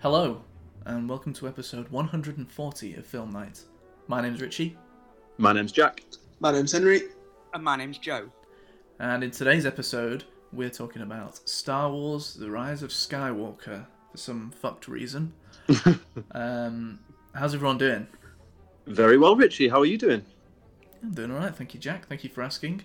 Hello, and welcome to episode 140 of Film Night. My name's Richie, My name's Jack. My name's Henry. And my name's Joe. and in today's episode, we're talking about Star Wars The Rise of Skywalker for some fucked reason. um, how's everyone doing? Very well, Richie. How are you doing? I'm doing alright, thank you, Jack. Thank you for asking.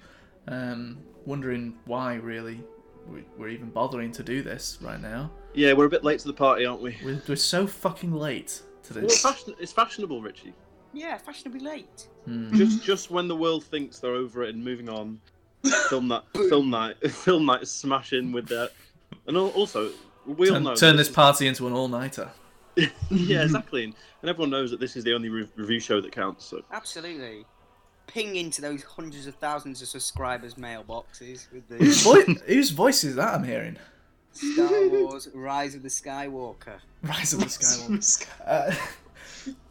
Um, wondering why, really, we- we're even bothering to do this right now. Yeah, we're a bit late to the party, aren't we? We're, we're so fucking late to Well, this. fashion- it's fashionable, Richie. Yeah, fashionably late. Hmm. Just just when the world thinks they're over it and moving on, film that film night film night is smashing with that. And al- also, we all Turn- know turn that- this party into an all-nighter. yeah, exactly. And, and everyone knows that this is the only re- review show that counts. So Absolutely. Ping into those hundreds of thousands of subscribers' mailboxes with Whose the voice, whose voice is that I'm hearing? Star Wars Rise of the Skywalker. Rise of the Skywalker. Uh,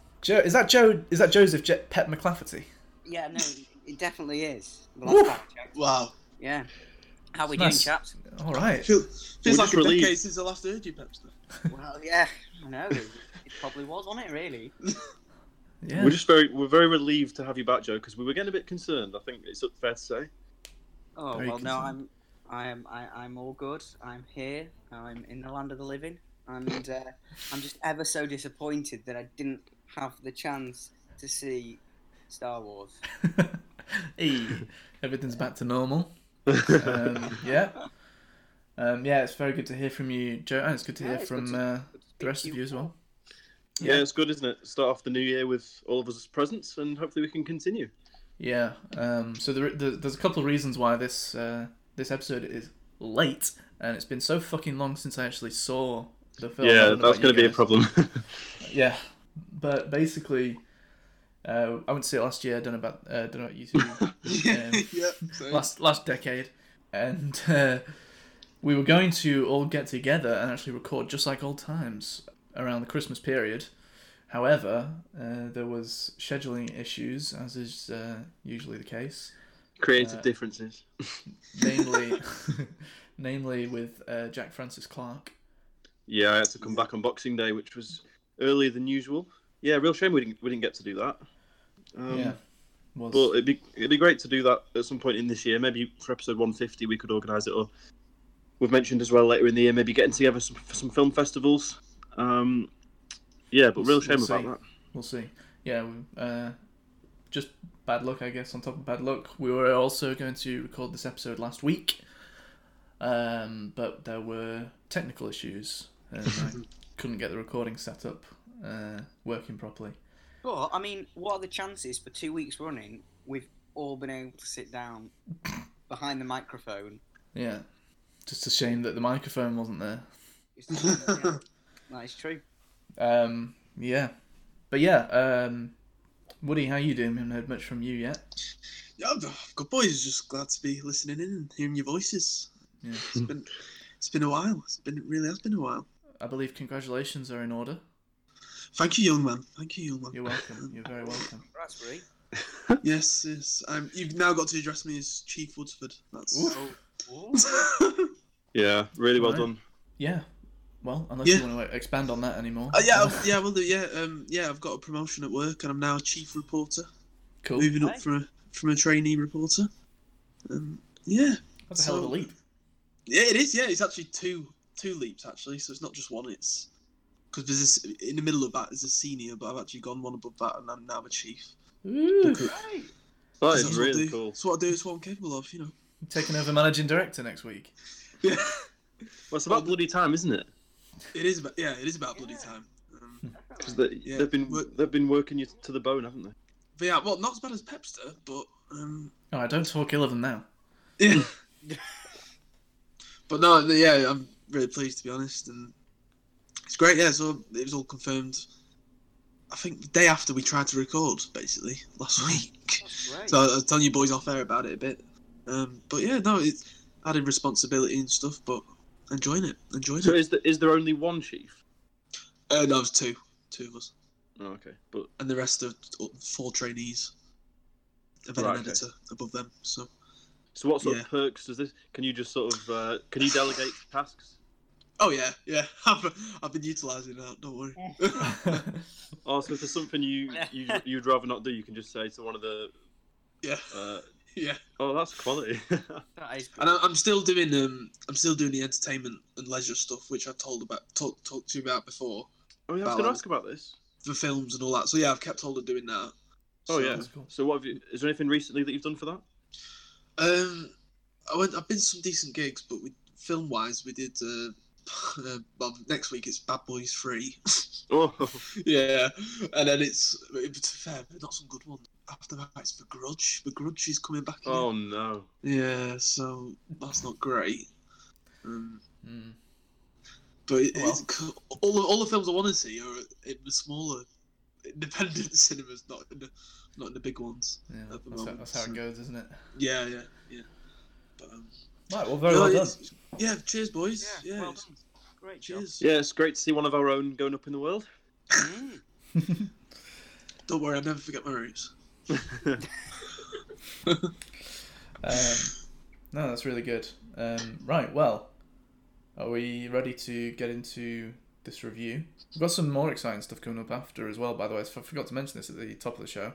Joe, is that Joe? Is that Joseph Je- Pet McClafferty? Yeah, no, it definitely is. The Woof. last time I checked. Wow. Yeah. How we Nice. doing, chaps? All right. Feel, We're feels like just a decade relieved. since I last heard you, Pepster. well, yeah, I know. It probably was, wasn't it, really? Yeah. we're just very we're very relieved to have you back, Joe, because we were getting a bit concerned. I think it's fair to say. Oh, Very well, no, concerned. I'm, I am, I, I'm all good. I'm here. I'm in the land of the living. And uh, I'm just ever so disappointed that I didn't have the chance to see Star Wars. hey, everything's back to normal. Um, yeah. Um, yeah, it's very good to hear from you, Joe, and it's good to Yeah, hear it's from good to- uh, good to the speak rest to of you you as well. yeah, it's good, isn't it? Start off the new year with all of us as presents, and hopefully we can continue. Yeah. Um, so there, there, there's a couple of reasons why this uh, this episode is late, and it's been so fucking long since I actually saw the film. I don't yeah, know that's about you going to be a guys. problem. Yeah, but basically, uh, I went to see it last year. I don't know about uh, don't know about you two. um, yeah. So. last last decade, and uh, we were going to all get together and actually record just like old times around the Christmas period. However, uh, there was scheduling issues, as is uh, usually the case, Creative Uh, differences. namely, namely with uh, Jack Francis Clark. Yeah, I had to come back on Boxing Day, which was earlier than usual. Yeah, real shame we didn't we didn't get to do that. Um, yeah, was But it'd be it'd be great to do that at some point in this year. Maybe for episode 150 we could organise it. Or we've mentioned as well later in the year, maybe getting together some, for some film festivals. Um, yeah, but real We'll shame see. about that. We'll see. Yeah, we- uh, just bad luck, I guess. On top of bad luck, we were also going to record this episode last week, um, but there were technical issues, and I couldn't get the recording set up uh, working properly. But I mean, what are the chances for two weeks running we've all been able to sit down behind the microphone? Yeah, just a shame that the microphone wasn't there. It's just- yeah, that is true. Um, yeah, but yeah, um, Woody, how you doing? Haven't heard much from you yet. Yeah, b- good boys. Just glad to be listening in and hearing your voices. Yeah. It's been, it's been a while. It's been it really has been a while. I believe congratulations are in order. Thank you, young man. Thank you, young man. You're welcome. You're very welcome. Raspberry. yes, yes. Um, you've now got to address me as Chief Woodsford. That's. Oh, oh. Yeah, really well Right. done. Yeah. Well, unless you Yeah. want to expand on that anymore. Uh, yeah, I've- yeah, well, do. yeah, um, yeah. I've got a promotion at work, and I'm now a chief reporter, cool. moving up Nice. from a from a trainee reporter. Um, yeah, That's a hell of a So- leap. Yeah, it is. Yeah, it's actually two two leaps actually. So it's not just one. It's because there's this, in the middle of that is a senior, but I've actually gone one above that, and I'm now a chief. Because- Right. That 'cause is that's what I really do. cool. It's what I do. It's what I'm capable of. You know. Taking over managing director next week. Yeah, Well, it's about bloody time, isn't it? it is. About, yeah, it is about bloody Yeah. time. Um, 'Cause they, Yeah, they've been but- they've been working you to the bone, haven't they? but yeah, well, not as bad as Pepster, but um, Oh, I don't talk ill of them now. yeah. but no, no, yeah, I'm really pleased to be honest, and it's great. Yeah, so it was all confirmed. I think the day after we tried to record, basically last week. That's great. So I was telling you boys off air about it a bit. Um, but yeah, no, it's added responsibility and stuff, but enjoying it, enjoying So it. is there, is there only one chief? Uh, no, it was two, two of us, Oh, okay, but and the rest are four trainees, and then Right, an okay. editor above them. So So what sort Yeah. of perks does this? Can you just sort of uh, can you delegate tasks? Oh yeah, yeah. I've, I've been utilising that. Don't worry. Oh, so if there's something you, you you'd rather not do, you can just say to one of the. Yeah, Uh, yeah. oh, that's quality. That is uh, good. And I, I'm still doing um, I'm still doing the entertainment and leisure stuff, which I told about talked talked to you about before, oh, yeah, I was going to ask about this. the films and all that. So yeah, I've kept hold of doing that. Oh So, yeah. that's cool. So what have you? Is there anything recently that you've done for that? Um, I went. I've been to some decent gigs, but we film wise, we did. Uh, uh, well, next week it's Bad Boys Free. Oh, yeah, and then it's to be fair, but not some good ones. After that, it's The Grudge. The Grudge is coming back. again. oh no. Yeah, so that's not great. Um, Mm. but it, Well. it's, c- all the, all the films I want to see are in the smaller independent cinemas, not in the not in the big ones. Yeah, At that's, the how, moment, that's how so- it goes, isn't it? Yeah, yeah, yeah. But, um, Right, well, very no, well done. it's- Yeah, cheers, boys. Yeah, yeah, well done. Great job. cheers. Yeah, it's great to see one of our own going up in the world. Mm. Don't worry, I'll never forget my roots. Um, no, that's really good. Um, right, well, are we ready to get into this review? We've got some more exciting stuff coming up after as well, by the way. I forgot to mention this at the top of the show.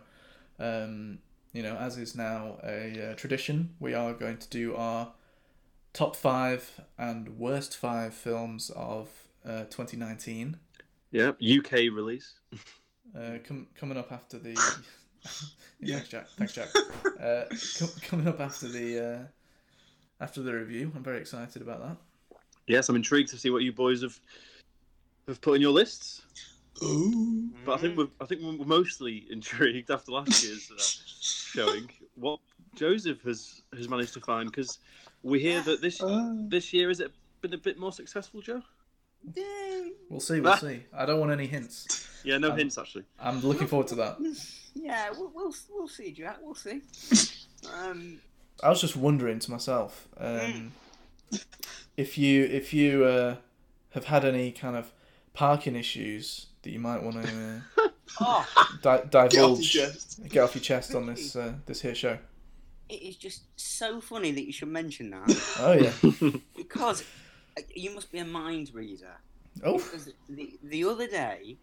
Um, you know, as is now a uh, tradition, we are going to do our top five and worst five films of uh, 2019 yeah, UK release. uh, com- coming up after the. Yeah. Thanks, Jack. Thanks, Jack. uh, com- coming up after the uh, after the review, I'm very excited about that. Yes, I'm intrigued to see what you boys have have put in your lists. Oh, But I Mm-hmm. Mm. think we're I think we're mostly intrigued after last year's uh, showing what Joseph has has managed to find because we hear that this this year has it been a bit more successful, Joe. Yay. We'll see. Ah. We'll see. I don't want any hints. Yeah, no Um, hints actually. I'm looking forward to that. Yeah, we'll, we'll we'll see, Jack. We'll see. Um, I was just wondering to myself um, Hmm. if you if you uh, have had any kind of parking issues that you might want to oh, uh, di- get off your divulge. chest. Get off your chest on this uh, this here show. it is just so funny that you should mention that Oh yeah. because uh, you must be a mind reader. Oh. Because the, the other day,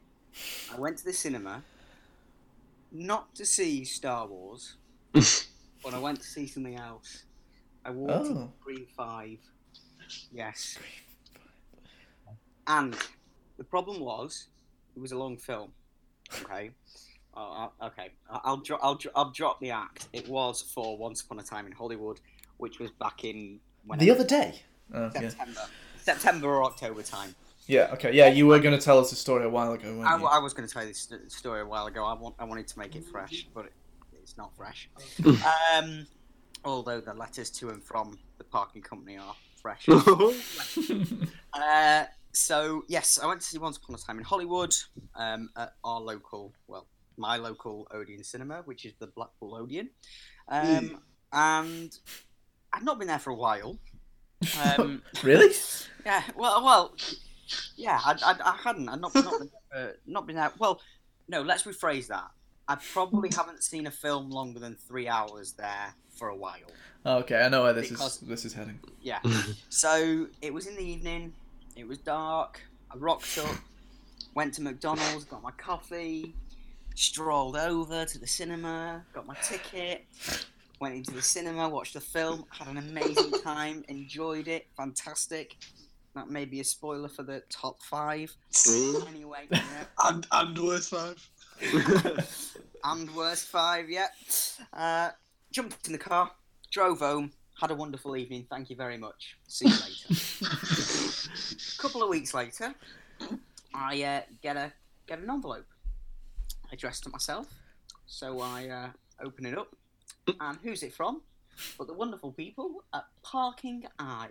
I went to the cinema not to see Star Wars, but I went to see something else. I walked into Oh. Green Five. Yes. And the problem was, it was a long film. Okay. Uh, uh, okay. I- I'll, dro- I'll, dro- I'll drop the act. It was for Once Upon a Time in Hollywood, which was back in when The other day. Oh, yeah. September, September or October time. Yeah, okay. Yeah, you were going to tell us a story a while ago, weren't you? I, w- I was going to tell you this st- story a while ago. I want I wanted to make it fresh, but it, it's not fresh. um, although the letters to and from the parking company are fresh. uh, so yes, I went to see Once Upon a Time in Hollywood um, at our local, well, my local Odeon cinema, which is the Blackpool Odeon, um, and I'd not been there for a while. Um, really? Yeah, well, well, yeah, I, I, I hadn't. I'd not, not, been, uh, not been out. Well, no, let's rephrase that. I probably haven't seen a film longer than three hours there for a while. Oh, Okay, I know where this Because- is. This is heading. Yeah. so it was in the evening. It was dark. I rocked up, went to McDonald's, got my coffee, strolled over to the cinema, got my ticket, went into the cinema, watched the film, had an amazing time, enjoyed it, fantastic. That may be a spoiler for the top five. Anyway, you know, and and worst five. and worst five, yeah. Uh, jumped in the car, drove home, had a wonderful evening. Thank you very much. See you later. a couple of weeks later, I uh, get a get an envelope. I dressed it myself, so I uh, open it up, and who's it from? But the wonderful people at Parking Eye.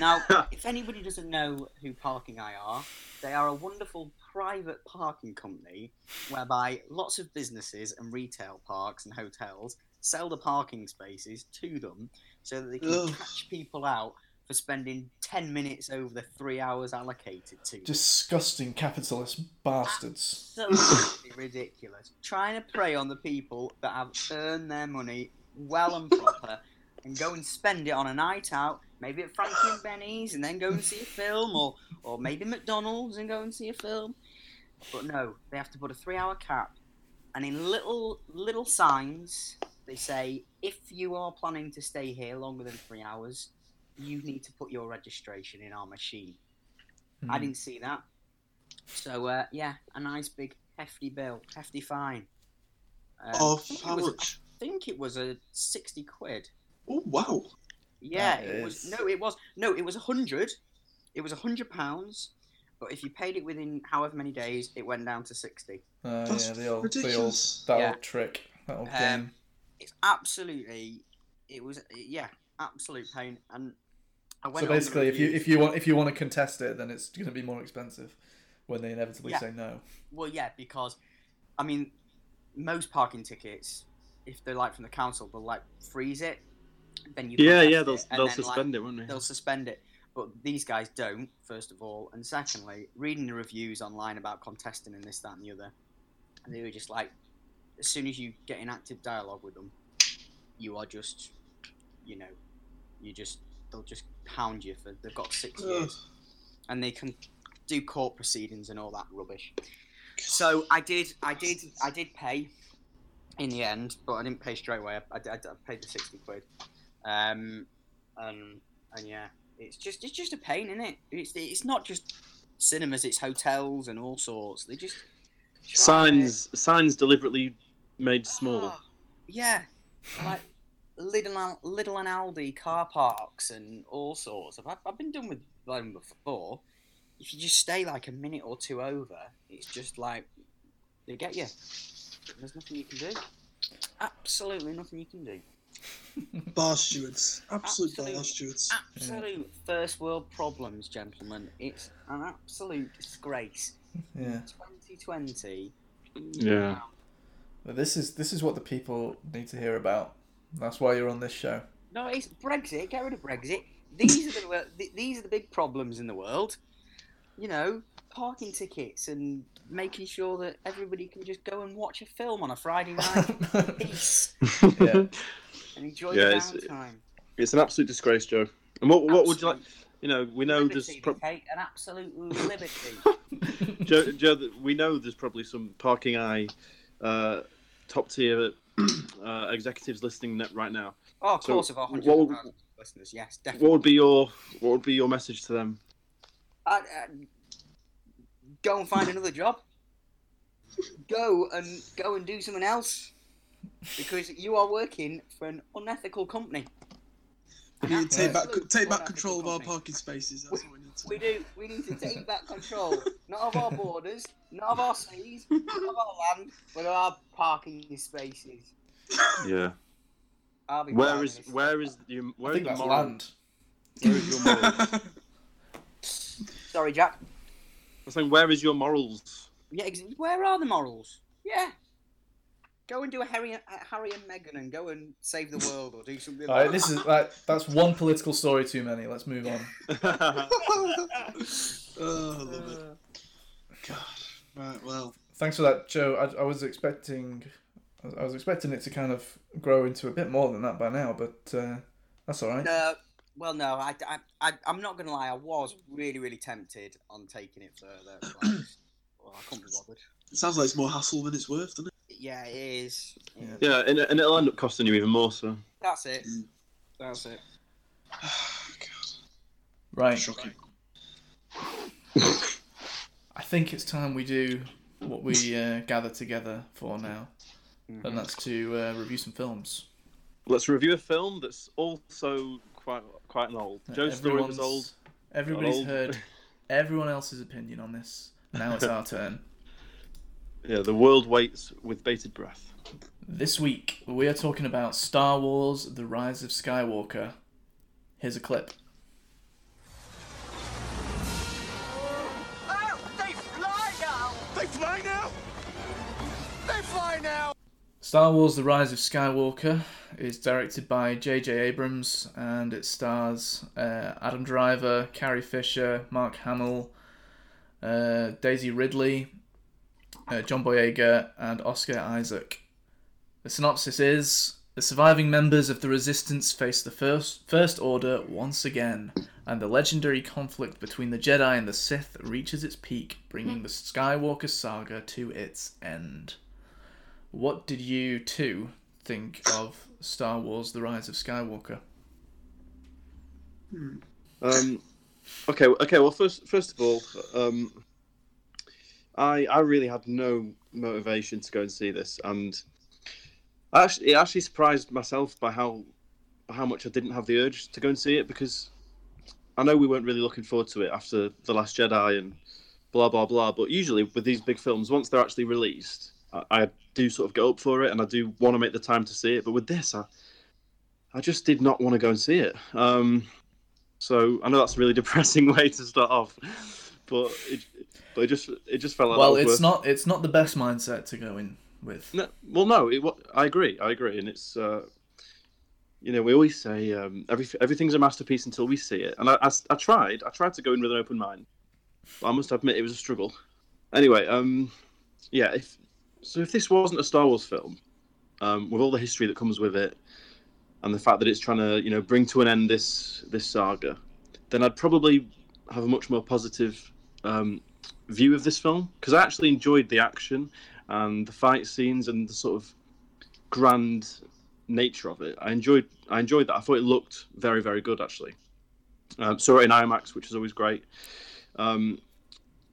Now, if anybody doesn't know who Parking Eye are, they are a wonderful private parking company whereby lots of businesses and retail parks and hotels sell the parking spaces to them so that they can Ugh. catch people out for spending 10 minutes over the three hours allocated to them. Disgusting capitalist bastards. Absolutely ridiculous. Trying to prey on the people that have earned their money well and proper and go and spend it on a night out, maybe at Frankie and Benny's, and then go and see a film or or maybe McDonald's and go and see a film. But no, they have to put a three-hour cap, and in little little signs they say if you are planning to stay here longer than three hours, you need to put your registration in our machine. Hmm. I Mm. didn't see that. So uh, yeah, a nice big hefty bill, hefty fine. Um, I Of think it how was- much? I think it was a sixty quid. Oh wow! Yeah, That it was. is- No, it was. No, it was a hundred. It was a hundred pounds. But if you paid it within however many days, it went down to sixty. Uh, That's yeah, the old, the old ridiculous. that Yeah. old trick, that old Um, game. It's absolutely. It was. Yeah, absolute pain. And I went. So on the basically, if you reviews. if you want if you want to contest it, then it's going to be more expensive when they inevitably Yeah. say no. Well, yeah, because I mean, most parking tickets, if they're like from the council, they'll like freeze it. Then you Yeah, contest yeah, they'll it, and they'll then, like, suspend it, won't they? they'll suspend it. But these guys don't, first of all, and secondly, reading the reviews online about contesting and this, that, and the other, and they were just like, as soon as you get in active dialogue with them, you are just, you know, you just they'll just hound you for they've got six Ugh. years, and they can do court proceedings and all that rubbish. So I did, I did, I did pay in the end, but I didn't pay straight away. I, I, I paid the sixty quid. Um, and and yeah, it's just it's just a pain, isn't it? It's it's not just cinemas; it's hotels and all sorts. They just try- Signs signs deliberately made smaller. Ah, yeah, like Lidl, and- Lidl and Aldi car parks and all sorts. I've I've been done with them before. If you just stay like a minute or two over, it's just like they get you. There's nothing you can do. Absolutely nothing you can do. Bar stewards, absolute bar Absolute- stewards. Absolute first world problems, gentlemen. It's an absolute disgrace. Mm. Yeah, 2020. Yeah. but this is this is what the people need to hear about. That's why you're on this show. No, it's Brexit. Get rid of Brexit. These are the wor- th- these are the big problems in the world. You know, parking tickets and making sure that everybody can just go and watch a film on a Friday night, in peace, Yeah. and enjoy Yeah, the it's- downtime. It's an absolute disgrace, Joe. And what what would you like? Absolute You know, we know there's liberty, pro- Kate, an absolute liberty. Joe, Joe, that we know there's probably some parking eye, uh, top tier uh, executives listening net right now. Oh, of So, course, of our hundred what would- thousand listeners, yes, definitely. What would be your What would be your message to them? I, I, Uh, go and find another job. Go and go and do something else, because you are working for an unethical company. We need to take back Absolute take back unethical control of our company. parking spaces. That's what we need to. We do. do. We need to take back control, not of our borders, not of our seas, not of our land, but of our parking spaces. Yeah. I'll be Where proud is of this. Where is the I Where is think the that's moral? land. Where is your morals? Sorry, Jack. I'm saying, where is your morals? Yeah. Ex- where are the morals? Yeah. Go and do a Harry, a Harry and Meghan, and go and save the world, or do something. All like right, this is like that's one political story too many. Let's move on. oh, I love Uh. it. God. Right. Well. Thanks for that, Joe. I, I was expecting, I was expecting it to kind of grow into a bit more than that by now, but uh, that's all right. No, uh, well, no, I, I, I, I'm not going to lie. I was really, really tempted on taking it further. but I just- well, I can't be bothered. It sounds like it's more hassle than it's worth, doesn't it? Yeah, it is. It Yeah. is. yeah, and, and it'll end up costing you even more. So That's it. Mm. That's it. Right. Shocking. I think it's time we do what we uh, gather together for now, Mm-hmm. and that's to uh, review some films. let's review a film that's also quite quite an old. Joe's story was Everyone's- old. Everybody's old. heard everyone else's opinion on this. Now it's our turn. Yeah, the world waits with bated breath. This week we are talking about Star Wars: The Rise of Skywalker. Here's a clip. Star Wars The Rise of Skywalker is directed by J.J. Abrams and it stars uh, Adam Driver, Carrie Fisher, Mark Hamill, uh, Daisy Ridley, uh, John Boyega, and Oscar Isaac. The synopsis is The surviving members of the Resistance face the First, first Order once again and the legendary conflict between the Jedi and the Sith reaches its peak, bringing the Skywalker saga to its end. What did you two think of Star Wars: The Rise of Skywalker? Um, okay, okay. Well, first, first of all, um, I I really had no motivation to go and see this, and I actually it actually surprised myself by how how much I didn't have the urge to go and see it because I know we weren't really looking forward to it after the Last Jedi and blah blah blah. But usually with these big films, once they're actually released, I, I do sort of go up for it and I do want to make the time to see it. But with this, I I just did not want to go and see it. Um, so I know that's a really depressing way to start off, but it, but it just it just felt like well, that was it's worth- not it's not the best mindset to go in with. No, well, no, it, wa- I agree, I agree, and it's uh, you know we always say um, every, everything's a masterpiece until we see it, and I, I s- I tried I tried to go in with an open mind, but I must admit it was a struggle. Anyway, um, yeah, if so, if this wasn't a Star Wars film, um, with all the history that comes with it, and the fact that it's trying to you know bring to an end this this saga, then I'd probably have a much more positive um, view of this film because I actually enjoyed the action and the fight scenes and the sort of grand nature of it. I enjoyed I enjoyed that. I thought it looked very very good actually. Um, saw it in IMAX, which is always great. Um,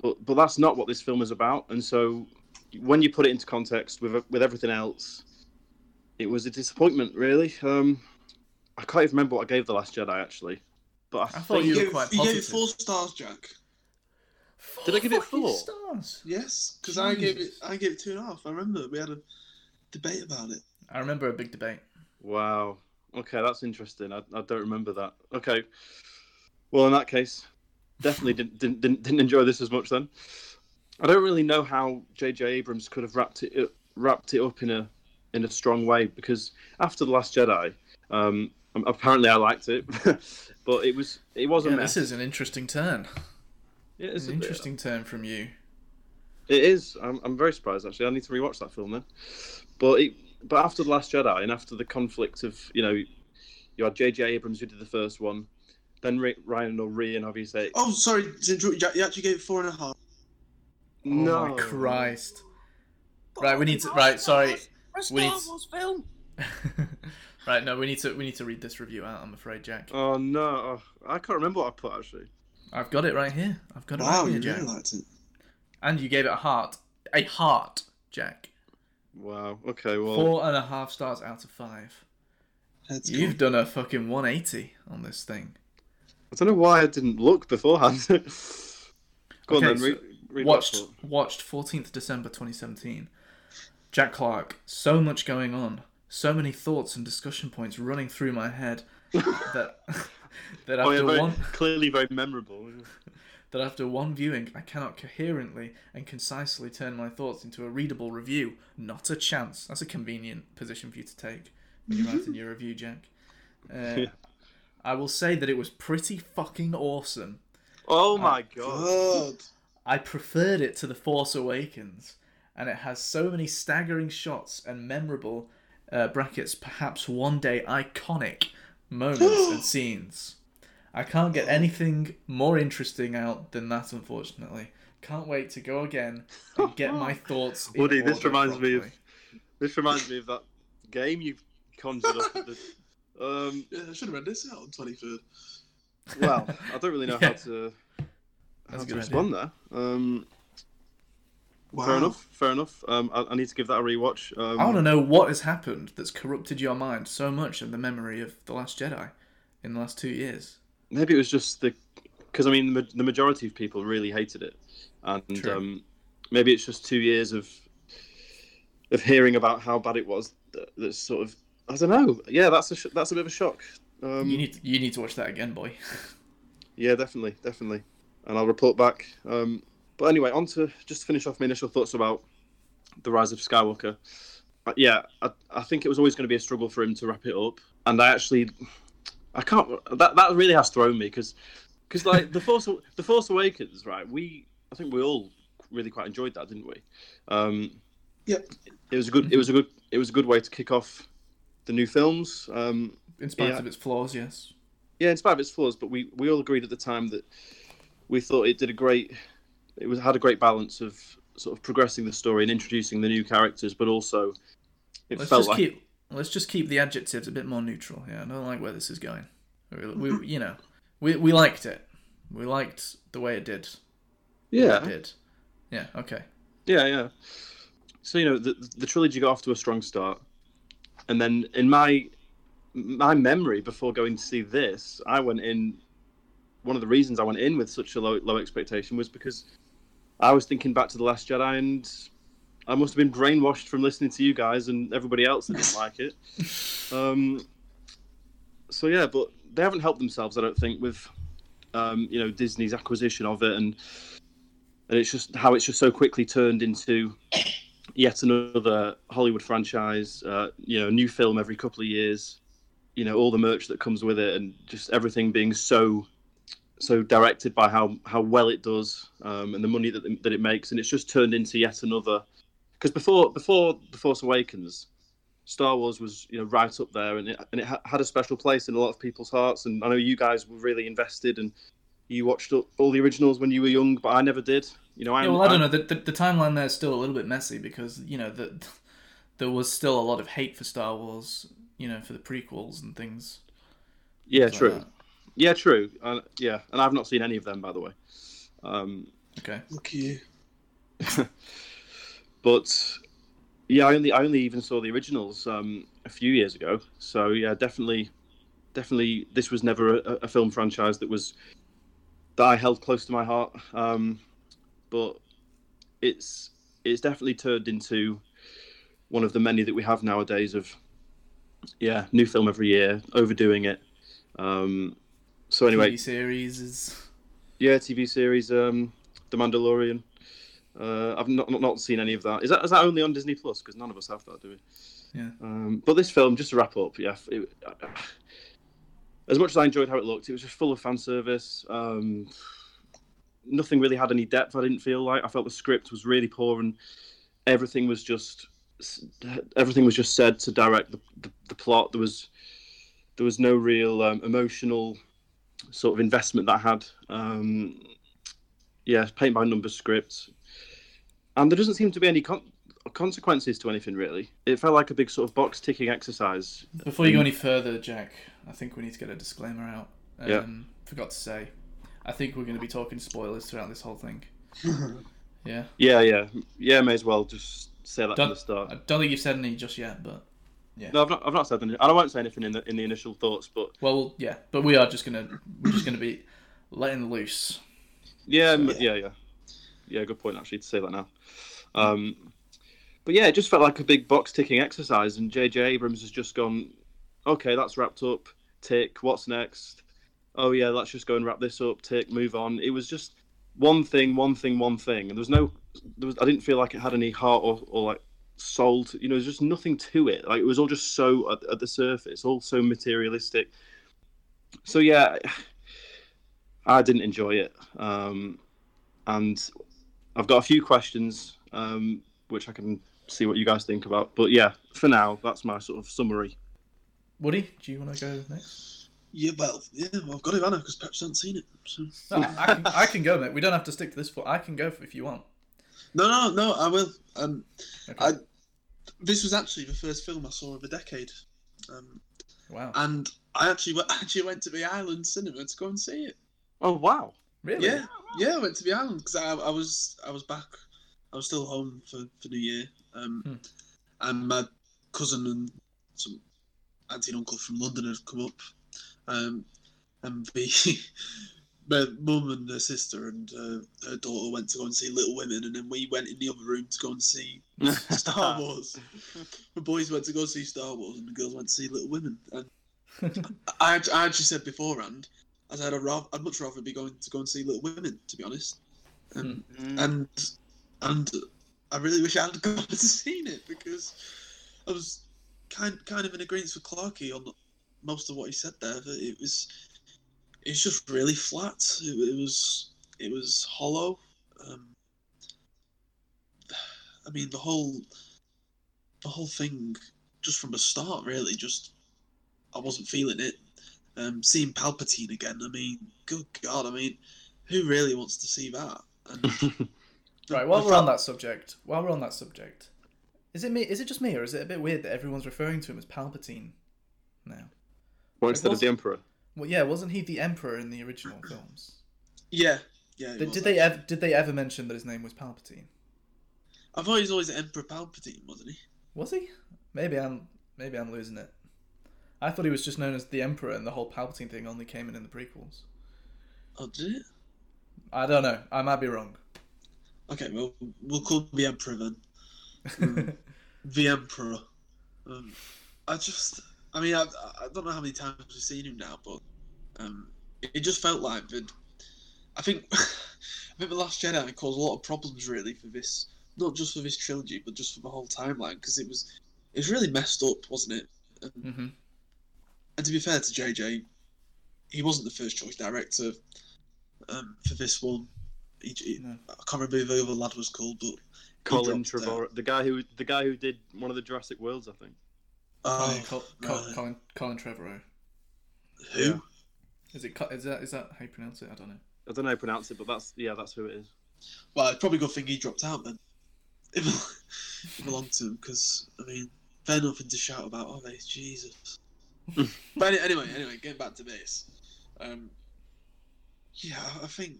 but but that's not what this film is about. And so when you put it into context with with everything else, it was a disappointment really. Um, I can't even remember what I gave the Last Jedi actually. But I, thought think- you You were gave, quite you gave it positive. four stars, Jack. Did I give it fucking four? stars? Yes, because I gave it. Jesus. I gave it two and a half. I remember we had a debate about it. I remember a big debate. Wow. Okay, that's interesting. I, I don't remember that. Okay. Well, in that case, definitely didn't, didn't didn't didn't enjoy this as much then. I don't really know how J.J. Abrams could have wrapped it wrapped it up in a in a strong way because after the Last Jedi, um, apparently I liked it, but it was it was a Yeah, mess. this is an interesting turn. It It's is an a bit- interesting turn from you. It is. I'm, I'm very surprised actually. I need to rewatch that film then. But it, but after the Last Jedi and after the conflict of you know, you had J.J. Abrams who did the first one, then Ri- Ryan O'Ree and obviously say Oh, sorry, to interrupt you, Jack. You actually gave it four and a half. Oh no my Christ. Right, we need to- right, sorry. For a Star We need to- Wars film. right, no, we need to we need to read this review out. I'm afraid, Jack. Oh no! Oh, I can't remember what I put actually. I've got it right here. I've got it Wow, right you here, really Jack. liked it. And you gave it a heart, a heart, Jack. Wow. Okay. Well. Four and a half stars out of five. Heads You've done a fucking 180 on this thing. I don't know why I didn't look beforehand. Go on Okay, then. so Read, read what I watched thought. watched 14th December 2017. Jack Clark, so much going on, so many thoughts and discussion points running through my head that that after Oh, yeah, very- one clearly very memorable. that after one viewing I cannot coherently and concisely turn my thoughts into a readable review. Not a chance. That's a convenient position for you to take when you're writing your review, Jack. Uh, I will say that it was pretty fucking awesome. Oh Uh, my god! God. I preferred it to The Force Awakens, and it has so many staggering shots and memorable uh, brackets, perhaps one day iconic moments and scenes. I can't get anything more interesting out than that, unfortunately. Can't wait to go again and get my thoughts. in Woody, this order reminds me of- properly. This reminds me of that game you conjured up. At the, um, Yeah, I should have read this out on twenty third. well, I don't really know how Yeah. to how That's a to good respond there. Um, Wow. Fair enough. Fair enough. Um, I, I need to give that a rewatch. Um, I want to know what has happened that's corrupted your mind so much of the memory of The Last Jedi in the last two years. Maybe it was just the because I mean the, the majority of people really hated it, and True. um, maybe it's just two years of of hearing about how bad it was. That, that's sort of I don't know. Yeah, that's a sh- that's a bit of a shock. Um, You need you need to watch that again, boy. Yeah, definitely, definitely. And I'll report back. Um, but anyway, on to just to finish off my initial thoughts about the rise of Skywalker. Uh, yeah, I, I think it was always going to be a struggle for him to wrap it up, and I actually, I can't. That that really has thrown me because because like the Force the Force Awakens, right? We I think we all really quite enjoyed that, didn't we? Um, Yep. It was a good. It was a good. It was a good way to kick off the new films. Um, In spite Yeah. of its flaws, yes. yeah, in spite of its flaws, but we, we all agreed at the time that we thought it did a great, it was had a great balance of sort of progressing the story and introducing the new characters, but also it Let's felt just like keep let's just keep the adjectives a bit more neutral. Yeah, I don't like where this is going. We, Mm-hmm. we- you know, we we liked it. We liked the way it did. yeah, It did. Yeah. Okay. Yeah, yeah. So you know, the the trilogy got off to a strong start, and then in my my memory before going to see this, I went in. One of the reasons I went in with such a low low expectation was because I was thinking back to the Last Jedi, and I must have been brainwashed from listening to you guys and everybody else that didn't like it. Um, so yeah, but they haven't helped themselves, I don't think, with um, you know Disney's acquisition of it and and it's just how it's just so quickly turned into yet another Hollywood franchise. Uh, you know, a new film every couple of years. You know, all the merch that comes with it, and just everything being so so directed by how how well it does um, and the money that that it makes, and it's just turned into yet another. Because before before the Force Awakens. Star Wars was, you know, right up there, and it, and it ha- had a special place in a lot of people's hearts. And I know you guys were really invested, and you watched all- all the originals when you were young, but I never did. You know, I'm, yeah, well, I I'm- don't know. The, the, the timeline there is still a little bit messy because you know that there was still a lot of hate for Star Wars. You know, for the prequels and things. Yeah, like true. that. Yeah, true. Uh, yeah, and I've not seen any of them, by the way. Um, Okay. Look at you. but yeah, I only I only even saw the originals um, a few years ago. So yeah, definitely, definitely, this was never a, a film franchise that was that I held close to my heart. Um, but it's it's definitely turned into one of the many that we have nowadays of yeah, new film every year, overdoing it. Um, so anyway, TV series is. Yeah, TV series, um, The Mandalorian. Uh, I've not, not not seen any of that. Is that is that only on Disney Plus? Because none of us have that, do we? Yeah. Um, but this film, just to wrap up, yeah. It, as much as I enjoyed how it looked, it was just full of fan service. Um, nothing really had any depth. I didn't feel like I felt the script was really poor, and everything was just everything was just said to direct the, the, the plot. There was there was no real um, emotional sort of investment that I had. Um, yeah, paint by numbers script, and there doesn't seem to be any con- consequences to anything really. It felt like a big sort of box ticking exercise. Before Um, you go any further, Jack, I think we need to get a disclaimer out. Um, Yeah. Forgot to say, I think we're going to be talking spoilers throughout this whole thing. yeah. Yeah, yeah, yeah. May as well just say that from Done. the start. I don't think you've said any just yet, but No, I've not. I've not said anything. And I won't say anything in the in the initial thoughts, but well, yeah. But we are just gonna we're just gonna be letting loose. Yeah, m- yeah, yeah, yeah. Good point, actually, to say that now. Um, but yeah, it just felt like a big box ticking exercise, and J.J. Abrams has just gone, okay, that's wrapped up. Tick. What's next? Oh yeah, let's just go and wrap this up. Tick. Move on. It was just one thing, one thing, one thing, and there was no, there was. I didn't feel like it had any heart or, or like soul. To, you know, there's just nothing to it. Like it was all just so at, at the surface, all so materialistic. So yeah, I didn't enjoy it, um, and I've got a few questions um, which I can see what you guys think about. But yeah, for now, that's my sort of summary. Woody, do you want to go next? Yeah, well, yeah, well, I've got it, Anna, because Pep's hasn't seen it. So. No, I, can, I can go, mate. We don't have to stick to this. fo- I can go if you want. No, no, no, I will. Um, Okay. I- this was actually the first film I saw of a decade. Um, Wow. and I actually went, actually went to the Island Cinema to go and see it. Oh wow! Really? Yeah, yeah, I went to the island because I, I was I was back, I was still home for, for New Year, um, Hmm. and my cousin and some auntie and uncle from London had come up, um, and the my mum and her sister and uh, her daughter went to go and see Little Women, and then we went in the other room to go and see Star Wars. the boys went to go see Star Wars, and the girls went to see Little Women. And I, act- I actually said beforehand, I said I'd, rather, I'd much rather be going to go and see Little Women, to be honest. Um, Mm. And and I really wish I had gone and seen it because I was kind kind of in agreement with Clarkey on most of what he said there. That it was it's just really flat. It, it was it was hollow. Um, I mean the whole the whole thing just from the start really just I wasn't feeling it. Um, seeing Palpatine again, I mean, good God, I mean, who really wants to see that? And the- Right, while the we're on fact- that subject, while we're on that subject, is it me? Is it just me, or is it a bit weird that everyone's referring to him as Palpatine now? Well, instead of the Emperor. Well, yeah, wasn't he the Emperor in the original films? Yeah, yeah. he Did, was did they actually. ever did they ever mention that his name was Palpatine? I thought he was always Emperor Palpatine, wasn't he? Was he? Maybe I'm maybe I'm losing it. I thought he was just known as the Emperor, and the whole Palpatine thing only came in in the prequels. Oh, did it? I don't know. I might be wrong. Okay, well, we'll call him the Emperor then. Mm. Mm-hmm. The Emperor. Um, I just, I mean, I, I don't know how many times we've seen him now, but um, it just felt like that. I think, I think the Last Jedi caused a lot of problems really for this, not just for this trilogy, but just for the whole timeline because it was, it was really messed up, wasn't it? And, hmm and to be fair to JJ, he wasn't the first choice director um, for this one. He, he- No. I can't remember who the other lad was called, but Colin dropped Trevorrow, the guy who the guy who did one of the Jurassic Worlds, I think. oh, Yeah, Col- Col- right. Colin, Colin Trevorrow. who? yeah. Is it? Co- Is that? Is that how you pronounce it? I don't know. I don't know how to pronounce it, but that's yeah, that's who it is. Well, it's probably a good thing he dropped out then. It bel- it belonged to him because I mean, they're nothing to shout about, are they? Jesus. but any- anyway, anyway, getting back to this, um, yeah, I think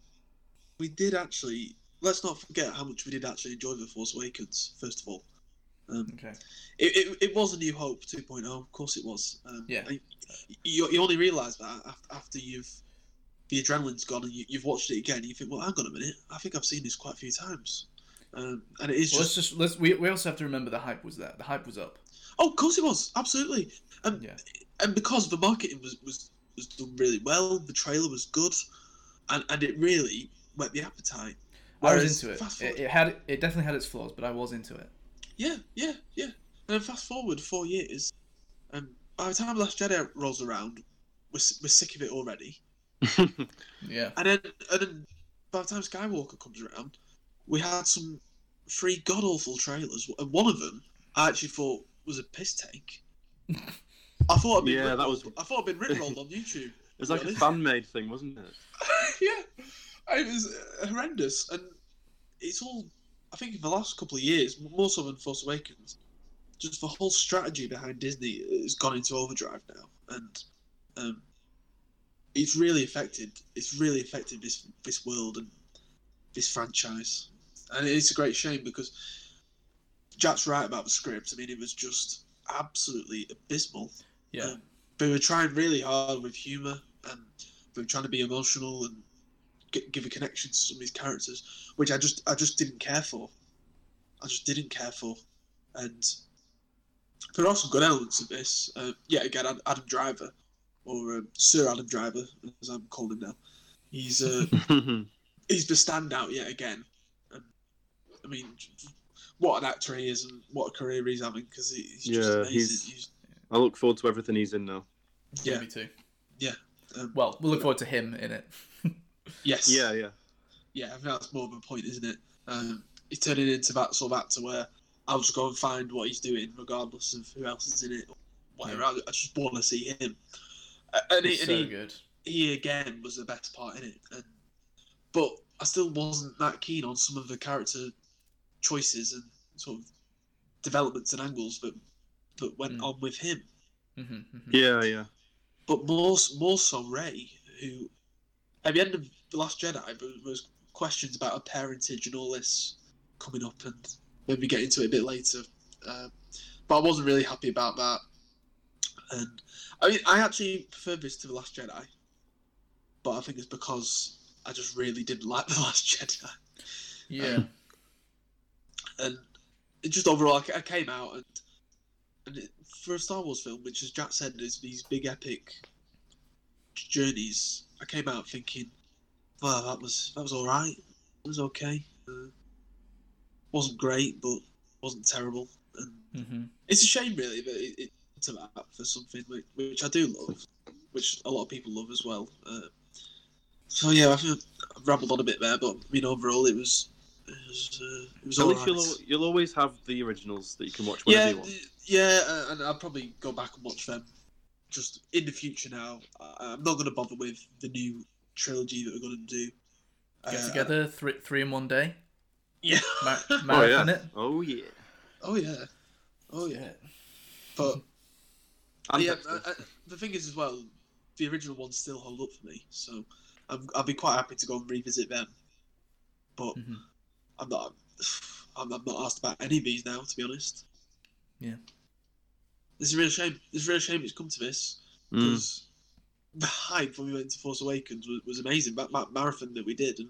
we did actually. Let's not forget how much we did actually enjoy the Force Awakens. First of all, um, Okay. it, it, it was a New Hope 2.0. Of course, it was. Um, Yeah. I- you, you only realise that af- after you've the adrenaline's gone and you, you've watched it again. you think, well, hang on a minute. I think I've seen this quite a few times. Um, and it is Well, just let's just let's. We, we also have to remember the hype was there. The hype was up. oh, of course it was absolutely. And Yeah. and because the marketing was was was done really well, the trailer was good, and and it really whet the appetite. I was Whereas into it. fast forward- it. It had it definitely had its flaws, but I was into it. Yeah, yeah, yeah. And then fast forward four years, and by the time Last Jedi rolls around, we're, s- we're sick of it already. Yeah. And then, and then by the time Skywalker comes around, we had some three god awful trailers, and one of them I actually thought was a piss take. I thought I'd been Yeah, rip- that was- I thought I'd been ritrolled on YouTube. It was like a Really? fan made thing, wasn't it? yeah, it was uh, horrendous, and it's all. I think in the last couple of years, more so than Force Awakens, just the whole strategy behind Disney has gone into overdrive now, and um, it's really affected. It's really affected this this world and this franchise, and it's a great shame because Jack's right about the script. I mean, it was just absolutely abysmal Yeah. Um, they were trying really hard with humor and they were trying to be emotional and g- give a connection to some of these characters, which I just I just didn't care for. I just didn't care for, and there are some good elements of this. Uh, yet again, Ad- Adam Driver, or um, Sir Adam Driver, as I'm calling him now, he's uh, he's the standout yet again. And, I mean, j- j- what an actor he is and what a career he's having because he's just Yeah, amazing. he's- He's- I look forward to everything he's in now. yeah, Me too. yeah. Um, Well, we'll look forward to him in it. yes. Yeah, yeah. yeah, I think that's more of a point, isn't it? Um, he's turning into that sort of actor where I'll just go and find what he's doing, regardless of who else is in it. Or whatever. I, I just want to see him. Uh, And, he, He's and so he, good. he again was the best part in it. And but I still wasn't that keen on some of the character choices and sort of developments and angles that that went Mm. on with him. Mm-hmm, mm-hmm. Yeah, yeah. But more, s- more so Ray, who at the end of the Last Jedi, there was questions about her parentage and all this coming up, and maybe get into it a bit later. Um but I wasn't really happy about that. And I mean, I actually preferred this to the Last Jedi, but I think it's because I just really didn't like the Last Jedi Yeah. and it just overall, I, I came out and and it, for a Star Wars film, which as Jack said is these big epic journeys, I came out thinking, well, that was that was all right, it was okay, uh, wasn't great, but wasn't terrible, and Mm-hmm. it's a shame really that it, it to that for something which, which I do love, which a lot of people love as well. Uh, so yeah, I think I've rambled on a bit there, but I mean overall it was it was, uh, it was At all least right. you'll, you'll always have the originals that you can watch whenever Yeah, you want. th- yeah, uh, and I'll probably go back and watch them just in the future now, I, I'm not going to bother with the new trilogy that we're going to do. Get Uh, together three three in one day. Yeah. Ma- Oh marathon yeah. it. Oh yeah. Oh yeah. Oh yeah. But And yeah, Dexter. uh, uh, the thing is as well, the original ones still hold up for me, so I'm, I'll be quite happy to go and revisit them. But Mhm. I'm not. I'm, I'm not asked about any of these now, to be honest. Yeah. It's a real shame. It's a real shame it's come to this. Mm. because the hype when we went to Force Awakens was, was amazing. That, that marathon that we did, and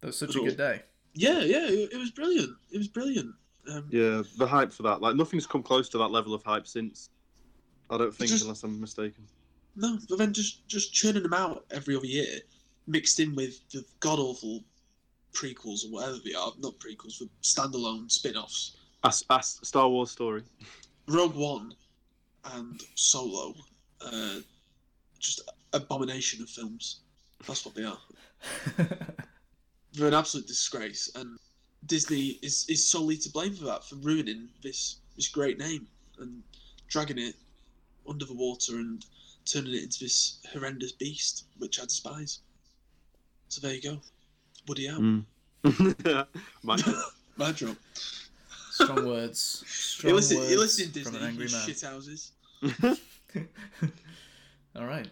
That was such a good day. yeah, yeah, it, it was brilliant. It was brilliant. Um, Yeah, the hype for that. Like nothing's come close to that level of hype since. I don't think, Just- unless I'm mistaken. No, but then just just churning them out every other year, mixed in with the god awful prequels or whatever they are, not prequels, but standalone spin offs. As, as Star Wars story. Rogue One and Solo, uh, just abomination of films. That's what they are. They're an absolute disgrace, and Disney is, is solely to blame for that for ruining this this great name and dragging it under the water and turning it into this horrendous beast which I despise. So there you go, Woody out. Mm. Mike, My drop. Strong words. Strong You listen, words you listen, from Disney. an You angry man. shit houses. All right.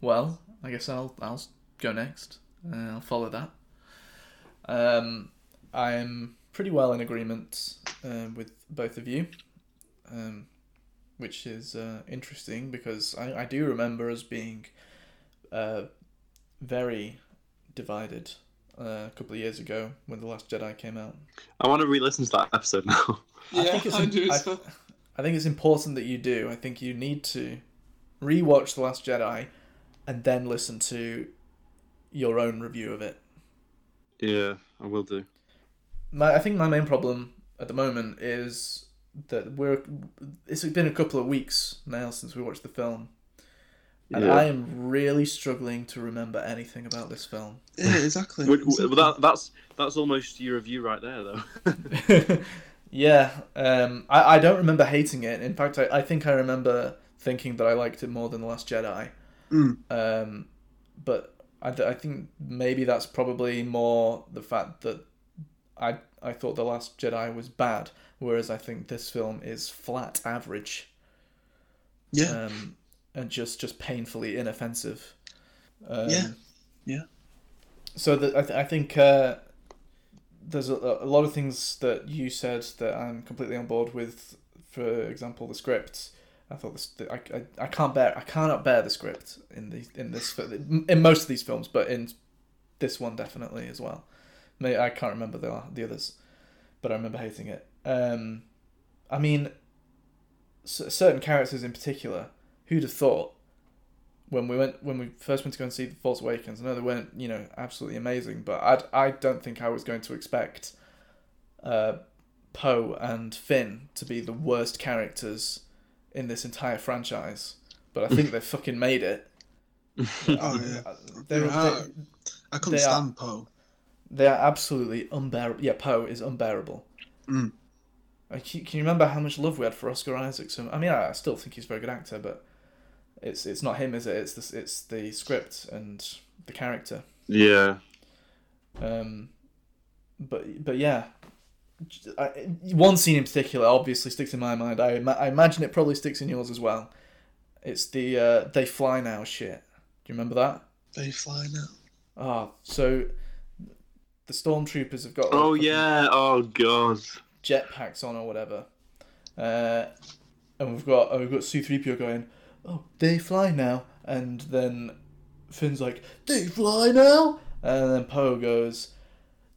Well, I guess I'll I'll go next. Uh, I'll follow that. Um, I'm pretty well in agreement um, with both of you, um, which is uh, interesting because I, I do remember us being uh, very divided uh, a couple of years ago when the Last Jedi came out. I want to re-listen to that episode now. Yeah, I, do I, as well. I think it's important that you do. I think you need to rewatch The Last Jedi and then listen to your own review of it. Yeah, I will do. My, I think my main problem at the moment is that we're. It's been a couple of weeks now since we watched the film, and Yeah. I am really struggling to remember anything about this film. Yeah, exactly. Wh- wh- that, that's that's almost your review right there, though. yeah, um, I, I don't remember hating it. In fact, I, I think I remember thinking that I liked it more than The Last Jedi. Mm. Um, but I, d- I think maybe that's probably more the fact that I I thought The Last Jedi was bad, whereas I think this film is flat average yeah. um, and just, just painfully inoffensive. Um, Yeah. Yeah. So that I, th- I think uh, there's a, a lot of things that you said that I'm completely on board with. For example, the script. I thought this. I, I, I can't bear. I cannot bear the script in the in this fi- in most of these films, but in this one definitely as well. May I can't remember the the others, but I remember hating it. Um, I mean, c- certain characters in particular. Who'd have thought when we went when we first went to go and see the False Awakens? I know they weren't you know absolutely amazing, but I I don't think I was going to expect uh, Poe and Finn to be the worst characters in this entire franchise. But I think they fucking made it. Oh, yeah. They, were- Yeah. they, I couldn't They are- stand Poe. they are absolutely unbearable. Yeah, Poe is unbearable. Mm. Like, can can you remember how much love we had for Oscar Isaac? So, I mean, I, I still think he's a very good actor, but it's it's not him, is it? It's the it's the script and the character. yeah, Um, but but yeah, I, one scene in particular obviously sticks in my mind. I ima- I imagine it probably sticks in yours as well. It's the uh, they fly now shit. Do you remember that? They fly now. Ah, so the stormtroopers have got. all Oh fucking yeah. Oh god. jetpacks on or whatever. Uh, and we've got oh, we've got C three PO going, oh they fly now, and then Finn's like they fly now, and then Poe goes,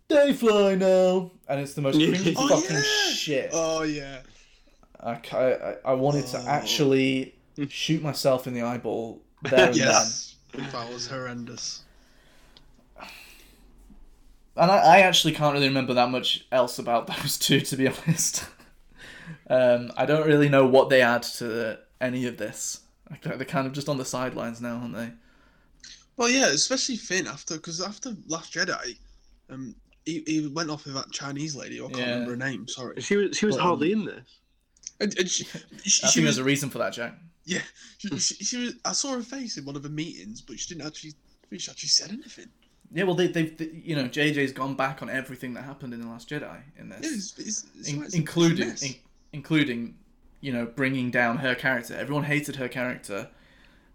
they fly now, and it's the most cringy Oh, fucking yeah! shit. Oh yeah. I, ca- I I wanted to Oh. actually shoot myself in the eyeball there and Yes. That was horrendous. then. And I, I actually can't really remember that much else about those two to be honest. Um, I don't really know what they add to any of this. Like, They're they're kind of just on the sidelines now, aren't they? Well, yeah, especially Finn after because after Last Jedi, um, he, he went off with that Chinese lady. I can't Yeah. remember her name. Sorry. She was she was But, um, hardly in this. And, and she, I she, think she was there's a reason for that, Jack. Yeah, she, she, she was. I saw her face in one of the meetings, but she didn't actually. I think She actually said anything. Yeah, well, they, they've, they- you know, JJ's gone back on everything that happened in The Last Jedi in Yeah, this. It's, it's, it's, in- why it's a including mess. in- including you know bringing down her character. Everyone hated her character,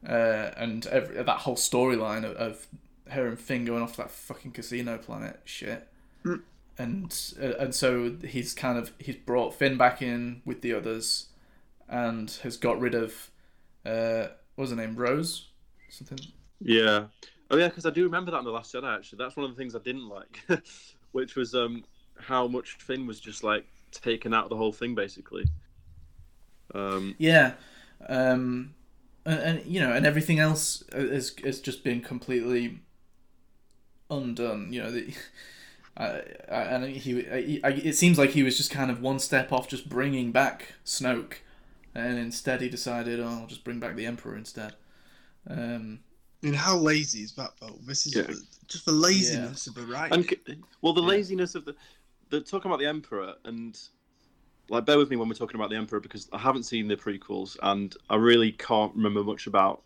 uh, and every, that whole storyline of, of her and Finn going off to that fucking casino planet shit. Mm. And uh, and so he's kind of he's brought Finn back in with the others, and has got rid of uh, what was her name Rose, something. Yeah. Oh yeah, because I do remember that in the Last Jedi. Actually, that's one of the things I didn't like, which was um how much Finn was just like taken out of the whole thing basically. Um. Yeah, um, and, and you know, and everything else has has just been completely undone. You know, the, I, I, and he, I, I, it seems like he was just kind of one step off just bringing back Snoke, and instead he decided, oh, I'll just bring back the Emperor instead. Um, I mean, how lazy is that though? This is Yeah. the- just the laziness of the right. And c- well, the Yeah. laziness of the the talking about the Emperor and like bear with me when we're talking about the Emperor because I haven't seen the prequels and I really can't remember much about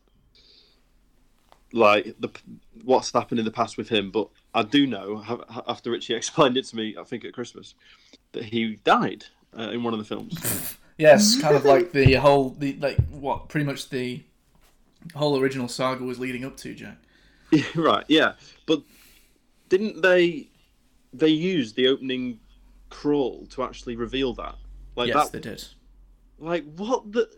like the p- what's happened in the past with him. But I do know ha- ha- after Richie explained it to me, I think at Christmas, that he died uh, in one of the films. yes, kind of like the whole the like what pretty much the whole original saga was leading up to, Jack. Yeah, right, yeah. But didn't they they use the opening crawl to actually reveal that? Like yes, that they did. like what the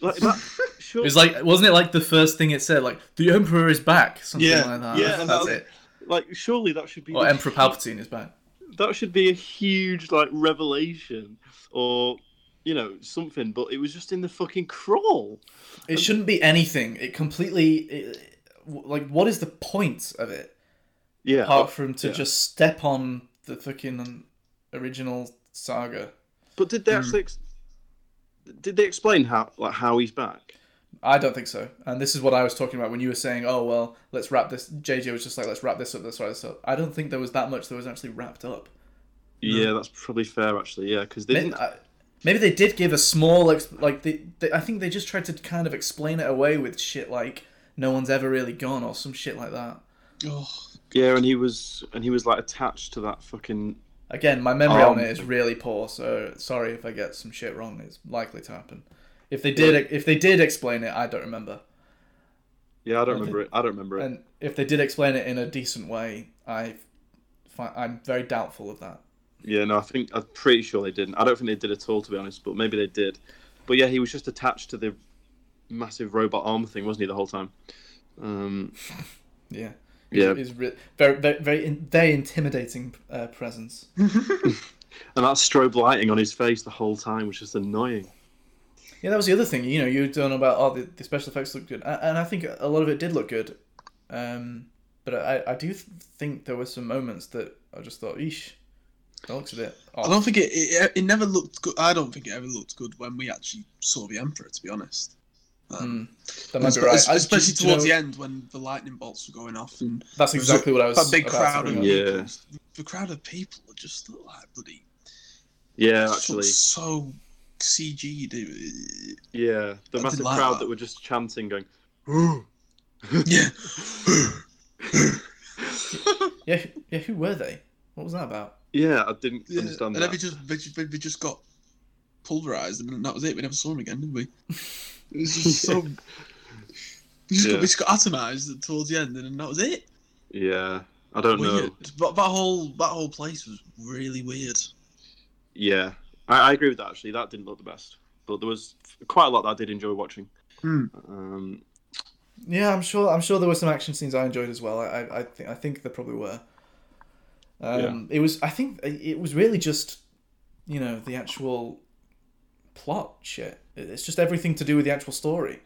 like that sure It was like, wasn't it like the first thing it said, like the Emperor is back, something Yeah, like that. yeah, that's, and that's that- it. like surely that should be Or Emperor Palpatine is back. that should be a huge like revelation or you know something but it was just in the fucking crawl It shouldn't be anything. It completely, it, like, what is the point of it yeah apart from to yeah. just step on the fucking original saga? but did hmm. they actually ex- did they explain how like how he's back I don't think so. And this is what I was talking about when you were saying, "Oh well, let's wrap this." JJ was just like, "Let's wrap this up." Let's wrap this up. I don't think there was that much that was actually wrapped up. yeah that's probably fair actually yeah because they Maybe, didn't I- maybe they did give a small ex- like they, they I think they just tried to kind of explain it away with shit like no one's ever really gone or some shit like that. Oh, yeah and he was and he was like attached to that fucking Again, my memory on Um, it is really poor, so sorry if I get some shit wrong. It's likely to happen. If they did, if they did explain it, I don't remember. yeah i don't I remember it i don't remember it And if they did explain it in a decent way, I, fi- I'm very doubtful of that. Yeah, no, I think I'm pretty sure they didn't. I don't think they did at all, to be honest, but maybe they did. But yeah, he was just attached to the massive robot arm thing, wasn't he, the whole time? Um, Yeah, yeah, it's re- very, very, very, in- very intimidating uh, presence. and that strobe lighting on his face the whole time was just annoying. Yeah, that was the other thing. You know, you were talking about oh, the, the special effects look good, A- and I think a lot of it did look good. Um, but I, I do th- think there were some moments that I just thought, "Eesh, that looks a bit." I Off. don't think it, it. It never looked good. I don't think it ever looked good when we actually saw the emperor. To be honest, um, Mm, that might be espe- right. I- especially do you towards know, the end when the lightning bolts were going off and That's exactly what I was. that big about to crowd bring of up. people. Yeah. The crowd of people just look like bloody. Yeah, just look actually, so CG. 'd. It- yeah, the I massive didn't like crowd that. that were just chanting, going, it- Yeah. Yeah, who- yeah. Who were they? What was that about? "Yeah, I didn't yeah. understand and then we that." just they, ju- they just got pulverized, and that was it. We never saw him again, did we? It was just so. We just, Yeah. got, we just got atomized towards the end, and then that was it. Yeah, I don't know. Weird. But that whole that whole place was really weird. Yeah, I, I agree with that. Actually, that didn't look the best, but there was quite a lot that I did enjoy watching. Hmm. Um, Yeah, I'm sure. I'm sure there were some action scenes I enjoyed as well. I, I, I think. I think there probably were. Um, It was. I think it was really just, you know, the actual plot shit. It's just everything to do with the actual story.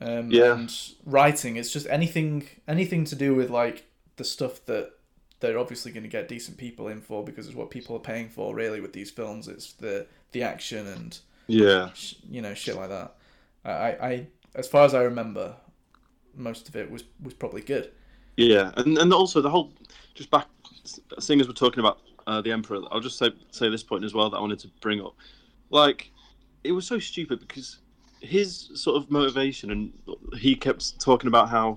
Um, Yeah. And writing. It's just anything. Anything to do with like the stuff that they're obviously going to get decent people in for because it's what people are paying for really with these films. It's the the action and yeah, sh- you know, shit like that. I, I, I, as far as I remember, most of it was was probably good. Yeah, and and also the whole just back seeing as we're talking about uh, the emperor, I'll just say say this point as well that I wanted to bring up. Like, it was so stupid because his sort of motivation, and he kept talking about how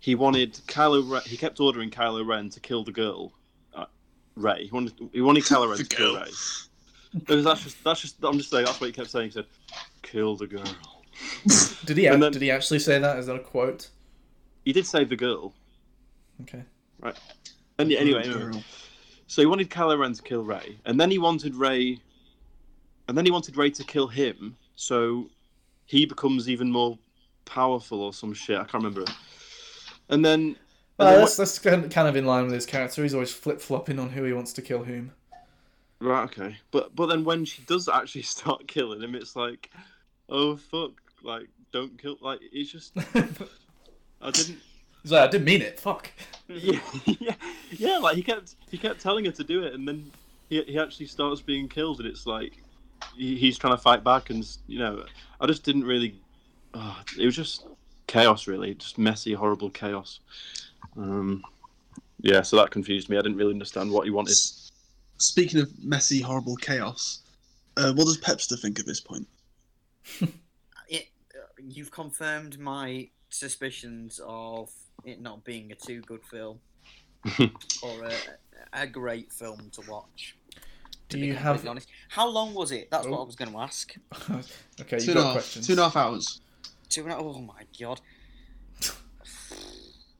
he wanted Kylo. Ren, he kept ordering Kylo Ren to kill the girl, uh, Ray. He wanted he wanted Kylo Ren The to kill girl. Ray. Because that's just that's just I'm just saying that's what he kept saying. He said, "Kill the girl." Did he? And then- did he actually say that? Is that a quote? He did save the girl. Uh, Okay. And yeah, anyway, anyway, Girl. so he wanted Kylo Ren to kill Ray, and then he wanted Ray, and then he wanted Ray to kill him, so he becomes even more powerful or some shit. I can't remember. And then, and Well, then that's, that's kind kind of in line with his character. He's always flip flopping on who he wants to kill whom. when- right, okay, but but then when she does actually start killing him, it's like, oh fuck, like don't kill, like it's just He's I didn't. like, I didn't mean it. Fuck. yeah, yeah, yeah. Like he kept he kept telling her to do it, and then he he actually starts being killed, and it's like he, he's trying to fight back, and s- you know, I just didn't really. ah, it was just chaos, really, just messy, horrible chaos. Um, yeah, so that confused me. I didn't really understand what he wanted. S- Speaking of messy, horrible chaos, uh, what does Pepster think at this point? You've confirmed my suspicions of it not being a too good film or a, a great film to watch. Do to be you completely have? honest? How long was it? That's what Oh. I was going to ask. okay, Two you and a got half. questions. Two and a half hours. Two and a, oh my god! I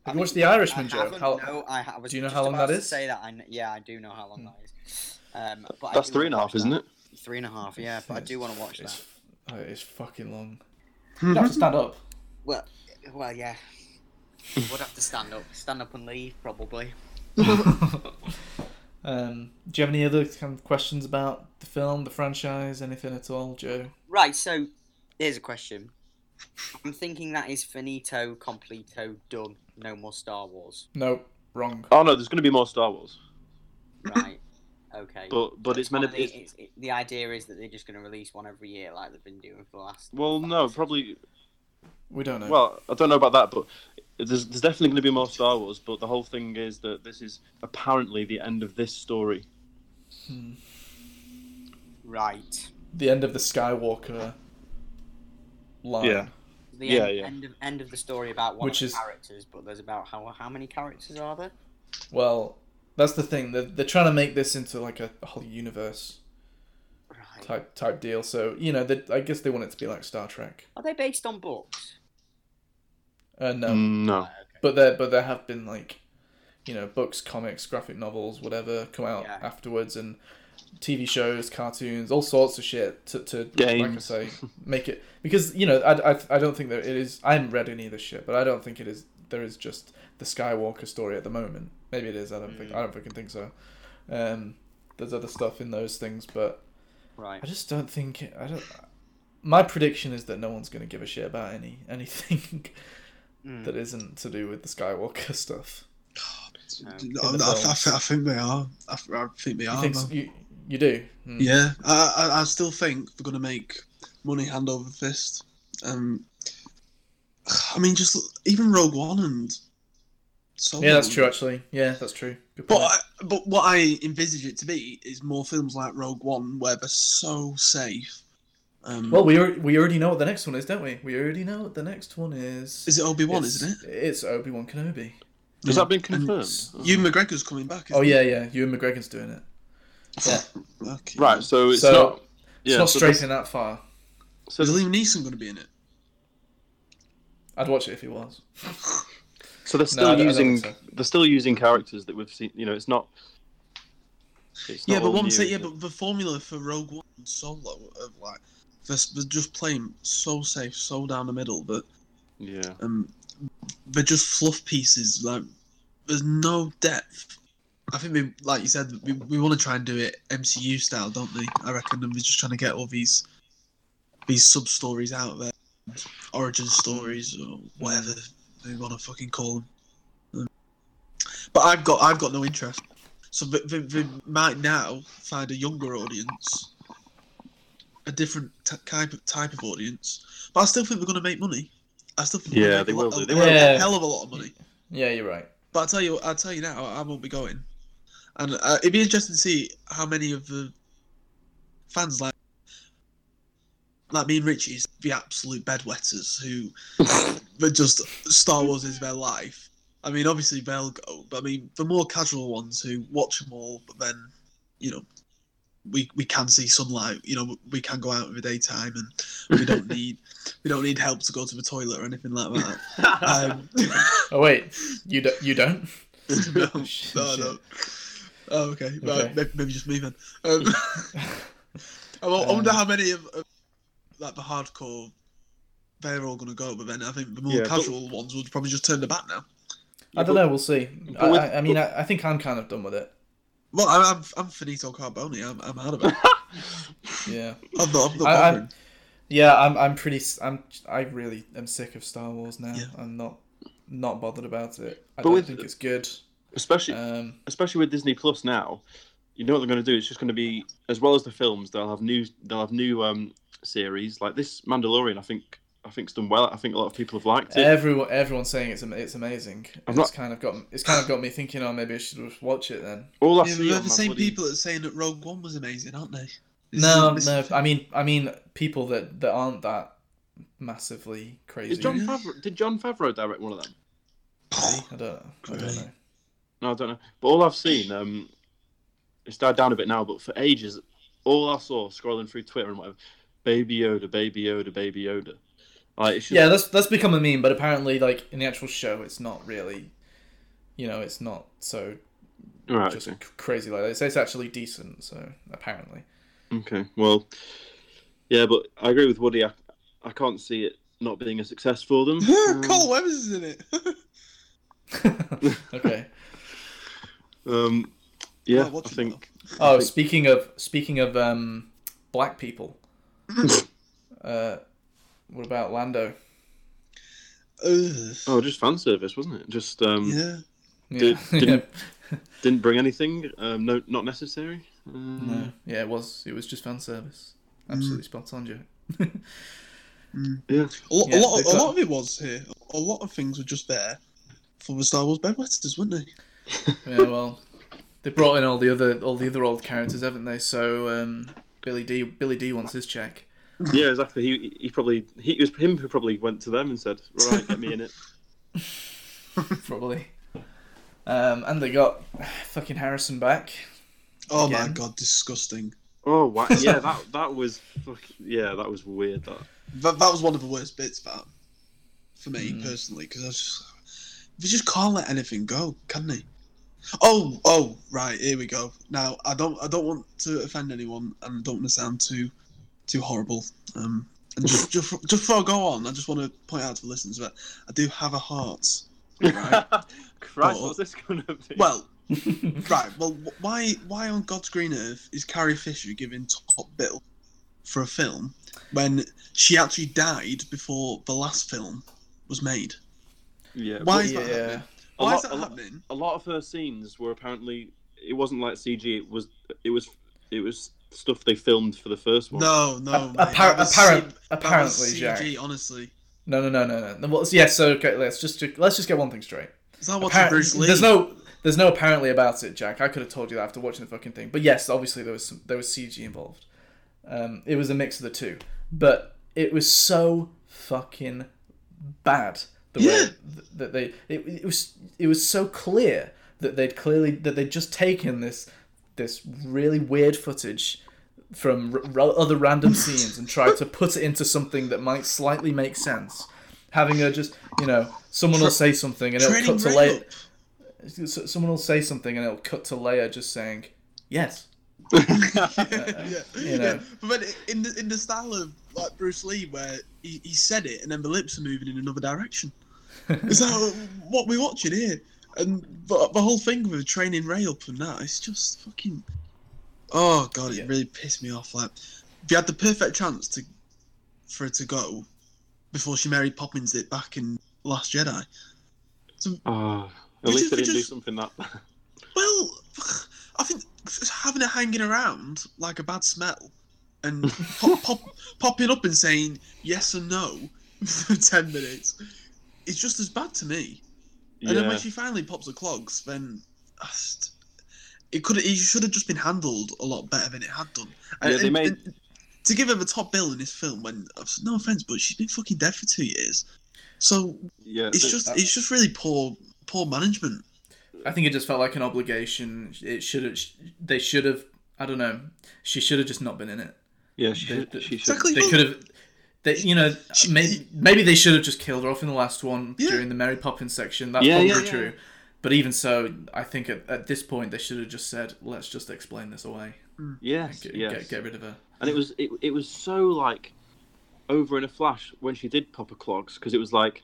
Have you watched mean, The Irishman, I Joe? haven't- How- no, I, ha- I was do you know just how long about that to is? Say that. I kn- yeah, I do know how long that is. Um, but I That's do three and wanna a half, watch that. isn't it? Three and a half, yeah. But I do want to watch that. It's, oh, it's fucking long. You Mm-hmm. have to stand up. Well, well, yeah. Would have to stand up, stand up and leave probably. um, do you have any other kind of questions about the film, the franchise, anything at all, Joe? Right, so here's a question. I'm thinking that is finito, completo, done. No more Star Wars. No, wrong. Oh no, there's going to be more Star Wars, Right. Okay. but but it's meant to One be. of the, it's, it, the idea is that they're just going to release one every year, like they've been doing for the last. Well, no, probably. We don't know. Well, I don't know about that, but there's, there's definitely going to be more Star Wars. But the whole thing is that this is apparently the end of this story. Hmm. Right. the end of the Skywalker line. Yeah. The Yeah, end, yeah. End of, end of the story about one Which of is- the characters, but there's about how how many characters are there? Well, that's the thing. They're, they're trying to make this into like a whole universe Right. type type deal. So you know, they, I guess they want it to be like Star Trek. Are they based on books? Uh, no, Mm, No. Okay. but there but there have been like, you know, books, comics, graphic novels, whatever come out Yeah. afterwards, and TV shows, cartoons, all sorts of shit to to like I Games. say, make it because you know I, I, I don't think that it is. I haven't read any of this shit, but I don't think it is. There is just the Skywalker story at the moment. Maybe it is. I don't think. I don't fucking think so. Um, there's other stuff in those things, but Right. I just don't think. it- I don't. My prediction is that no one's going to give a shit about any anything Mm. that isn't to do with the Skywalker stuff. No, no, I, I, I think they are. I, I think they You are. think man. s- you you do? Hmm. Yeah, I, I, I still think we're gonna make money hand over fist. Um, I mean, just look- even Rogue One and so. Yeah, that's true. Actually, yeah, that's true. Good But point. I, but what I envisage it to be is more films like Rogue One where they're so safe. Um, Well, we al- we already know what the next one is, don't we? We already know what the next one is. is it Obi Wan? It's- Isn't it? It's Obi Wan Kenobi. Has that been And confirmed? Ewan McGregor's coming back. Oh isn't yeah, yeah. Ewan McGregor's doing it. he? yeah. Fucking Right, hell. so Oh, it's So- not. It's Yeah, not so straight this- in that far. so Is this, Liam Neeson going to be in it? I'd watch it if he was. so they're I still don't- I don't using think they're still using characters that we've seen. You know, it's not. It's Yeah, not but all one new, thing, yeah, is it? but the formula for Rogue One and Solo of like they're, s- they're just playing so safe, so down the middle that yeah. um they're just fluff pieces. Like there's no depth. I think we, like you said, we, we want to try and do it MCU style, don't we? I reckon, and we're just trying to get all these these sub stories out there, origin stories or whatever they want to fucking call them. Um, But I've got I've got no interest. So they, they, they might now find a younger audience, a different t- type of type of audience. But I still think we're going to make money. I still think we're Yeah, gonna they make a will lot- do. a- They a will. Yeah. hell of a lot of money. Yeah, you're right. But I tell you, I tell you now, I won't be going. And uh, it'd be interesting to see how many of the fans like Like me and Richie's the absolute bedwetters who but just Star Wars is their life. I mean, obviously they'll go, but I mean the more casual ones who watch them all, but then you know we we can see sunlight. You know we can go out in the daytime, and we don't need we don't need help to go to the toilet or anything like that. Um, Oh wait, you don't. You don't. no, Shit. no, no. Oh, okay. Okay. Right, maybe, maybe just me then. Um, I wo- I wonder how many of, of like the hardcore they're all going to go, but then I think the more Yeah, but- casual ones would probably just turn their back now. I don't know. We'll see. I, but with- I- I mean, I, I think I'm kind of done with it. Well, I- I'm, I'm finito carboni. I'm, I'm out of it. Yeah. I'm not, I'm not I- I'm- bothering. Yeah, I'm. I'm pretty. s- I'm. I really am sick of Star Wars now. Yeah. I'm not not bothered about it. I But don't with- think it's good. Especially Um. especially with Disney Plus now, you know what they're going to do. It's just going to be as well as the films. They'll have new. They'll have new um, series like this Mandalorian. I think I think's done well. I think a lot of people have liked it. Everyone, everyone's saying it's am- it's amazing. It's I'm not- kind of got it's kind of got me thinking. Oh, maybe I should just watch it then. All I Yeah, see they're on the my same bloody- people that's saying that Rogue One was amazing, aren't they? This No, is- no. this- I mean, I mean, people that that aren't that massively crazy. Is John Favreau, did John Favreau direct one of them? I don't. I don't know. No, I don't know. But all I've seen, um, it's died down a bit now. But for ages, all I saw scrolling through Twitter and whatever, Baby Yoda, Baby Yoda, Baby Yoda. Like it's just, Yeah, that's that's become a meme, but apparently, like in the actual show, it's not really. You know, it's not so Right. just okay. c- crazy like that. It's, it's actually decent. So apparently, Okay. Well, yeah, but I agree with Woody. I, I can't see it not being a success for them. Cole Weathers is in it. okay. Um, yeah, Not I watching think. Oh, speaking of speaking of um, black people, uh, what about Lando? Ugh. Oh, just fan service, wasn't it? Just um, yeah. Yeah. Did- didn't- didn't bring anything. Um, no, not necessary. Uh, No. Yeah, it was. It was just fan service. Mm. Absolutely spot on, Joe. A lot, Yeah, a, lot they've of, a got- lot of it was here. A lot of things were just there for the Star Wars bedwetters, weren't they? yeah, well, they brought in all the other all the other old characters, haven't they? So um, Billy D Billy D wants his check. Yeah, exactly. He he probably he it was him who probably went to them and said, "Right, get me in it." probably. Um, and they got fucking Harrison back. Oh my Again. god, disgusting. Oh wow! Yeah, that that was fuck, yeah, that was weird. That That, that was one of the worst bits, that for me Mm. personally, because I just they just can't let anything go, can they? Oh, oh, right, here we go. Now I don't, I don't want to offend anyone, and I don't want to sound too, too horrible. Um, and just, just, just before I go on, I just want to point out to the listeners that I do have a heart. Christ, But- what's this gonna be? Well, right, well, wh- why, why on God's green earth is Carrie Fisher given top bill for a film when she actually died before the last film was made? yeah, why but is that yeah. happening? Why a lot- is that a lot- happening? a lot of her scenes were apparently it wasn't like CG. It was it was it was stuff they filmed for the first one. No, no. Appar- mate, appar- that apparent- was C- that was apparently, CG, Jack. honestly. No, no, no, no, no. Well, yeah. So okay, let's just let's just get one thing straight. Is that watching Appar- Bruce Lee? There's no there's no apparently about it, Jack. I could have told you that after watching the fucking thing. But yes, obviously there was some, there was CG involved. Um, it was a mix of the two, but it was so fucking bad the way Yeah. th- that they it, it was it was so clear that they'd clearly that they'd just taken this this really weird footage from r- r- other random scenes and tried to put it into something that might slightly make sense. Having her just, you know, someone will say something and it'll Training cut to Ray later. up. S- someone will say something and it'll cut to Leia just saying yes. yeah, you know. yeah. But then i- in the in the style of like Bruce Lee, where he, he said it and then the lips are moving in another direction. Is that what we're watching here? And the, the whole thing with training Ray up and that, it's just fucking. Oh god, it Yeah. really pissed me off. Like, they had the perfect chance to for her to go before she married Poppins it back in Last Jedi. Ah, at We least just- they we didn't do just- something that. bad. Well, I think having it hanging around like a bad smell and pop, pop, popping up and saying yes and no for 10 minutes is just as bad to me. And then Yeah. when she finally pops the clogs, then uh, I just- it could it should have just been handled a lot better than it had done. And, Yeah, they and- made- and to give her the top bill in this film when uh, no offense, but she's been fucking dead for two years. So Yeah, it's just it's just really poor poor management. I think it just felt like an obligation. It should have. They should have. I don't know. She should have just not been in it. yeah. She, the- she should. Exactly. They could have. They, you know, maybe, maybe they should have just killed her off in the last one Yeah. during the Mary Poppins section. That's Yeah, probably yeah, yeah. true. But even so, I think at, at this point they should have just said, "Let's just explain this away. Yes, Get, yes. get, get rid of her." and it was it, it was so like over in a flash when she did pop her clogs because it was like,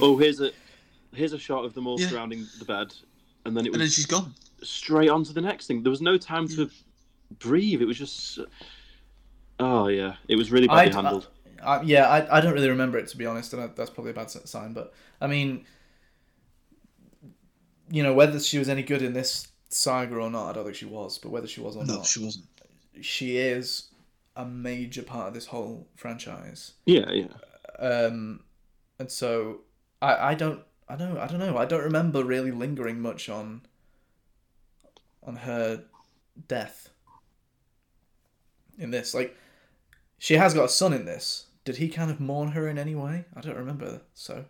oh here's a here's a shot of them all Hmm. Yeah. surrounding the bed, and then it And then was she's gone. straight on to the next thing. There was no time Hmm. to breathe. It was just. Oh yeah, it was really badly uh, I'd- handled. I, yeah, I, I don't really remember it to be honest, and I, that's probably a bad s- sign. But I mean, you know, whether she was any good in this saga or not, I don't think she was. But whether she was or No, not, she wasn't. she is a major part of this whole franchise. yeah, yeah. Um, and so I, I don't I don't I don't know I don't remember really lingering much on on her death in this like she has got a son in this did he kind of mourn her in any way I don't remember so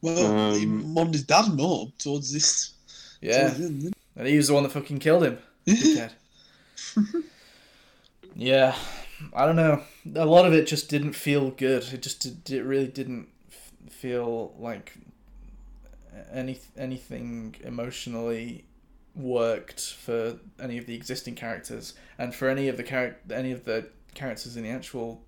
Well, he Um, mummed his dad more towards this. yeah towards the end, didn't and he was the one that fucking killed him he? dickhead. yeah, I don't know. A lot of it just didn't feel good. It just did, it really didn't f- feel like any anything emotionally worked for any of the existing characters and for any of the char- any of the characters in the actual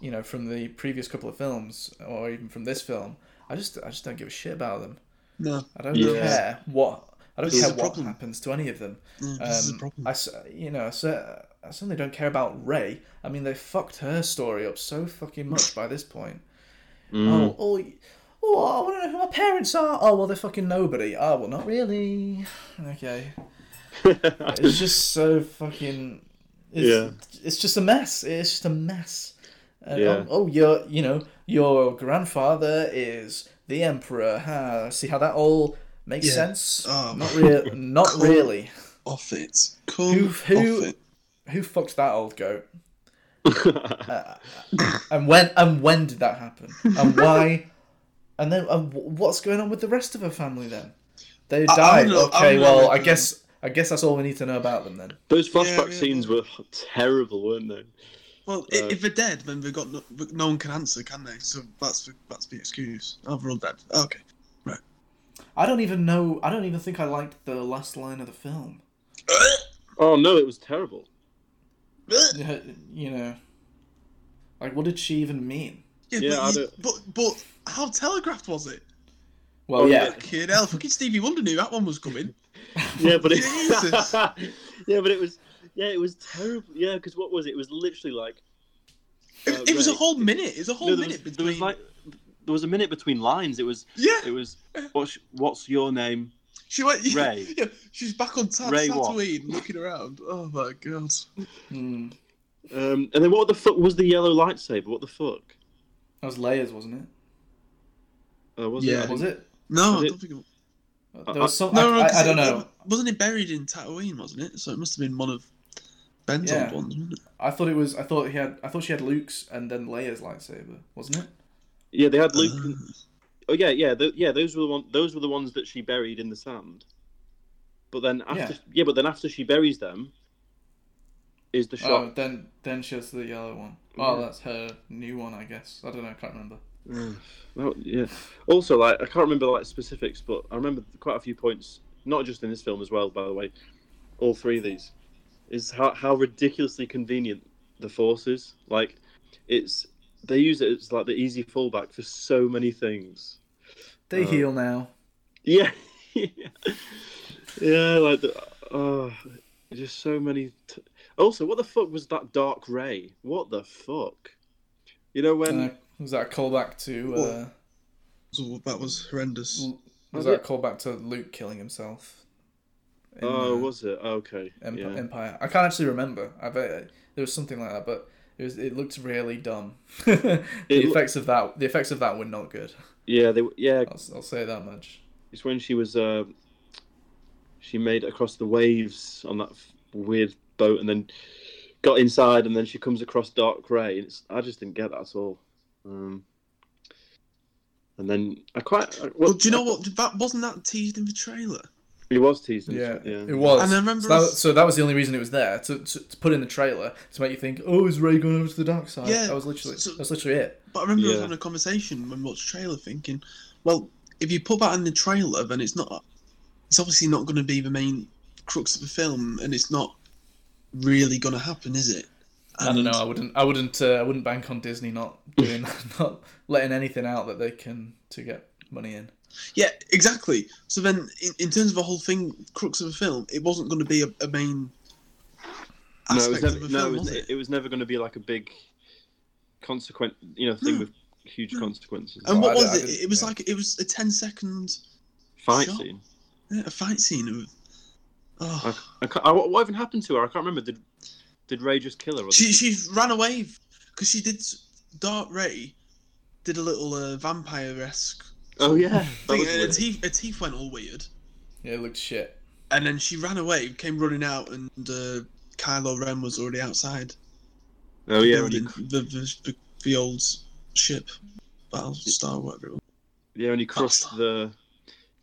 you know from the previous couple of films or even from this film i just i just don't give a shit about them no, i don't Yeah. care what i don't This is care the what problem. happens to any of them no, um, this is a problem. I, s- you know, I, cer- I certainly don't care about Ray. I mean, they fucked her story up so fucking much by this point. Mm. Oh, oh, y- oh, I want to know who my parents are. Oh, well, they're fucking nobody. Oh, well, not really. Okay. Oh. It's just so fucking. It's, It's just a mess. It's just a mess. And, Yeah. um, oh, your, you know, your grandfather is the emperor. Huh? See how that all makes Yeah. sense? Oh, not real. Not Cool. really. off it. Come Who- who- off it. Who fucked that old goat? Uh, and when and when did that happen? And why? And then and wh- what's going on with the rest of her family then? They I- I died. don't know- I okay, don't well, know. I guess I guess that's all we need to know about them then. Those Yeah, flashback yeah. scenes were terrible, weren't they? Well, i Uh, if they're dead, then they've got no, no one can answer, can they? So that's the, that's the excuse. Oh, they're all dead. Okay. I don't even know. I don't even think I liked the last line of the film. Oh no, it was terrible. You know, like what did she even mean? Yeah, Yeah, I but, you, don't- but but how telegraphed was it? Well, Oh, yeah, Fucking hell, fucking Stevie Wonder knew that one was coming. Yeah, but it, Jesus. yeah, but it was yeah, it was terrible. Yeah, because what was it? It was literally like It, Uh, it was a right. whole minute. It was a whole no, there, was, minute there between. was like there was a minute between lines. It was yeah, it was what's what's your name? she went. Yeah, Ray. yeah, she's back on Tat- Ray what? Tatooine, looking around. Oh my god. Hmm. Um, and then what the fuck was the yellow lightsaber? What the fuck? that was layers, wasn't Uh, was it? Yeah. I it? think- Was it? No, Was I it- don't think. It... There was some. No, uh, no, I, 'cause I, I don't it- know. Wasn't it buried in Tatooine? Wasn't it? So it must have been one of Ben's Yeah. old ones. Wasn't it? I thought it was. I thought he had. I thought she had Luke's and then Leia's lightsaber, wasn't it? Yeah, they had Luke. Uh, Oh yeah, yeah, th yeah. Those were the one. Those were the ones that she buried in the sand. But then after, yeah, but then after she buries them, is the Oh, shot. then then she has the yellow one. Well, Yeah. that's her new one, I guess. I don't know. I can't remember. Ugh, that- yeah. Also, like I can't remember like specifics, but I remember quite a few points. Not just in this film as well, by the way. All three of these is how how ridiculously convenient the force is. Like, it's they use it as like the easy fallback for so many things. They Uh, heal now. Yeah, yeah, like the, oh, just so many. T- also, what the fuck was that dark ray? What the fuck? You know when? Dunno. was that a callback to? Uh, so that was horrendous. L- was Was that a it? callback to Luke killing himself? in, oh, uh, was it? Okay, Emp- yeah. Empire. I can't actually remember. I bet it- there was something like that, but it was. It looked really dumb. the It lo- effects of that. The effects of that were not good. yeah, they, yeah. I'll, s- I'll say that much. It's when she was, uh, she made it across the waves on that f- weird boat, and then got inside, and then she comes across dark grey. and It's, I just didn't get that at all. Um, and then I quite. I, Well, do you know what? That wasn't that teased in the trailer. It was teased. in the Yeah, tra- it was. And I remember so, that, us- so that was the only reason it was there to, to, to put in the trailer to make you think, oh, is Ray going over to the dark side? Yeah, that was literally so- that's literally it. But I remember us Yeah. having a conversation when we watched the trailer, thinking, well, if you put that in the trailer, then it's not. It's obviously not going to be the main crux of the film, and it's not really going to happen, is it? I don't know. I wouldn't. I wouldn't. Uh, I wouldn't bank on Disney not doing not letting anything out that they can to get money in. Yeah, exactly. So then, in, in terms of the whole thing, crux of the film, it wasn't going to be a, a main No, it aspect was never, of the no, film, it, was, was ne- it? it was never going to be like a big consequent, you know, thing No. with Hmm. huge consequences. And Oh, what I don't- was I it? didn't- It was yeah. like it was a 10 second Fight Sure. scene. yeah, a fight scene. Of, I, oh, I can't, I, what even happened to her? I can't remember. Did did Ray just kill her? Or she she ran away because she did Dark Ray did a little uh, vampire esque oh yeah, that thing. was and Her weird. teeth her teeth went all weird, Yeah, it looked shit. and then she ran away, came running out, and uh, Kylo Ren was already outside Oh yeah, when he, building the, the, the the old ship, Battlestar, whatever. It was. yeah, when he crushed That's- the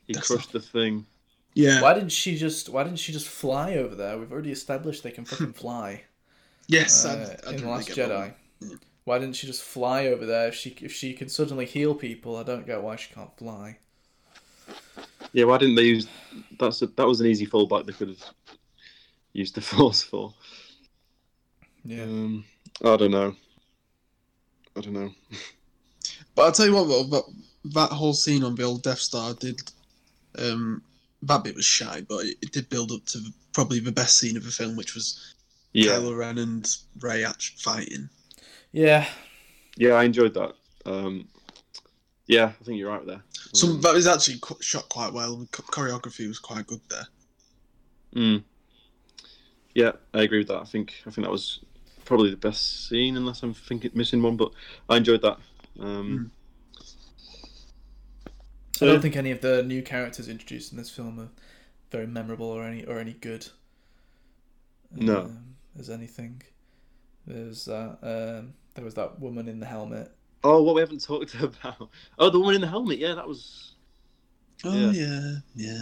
he that's crushed the thing. Yeah. Why didn't she just? Why didn't she just fly over there? We've already established they can fucking fly. Yes, I, I uh, didn't in really Last get that Jedi. one. Yeah. Why didn't she just fly over there? If she if she can suddenly heal people, I don't get why she can't fly. Yeah, why didn't they use? That's a, that was an easy fallback they could have used the force for. Yeah. Um, I don't know. I don't know. But I'll tell you what, though, that, that whole scene on the old Death Star did. Um, that bit was shy, but it, it did build up to the, probably the best scene of the film, which was Yeah, Kylo Ren and Ray actually fighting. Yeah. yeah, I enjoyed that. Um, yeah, I think you're right there. Hmm. So Um, that was actually qu- shot quite well, and cho- choreography was quite good there. Mm. Yeah, I agree with that. I think I think that was probably the best scene, unless I'm thinking missing one. But I enjoyed that. Um, I don't think any of the new characters introduced in this film are very memorable or any or any good. No. Um, as anything. There's that. Um, there was that woman in the helmet. Oh, what we haven't talked about. Oh, the woman in the helmet. Yeah, that was. Oh yeah, Yeah. yeah.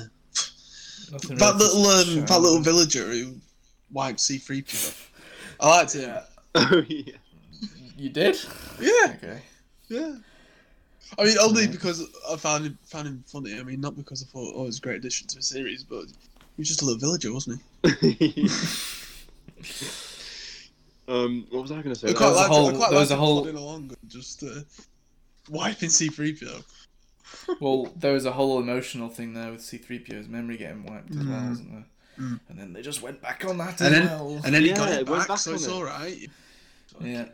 Nothing That really little um, showing. that little villager who wiped C three PO. I liked him. Oh yeah. You did? Yeah, Okay. yeah. I mean, only Right. because I found him found him funny. I mean, not because I thought oh, he's a great addition to the series, but he was just a little villager, wasn't he? um, what was I going to say? I quite was a liked whole- it. I quite there was liked a him whole- plodding along and just uh, wiping C3PO. Well, there was a whole emotional thing there with C-3PO's memory getting wiped as well, Mm. wasn't there? Mm. And then they just went back on that And as then- well. And then he got Yeah, it it back, went back so on it's it. alright. Yeah.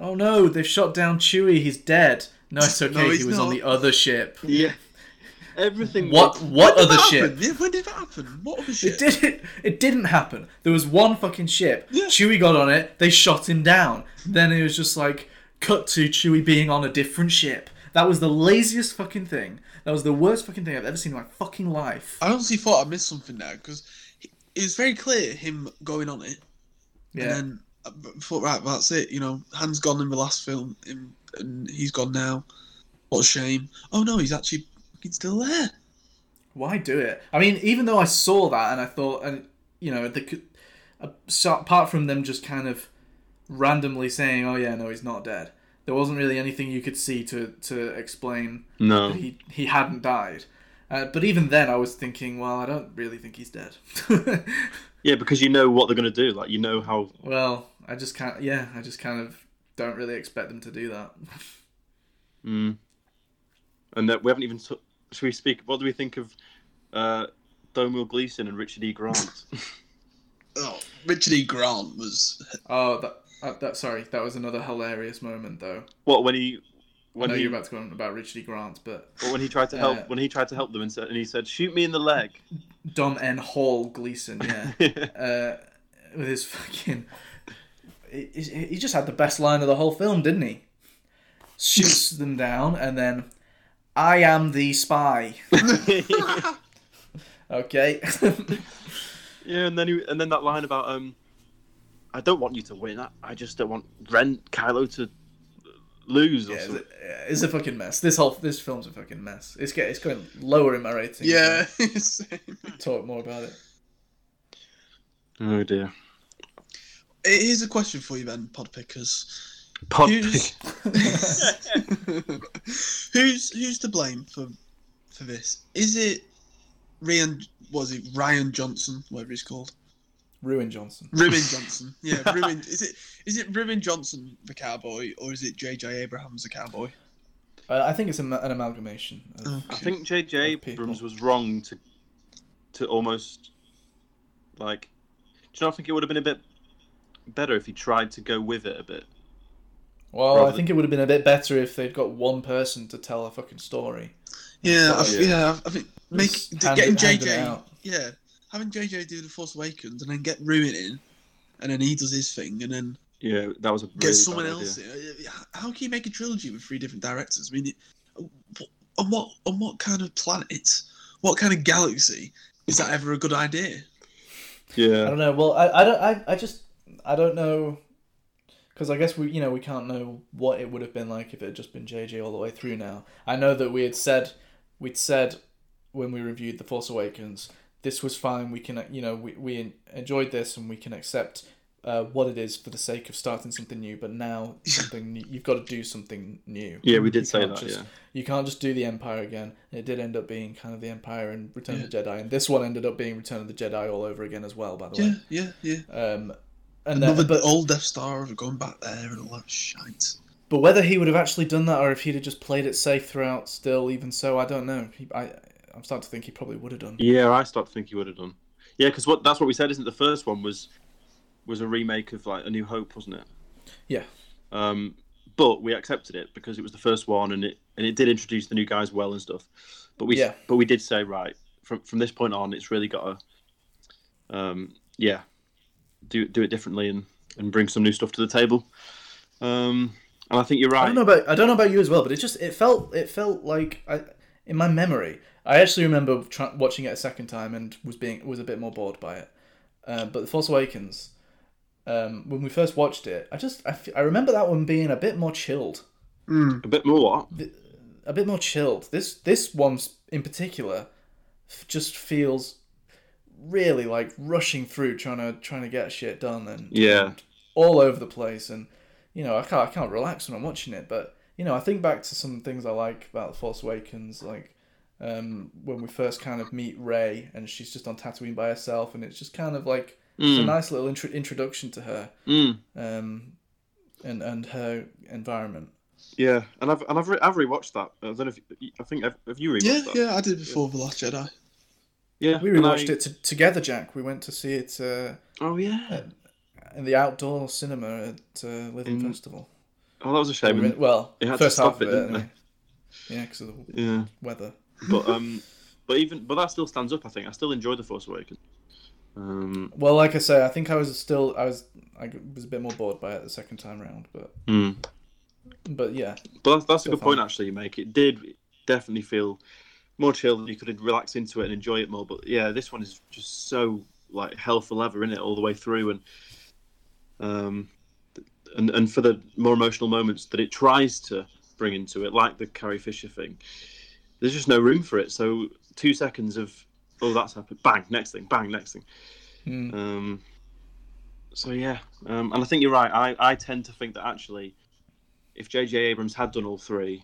Oh no, they've shot down Chewie, he's dead. No, it's okay, No, he he's was on not. the other ship. Yeah. Everything. What what When did other that ship? happen? Yeah, when did that happen? What other It ship? didn't. It didn't happen. There was one fucking ship. Yeah. Chewie got on it. They shot him down. Then it was just like cut to Chewie being on a different ship. That was the laziest fucking thing. That was the worst fucking thing I've ever seen in my fucking life. I honestly thought I missed something there because it was very clear him going on it, Yeah. and then I b- thought, right, well, that's it. You know, Han's gone in the last film, and, and he's gone now. What a shame. Oh no, he's actually fucking still there. Why do it? I mean, even though I saw that and I thought, and you know, the c- a- so- apart from them just kind of randomly saying, "Oh yeah, no, he's not dead," there wasn't really anything you could see to to explain No. that he he hadn't died. Uh, but even then, I was thinking, well, I don't really think he's dead. Yeah, because you know what they're going to do. Like you know how. well, I just can't. Yeah, I just kind of don't really expect them to do that. Mm. And that we haven't even. T- should we speak? What do we think of uh, Domhnall Gleeson and Richard E. Grant? Oh, Richard E. Grant was. Oh, that, uh, that sorry, that was another hilarious moment though. what when he I when know he you're about to go on about Richard E. Grant, but or when he tried to Uh, help when he tried to help them and said and he said shoot me in the leg. Dom N. Hall Gleason, yeah. uh, with his fucking. He, he he just had the best line of the whole film, didn't he? Shoots them down, and then, I am the spy. yeah, Okay. and then he, and then that line about um I don't want you to win. I, I just don't want Ren Kylo to lose. Or Yeah, it's, something. a- it's a fucking mess. This whole this film's a fucking mess. It's get, it's going lower in my rating. Yeah. same. Talk more about it. Oh dear. Here's a question for you then, Podpickers. Pod Who's who's who's to blame for for this? Is it Ryan? Was it Ryan Johnson? Whatever he's called, Ruin Johnson. Ruin Johnson. Yeah, Ruin. Is it is it Ruin Johnson the cowboy, or is it J.J. Abrams the cowboy? Uh, I think it's am- an amalgamation. Of, Oh. I think J.J. Of people. Abrams was wrong to to almost like. Do you not think it would have been a bit better if he tried to go with it a bit? Well, I Probably. think it would have been a bit better if they'd got one person to tell a fucking story. Yeah, I, Yeah. yeah. yeah. I think make Oh, Just hand getting it- hand it J.J. out. Yeah, having J.J. do the Force Awakens and then get Ruin in, and then he does his thing, and then Yeah, that was a get really someone bad else. idea. in. Uh, How can you make a trilogy with three different directors? I mean, it- uh, on what on what kind of planet, what kind of galaxy is that ever a good idea? Yeah, I don't know. Well, I, I don't. I, I just I don't know because I guess we you know we can't know what it would have been like if it had just been JJ all the way through. Now I know that we had said we'd said when we reviewed the Force Awakens this was fine. We can you know we we enjoyed this and we can accept. Uh, what it is for the sake of starting something new, but now something new, you've got to do something new. Yeah, we did You say can't that, just- yeah. you can't just do the Empire again. It did end up being kind of the Empire and Return of the Jedi, and this one ended up being Return of the Jedi all over again as well. By the way, Yeah, yeah, yeah. um, and Another that, but, old Death Star of going back there and all that shite. but whether he would have actually done that or if he'd have just played it safe throughout, still, even so, I don't know. He, I, I'm starting to think he probably would have done. Yeah, I start to think he would have done. Yeah, because what that's what we said, isn't it? The first one was was a remake of like A New Hope, wasn't it? Yeah. Um, but we accepted it because it was the first one, and it and it did introduce the new guys well and stuff. But we Yeah. but we did say right from from this point on, it's really got to um, yeah do do it differently and and bring some new stuff to the table. Um, and I think you're I right. don't know about I don't know about you as well, but it just it felt it felt like I in my memory. I actually remember tra- watching it a second time and was being was a bit more bored by it. Uh, but The Force Awakens, um, when we first watched it, I just I, f- I remember that one being a bit more chilled. Hmm. A bit more. What? a bit more chilled. This this one in particular f- just feels really like rushing through, trying to trying to get shit done, and Yeah. all over the place. And you know, I can't I can't relax when I'm watching it. But you know, I think back to some things I like about The Force Awakens, like um, when we first kind of meet Rey, and she's just on Tatooine by herself, and it's just kind of like it's a Mm, nice little intro- introduction to her mm. um, and and her environment. Yeah, and I've and I've re- I've rewatched that. I don't know if you- I think I've, have you rewatched Yeah, that? yeah, I did before The Last Jedi. yeah. We and I- rewatched it to, together, Jack. We went to see it. Uh, Oh yeah. in the outdoor cinema at uh, Living In- Festival. Oh, that was a shame. We went- well, They had to first stop half of it, it, didn't anyway. Yeah, because of the Yeah, weather. but um, but even but that still stands up. I think I still enjoy the Force Awakens. Um, Well, like I say, I think I was still I was I was a bit more bored by it the second time round, but hmm. but yeah, but that's, that's a Still good point fun. actually. You make it did definitely feel more chilled. You could relax into it and enjoy it more. But yeah, this one is just so like hell for leather in it all the way through, and um, and and for the more emotional moments that it tries to bring into it, like the Carrie Fisher thing, there's just no room for it. So two seconds of oh that's happened, bang next thing, bang next thing. Mm. Um, so yeah, um, and I think you're right. I, I tend to think that actually, if J.J. Abrams had done all three,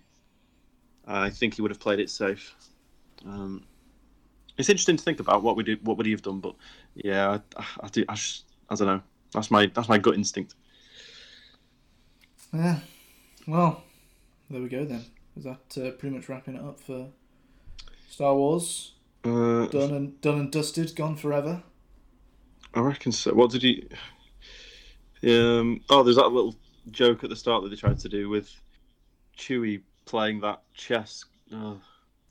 I think he would have played it safe. Um, it's interesting to think about what we did, what would he have done? But yeah, I, I do. I, just, I don't know. That's my that's my gut instinct. yeah. Well, there we go then. Is that uh, pretty much wrapping it up for Star Wars? Uh, Done and done and dusted, gone forever. I reckon so. What did he? Um, oh, there's that little joke at the start that they tried to do with Chewie playing that chess. Oh,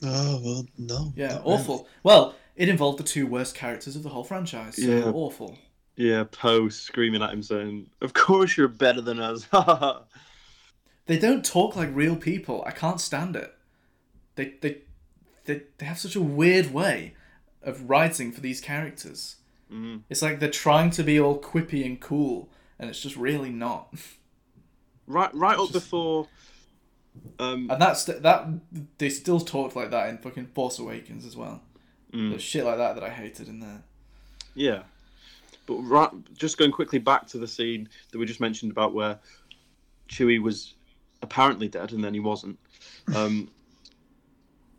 Oh well, no. Yeah, not really. awful. Well, it involved the two worst characters of the whole franchise. So Yeah. awful. Yeah, Poe screaming at him saying, "Of course you're better than us." yeah, They don't talk like real people. I can't stand it. They they they, they have such a weird way of writing for these characters. Mhm. It's like they're trying to be all quippy and cool, and it's just really not. Right, right up Just- before. Um, And that's that they still talked like that in fucking Force Awakens as well. Mm. There's shit like that that I hated in there. Yeah. But right, just going quickly back to the scene that we just mentioned about where Chewie was apparently dead and then he wasn't. Um,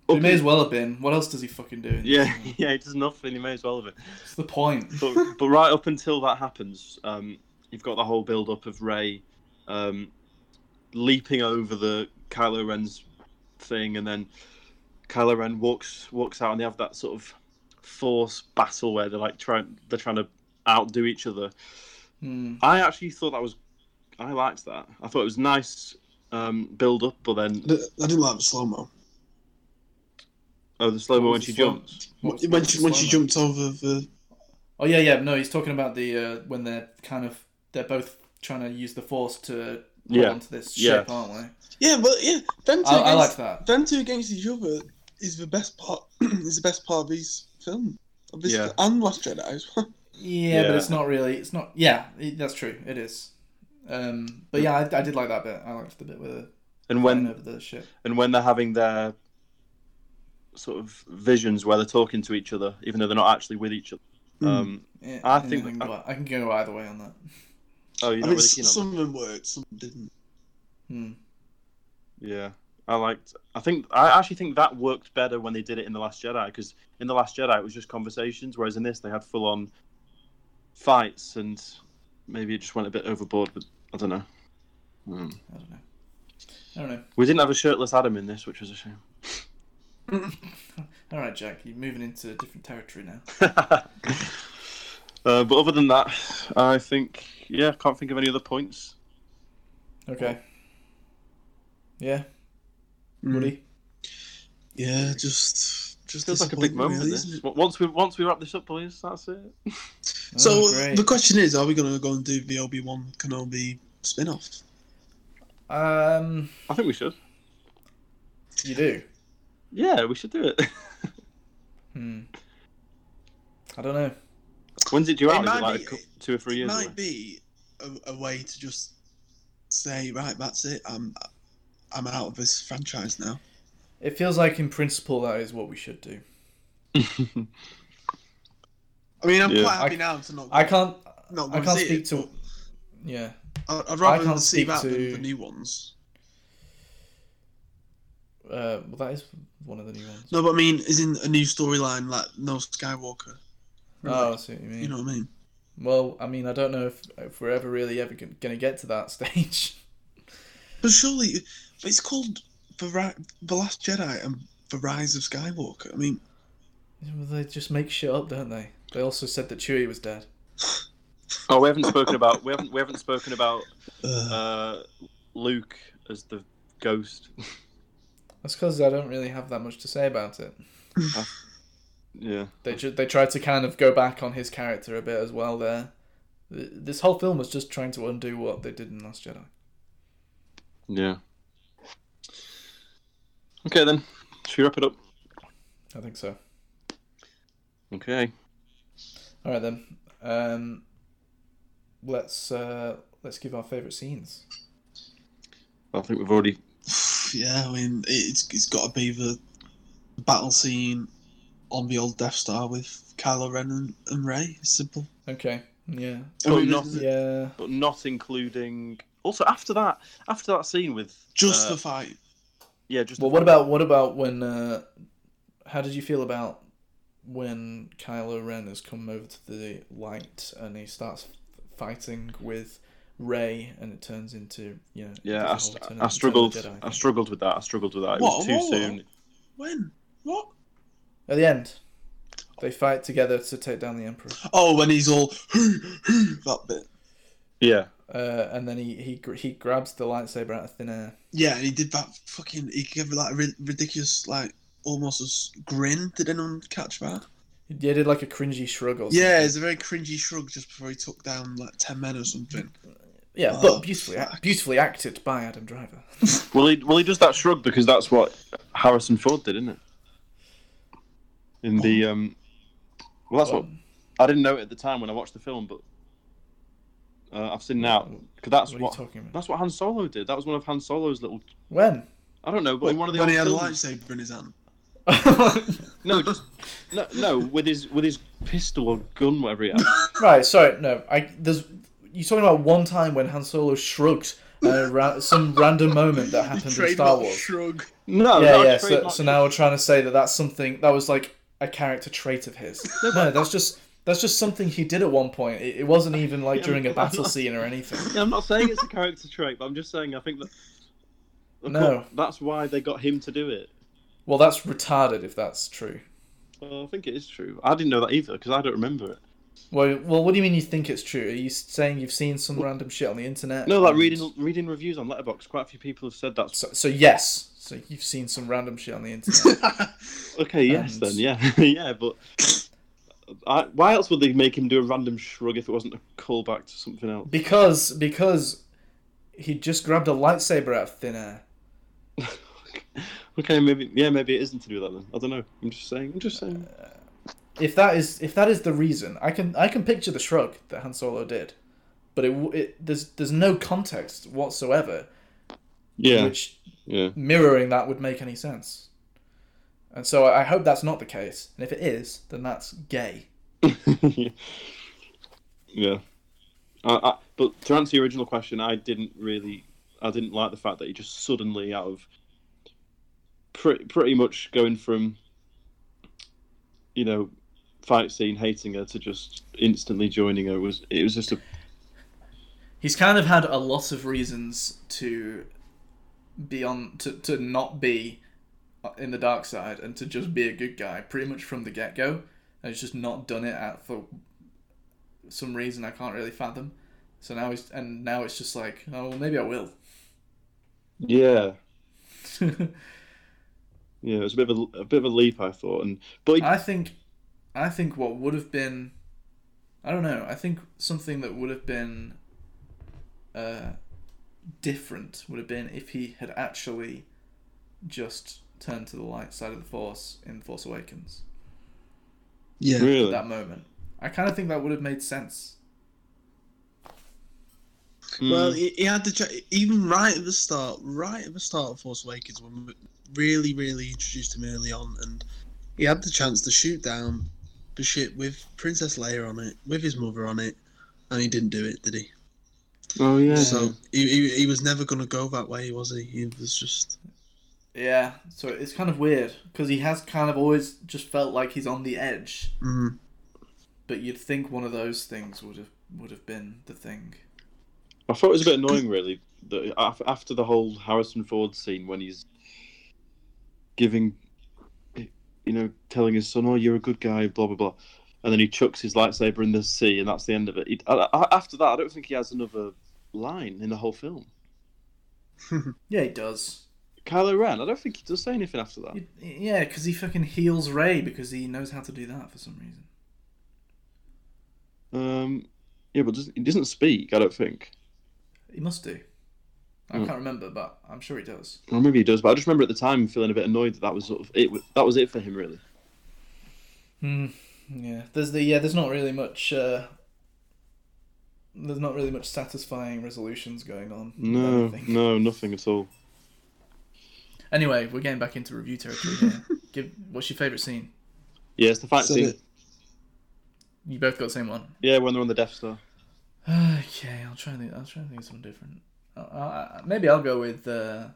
But up it may in- as well have been. What else does he fucking do? in Yeah, this movie? yeah, he does nothing. He may as well have it. What's the point? But, but right up until that happens, um, you've got the whole build up of Ray um, leaping over the Kylo Ren's thing, and then Kylo Ren walks walks out, and they have that sort of force battle where they're like trying they're trying to outdo each other. Hmm. I actually thought that was, I liked that. I thought it was nice um, build up, but then I di- I didn't like the slow mo. oh, the slow mo What was when the she slow- jumps. what was the- When the she, when she slow-mo? jumped over the. Oh yeah, yeah. No, he's talking about the uh, when they're kind of they're both trying to use the force to hold Yeah. onto this Yeah. ship, aren't they? Yeah, but yeah, them two, I, I against, liked that. them two against each other is the best part. is the best part of these film. Of this Yeah. and Last Jedi Hmm. as well. Yeah, but Yeah. it's not really. It's not. Yeah, it, that's true. It is. Um, but yeah, I, I did like that bit. I liked the bit with the And flying when over the ship. and when they're having their sort of visions where they're talking to each other, even though they're not actually with each other. Hmm. Um, Yeah, I yeah, think- I can, go, I can go either way on that. oh, you're I not mean, really keen on some of them worked, some didn't. Hmm. that? Yeah, I liked. I think I actually think that worked better when they did it in the Last Jedi because in the Last Jedi it was just conversations, whereas in this they had full on fights and maybe it just went a bit overboard. But I don't know. Hmm. I don't know. I don't know. We didn't have a shirtless Adam in this, which was a shame. All right, Jack, you're moving into different territory now. uh, but other than that, I think yeah, I can't think of any other points. Okay. Yeah, Hmm. Mm. Woody. Yeah, just just Feels like a big disappointment, moment. really, This isn't it? W- once we once we wrap this up, please. That's it. So Oh, great. the question is, are we gonna go and do the Obi Wan Kenobi spin off? um, I think we should. you do. Yeah, we should do it. Hmm. I don't know. When's it due It out? Is might it like a be- cou- two or three years? away? Might be a, a way to just say, right, that's it. I'm I'm out of this franchise now. It feels like, in principle, that is what we should do. I mean, I'm Yeah. quite happy I- now to not. I can't. Not I gonna can't see speak it, to. Yeah. I- I'd rather can't see speak that to- than the new ones. Uh, well, that is one of the new ones. No, but I mean, isn't a new storyline like no Skywalker? Oh, I Like, see what you mean. you know what I mean? well, I mean, I don't know if, if we're ever really ever going to get to that stage. But surely it's called the Ri- the Last Jedi and the Rise of Skywalker. I mean, Well, they just make shit up, don't they? They also said that Chewie was dead. Oh, we haven't spoken about we haven't we haven't spoken about uh, uh, Luke as the ghost. That's because I don't really have that much to say about it. Yeah. They ju- they tried to kind of go back on his character a bit as well. There, Th- this whole film was just trying to undo what they did in Last Jedi. Yeah. Okay then. Should we wrap it up? I think so. Okay. All right then. Um, let's uh, let's give our favorite scenes. I think we've already yeah, I mean, it's it's got to be the battle scene on the old Death Star with Kylo Ren and, and Rey. It's simple. Okay. Yeah. I Well, mean, not- it's Yeah. but not including. Also, after that, after that scene with just uh, the fight. yeah, just Well, what about what about when? Uh, how did you feel about when Kylo Ren has come over to the light and he starts f- fighting with Ray, and it turns into you know it yeah. does a I, whole st- turn- I turn struggled. Oh, Jedi I thing. struggled with that. I struggled with that. It was What, too what, what? soon. When? What? At the end, they fight together to take down the Emperor, Oh, when he's all that bit. Yeah. uh, and then he he gr- he grabs the lightsaber out of thin air. Yeah, and he did that fucking. He gave that ri- ridiculous, like almost a s- grin. Did anyone catch that? He did like a cringy shrug or something. Yeah, it's a very cringy shrug just before he took down like ten men or something. yeah, Oh, but beautifully fuck. beautifully acted by Adam Driver. Well, he well he does that shrug because that's what Harrison Ford did, isn't it? In the um, well, that's what I didn't know it at the time when I watched the film, but Uh, I've seen that because that's What are you what, talking about? that's what Han Solo did. That was one of Han Solo's little. When? I don't know, but When, in one of the when he old had a films- lightsaber in his hand. No, just no, no, with his with his pistol or gun, whatever he had. right, sorry, no. I there's you're talking about one time when Han Solo shrugs uh, ra- some random moment that happened in Star Trademark Wars. Shrug. No, yeah, no, yeah. it's very So, much- so now we're trying to say that that's something that was like a character trait of his. No, that's just that's just something he did at one point. It, it wasn't even like Yeah, during a but I'm battle not- scene or anything. Yeah, I'm not saying it's a character trait, but I'm just saying I think that. Of No. course, that's why they got him to do it. Well, that's retarded if that's true. Well, I think it is true. I didn't know that either because I don't remember it. Well, well, what do you mean you think it's true? Are you saying you've seen some random shit on the internet? No, like and- reading reading reviews on Letterbox, quite a few people have said that's So, so yes. So you've seen some random shit on the internet. okay. Yes, And- then yeah, yeah, but I, why else would they make him do a random shrug if it wasn't a callback to something else? because because he just grabbed a lightsaber out of thin air. okay, maybe yeah, maybe it isn't to do that then. I don't know. I'm just saying. I'm just saying. If that is if that is the reason, I can I can picture the shrug that Han Solo did, but it, w- it there's there's no context whatsoever Yeah, which yeah. mirroring that would make any sense. And so I I hope that's not the case. And if it is, then that's gay. yeah. I, I, but to answer your original question, I didn't really, I didn't like the fact that he just suddenly out of pretty, pretty much going from, you know, fight scene hating her to just instantly joining her was it was just a He's kind of had a lot of reasons to be on to, to not be in the dark side and to just be a good guy pretty much from the get go. And he's just not done it at, for some reason I can't really fathom. So now he's and now it's just like, oh well, maybe I will. yeah yeah it was a bit of a, a bit of a leap I thought and but he, I think, I think what would have been, I don't know. I think something that would have been, uh, different would have been if he had actually, just turned to the light side of the force in Force Awakens. Yeah. really That moment, I kind of think that would have made sense. Mm. Well, he, he had to check, even right at the start, right at the start of Force Awakens, when we really, really introduced him early on, and he had the chance to shoot down the ship with Princess Leia on it, with his mother on it, and he didn't do it, did he? oh yeah So he, he, he was never going to go that way, was he? He was just. Yeah, so it's kind of weird because he has kind of always just felt like he's on the edge, Mm, but you'd think one of those things would have would have been the thing. I thought it was a bit annoying, really, that af- after the whole Harrison Ford scene when he's giving, you know, telling his son, "Oh, you're a good guy," blah blah blah, and then he chucks his lightsaber in the sea, and that's the end of it. He, I, I- after that, I don't think he has another line in the whole film. Yeah, he does. Kylo Ren, I don't think he does say anything after that. Y- Yeah, because he fucking heals Ray because he knows how to do that for some reason. Um, yeah, but does, he doesn't speak. I don't think, He must do. I Hmm. can't remember, but I'm sure he does. or maybe he does. But I just remember at the time feeling a bit annoyed that that was sort of it. That was it for him, really. Hmm. Yeah. There's the yeah. There's not really much. Uh, there's not really much satisfying resolutions going on. with No, anything. no, nothing at all. Anyway, we're getting back into review territory here. Give what's your favorite scene? Yeah, it's the fight Said scene. it. You both got the same one. Yeah, when they're on the Death Star. Okay, I'll try. and Think, I'll try and think of something different. I, I, maybe I'll go with uh,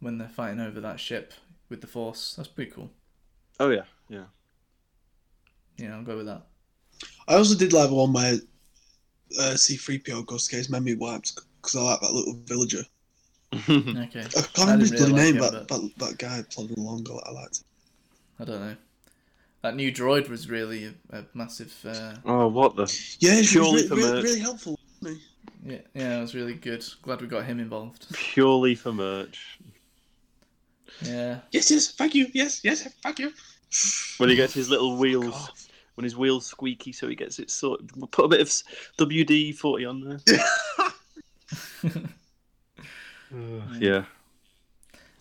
when they're fighting over that ship with the Force. That's pretty cool. Oh yeah, yeah. Yeah, I'll go with that. I also did like the one where uh, C3PO goes to get his memory wiped because I like that little villager. Okay. I can't I remember his didn't really like bloody name, him, but, but- that, that guy plodded along. I liked I don't know. That new droid was really a, a massive. Uh, oh, what the? it. Yeah, he Surely was for re- re- merch. really helpful, wasn't he? yeah, yeah, it was really good. Glad we got him involved. Purely for merch. Yeah. Yes, yes, thank you. Yes, yes, thank you. When he gets his little wheels, God. when his wheels squeaky, so he gets it sort. We'll put a bit of WD forty on there. yeah.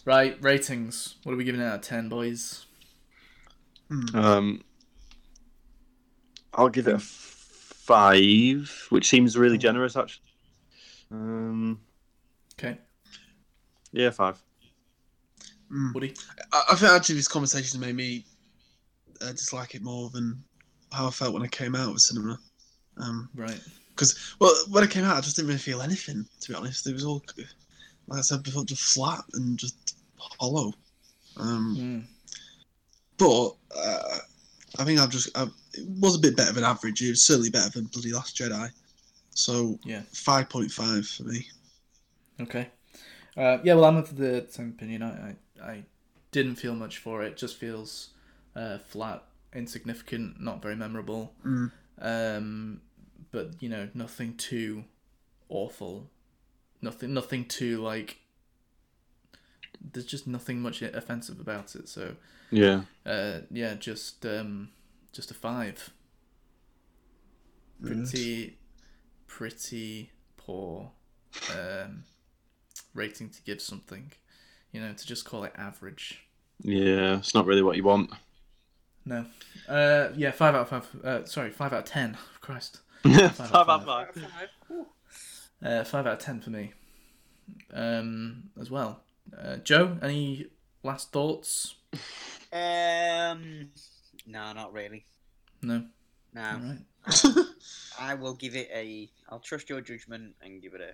right, ratings. What are we giving out of 10, boys? Um, I'll give it a f- five, which seems really generous actually. Um, Okay, yeah, five. Mm. Woody. I, I think actually this conversation made me uh, dislike it more than how I felt when I came out of cinema. Um, Right. well, when I came out, I just didn't really feel anything. To be honest, it was all, like I said before, just flat and just hollow. Um, Mm. but uh, I think I've just I've, it was a bit better than average. It was certainly better than bloody Last Jedi. So Yeah. five point five for me. Okay. Uh, yeah, well, I'm of the same opinion. I, I, I didn't feel much for it. Just feels uh, flat, insignificant, not very memorable. Mm. Um, but you know, nothing too awful. Nothing, nothing too like. There's just nothing much offensive about it. So, Yeah. uh, yeah, just um, just a five. Pretty, pretty poor um, rating to give something. You know, to just call it average. Yeah, it's not really what you want. No. Uh, yeah, five out of five. Uh, sorry, five out of ten. Christ. five out of five. Uh, five out of ten for me. Um, as well. Uh, Joe, any last thoughts? Um, no, not really. No. No, All right. I will give it a. I'll trust your judgment and give it a.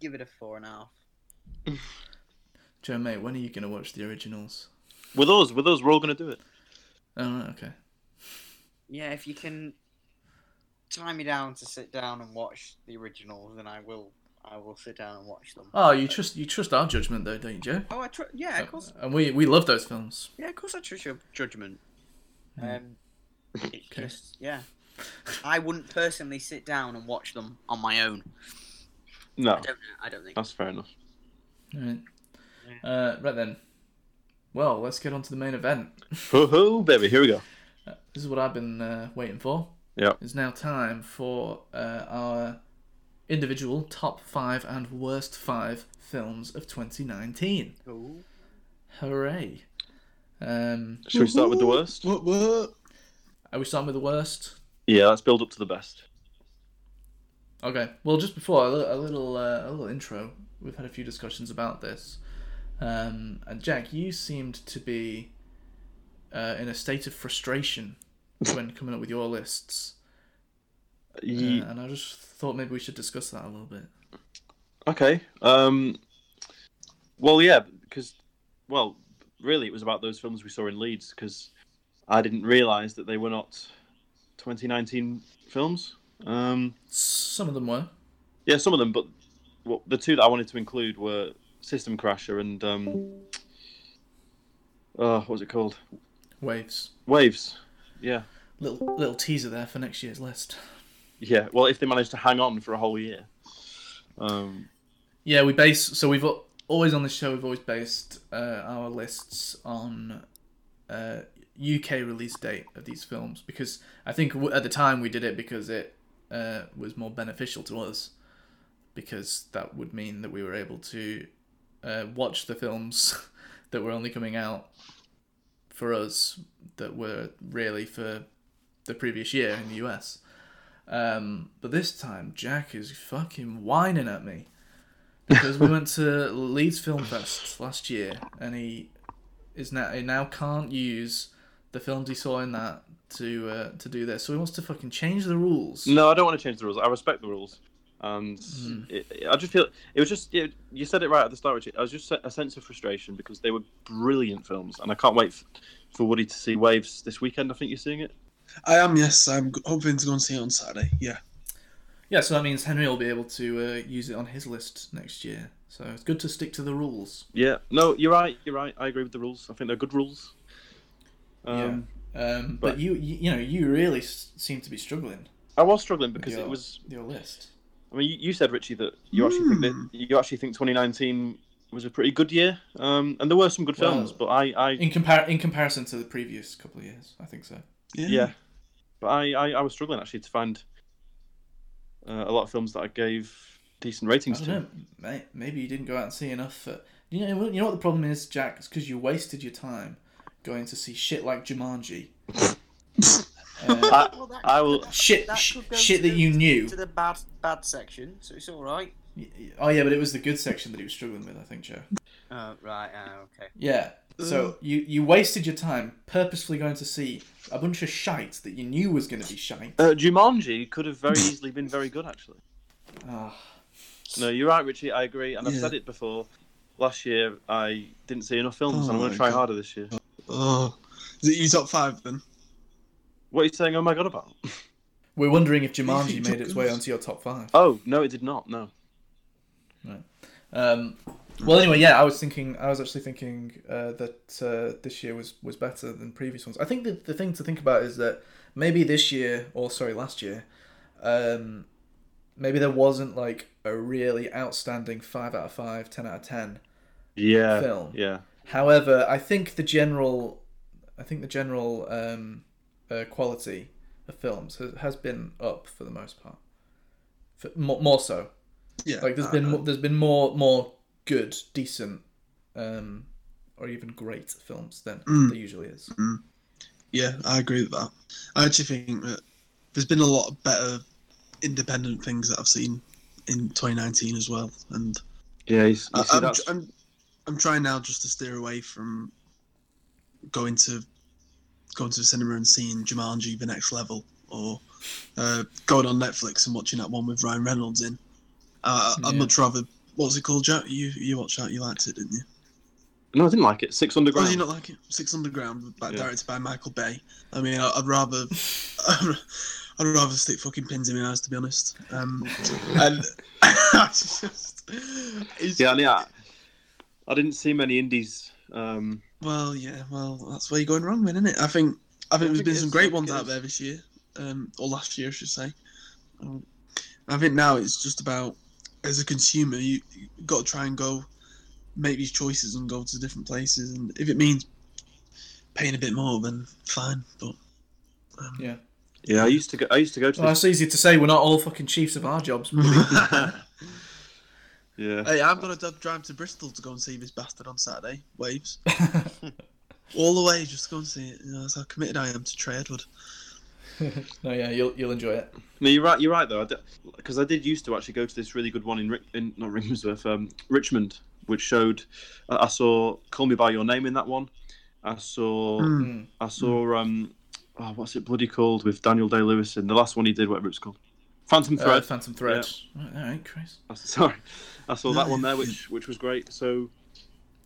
Give it a four and a half. Joe, mate, when are you gonna watch the originals? With us, with us, we're all gonna do it. Oh, right, Uh, okay. Yeah, if you can tie me down to sit down and watch the originals, then I will. I will sit down and watch them. Oh, you trust you trust our judgment though, don't you, Joe? Uh, Oh, I tr- yeah, of course. And we we love those films. Yeah, of course, I trust your judgment. Um, it's Hmm. Okay. just yeah, I wouldn't personally sit down and watch them on my own. No, I don't. I don't think. that's fair enough. Right. Uh, right then. Well, let's get on to the main event. Ho ho, baby, here we go. This is what I've been uh, waiting for. Yep. It's now time for uh, our individual top five and worst five films of 2019. Ooh. Hooray! Um, Should we start with the worst? What? What? are we starting with the worst? Yeah, let's build up to the best. Okay. Well, just before a little a little, uh, a little intro, we've had a few discussions about this, um, and Jack, you seemed to be uh, in a state of frustration when coming up with your lists, uh, Ye- and I just thought maybe we should discuss that a little bit. Okay. Um. Well, yeah, because, well, really, it was about those films we saw in Leeds because I didn't realise that they were not 2019 films. Um. Some of them were. Yeah, some of them, but well, the two that I wanted to include were System Crasher and um. Oh, what was it called? Waves. Waves. Yeah. Little little teaser there for next year's list. Yeah. Well, if they managed to hang on for a whole year. Um. Yeah, we base so we've al- always on the show we've always based uh, our lists on uh, UK release date of these films because I think w- at the time we did it because it uh, was more beneficial to us because that would mean that we were able to uh, watch the films that were only coming out for us that were really for the previous year in the US. Um, but this time Jack is fucking whining at me because we went to Leeds Film Fest last year, and he is now he now can't use the films he saw in that to uh, to do this. So he wants to fucking change the rules. No, I don't want to change the rules. I respect the rules, and it, it- I just feel it was just you, you said it right at the start, Richard. I was just a sense of frustration because they were brilliant films, and I can't wait f- for Woody to see Waves this weekend. I think you're seeing it. I am. Yes, I'm g- hoping to go and see it on Saturday. Yeah. Yeah, so that means Henry will be able to uh, use it on his list next year. So it's good to stick to the rules. Yeah. No, you're right. You're right. I agree with the rules. I think they're good rules. Um, Um, but, But- you, you you know you really s- seem to be struggling I was struggling because Yeah. it was. with your list. I mean, you, you said Richie that you actually think Hmm. that you actually think 2019 was a pretty good year, um, and there were some good Well- films, but I, I In compar- in comparison to the previous couple of years, I think so. Yeah. yeah but I, I i was struggling actually to find uh, a lot of films that i gave decent I ratings don't to know, mate. Maybe you didn't go out and see enough. Uh, you know, you know what the problem is, Jack? It's because you wasted your time going to see shit like Jumanji. Uh, I- well, that, I will. that- shit, that sh- could go shit to that the- you knew. to the bad bad section, so it's all right. Oh yeah, but it was the good section that he was struggling with, I think, Joe. Oh, right. ah, okay. Yeah. So you you wasted your time purposefully going to see a bunch of shite that you knew was going to be shite. Uh, Jumanji could have very easily been very good, actually. Ah, No, you're right, Richie. I agree, and I've Yeah. said it before. Last year, I didn't see enough films, and I'm Oh going my to try God. harder this year. Oh, is it your top five then? What are you saying? Oh my god, about? we're wondering if Jumanji think made Top its way Gun's- onto your top five. Oh no, it did not. No. Um, well, anyway, yeah, I was thinking, I was actually thinking uh, that uh, this year was was better than previous ones. I think the the thing to think about is that maybe this year, or sorry, last year, um, maybe there wasn't like a really outstanding five out of five, 10 out of ten. Yeah. Film. Yeah. However, I think the general, I think the general um, uh, quality of films has, has been up for the most part. For, more, more so, Yeah. like there's uh, been mo- there's been more more good, decent, um, or even great films than Mm. there usually is. Yeah, I agree with that. I actually think that there's been a lot of better independent things that I've seen in 2019 as well, and Yeah. You, you I, see, Uh, I'm, that's, I'm I'm trying now just to steer away from going to going to the cinema and seeing Jumanji: The Next Level, or uh, going on Netflix and watching that one with Ryan Reynolds in. Uh, I'd Yeah. much rather. What's it called, Jack? You you watched that? You liked it, didn't you? no, I didn't like it. Six Oh, Underground. you not like it? Six Underground, by, Yeah. directed by Michael Bay. I mean, I, I'd rather, I'd rather stick fucking pins in my eyes, to be honest. Um, and I just, it's- yeah. and Yeah. I didn't see many indies. Um, Well, yeah, well, that's where you're going wrong, then, isn't it? I think I think I there's think been it some is, I great think ones it out is. there this year, um, or last year, I should say. Um, I think now it's just about as a consumer, you you got to try and go make these choices and go to different places, and if it means paying a bit more, then fine. But um, Yeah. yeah. I used to go. I used to go to. Well, it's easy to say we're not all fucking chiefs of our jobs. Mm-hmm. this... Yeah. hey, I'm gonna d- drive to Bristol to go and see this bastard on Saturday. Waves all the way just to go and see it. You know, that's how committed I am to Trey Edward. no, yeah, you'll you'll enjoy it. No, you're right. You're right though, because I did used to actually go to this really good one in, Ri- in not Ringsworth, um, Richmond, which showed. uh, I I saw "Call Me by Your Name" in that one. I saw. Mm. Mm. I saw um, oh, what's it bloody called with Daniel Day Lewis in the last one he did, whatever it's called, Phantom Uh, Thread. Phantom Thread. Right, all right, Chris. I s- sorry, I saw that No, one there, yeah. which which was great. So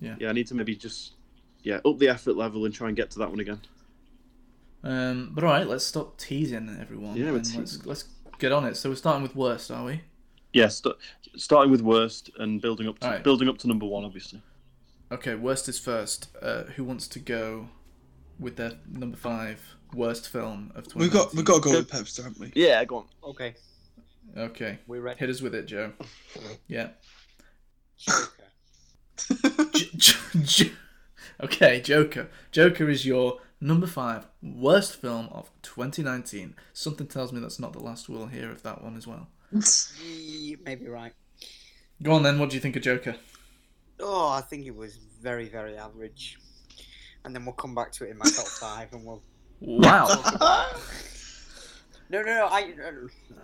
Yeah. I need to maybe just yeah up the effort level and try and get to that one again. Um, but all right, let's stop teasing everyone. Yeah, we're and let's teasing. let's get on it. So we're starting with worst, are we? Yeah, st- starting with worst and building up to Alright. building up to number one, obviously. Okay, worst is first. Uh, who wants to go with their number five worst film of 2019? We've got we've got to go with Pepster, haven't we? Yeah, go on. Okay, Okay, we're ready. hit us with it, Joe. Yeah. Joker. J- J- J- okay, Joker. Joker is your number five worst film of 2019. Something tells me that's not the last we'll hear of that one as well. Ye- Maybe right. Go on then. What do you think of Joker? Oh, I think it was very, very average. And then we'll come back to it in my top five, and we'll. Wow. No, no, no. I,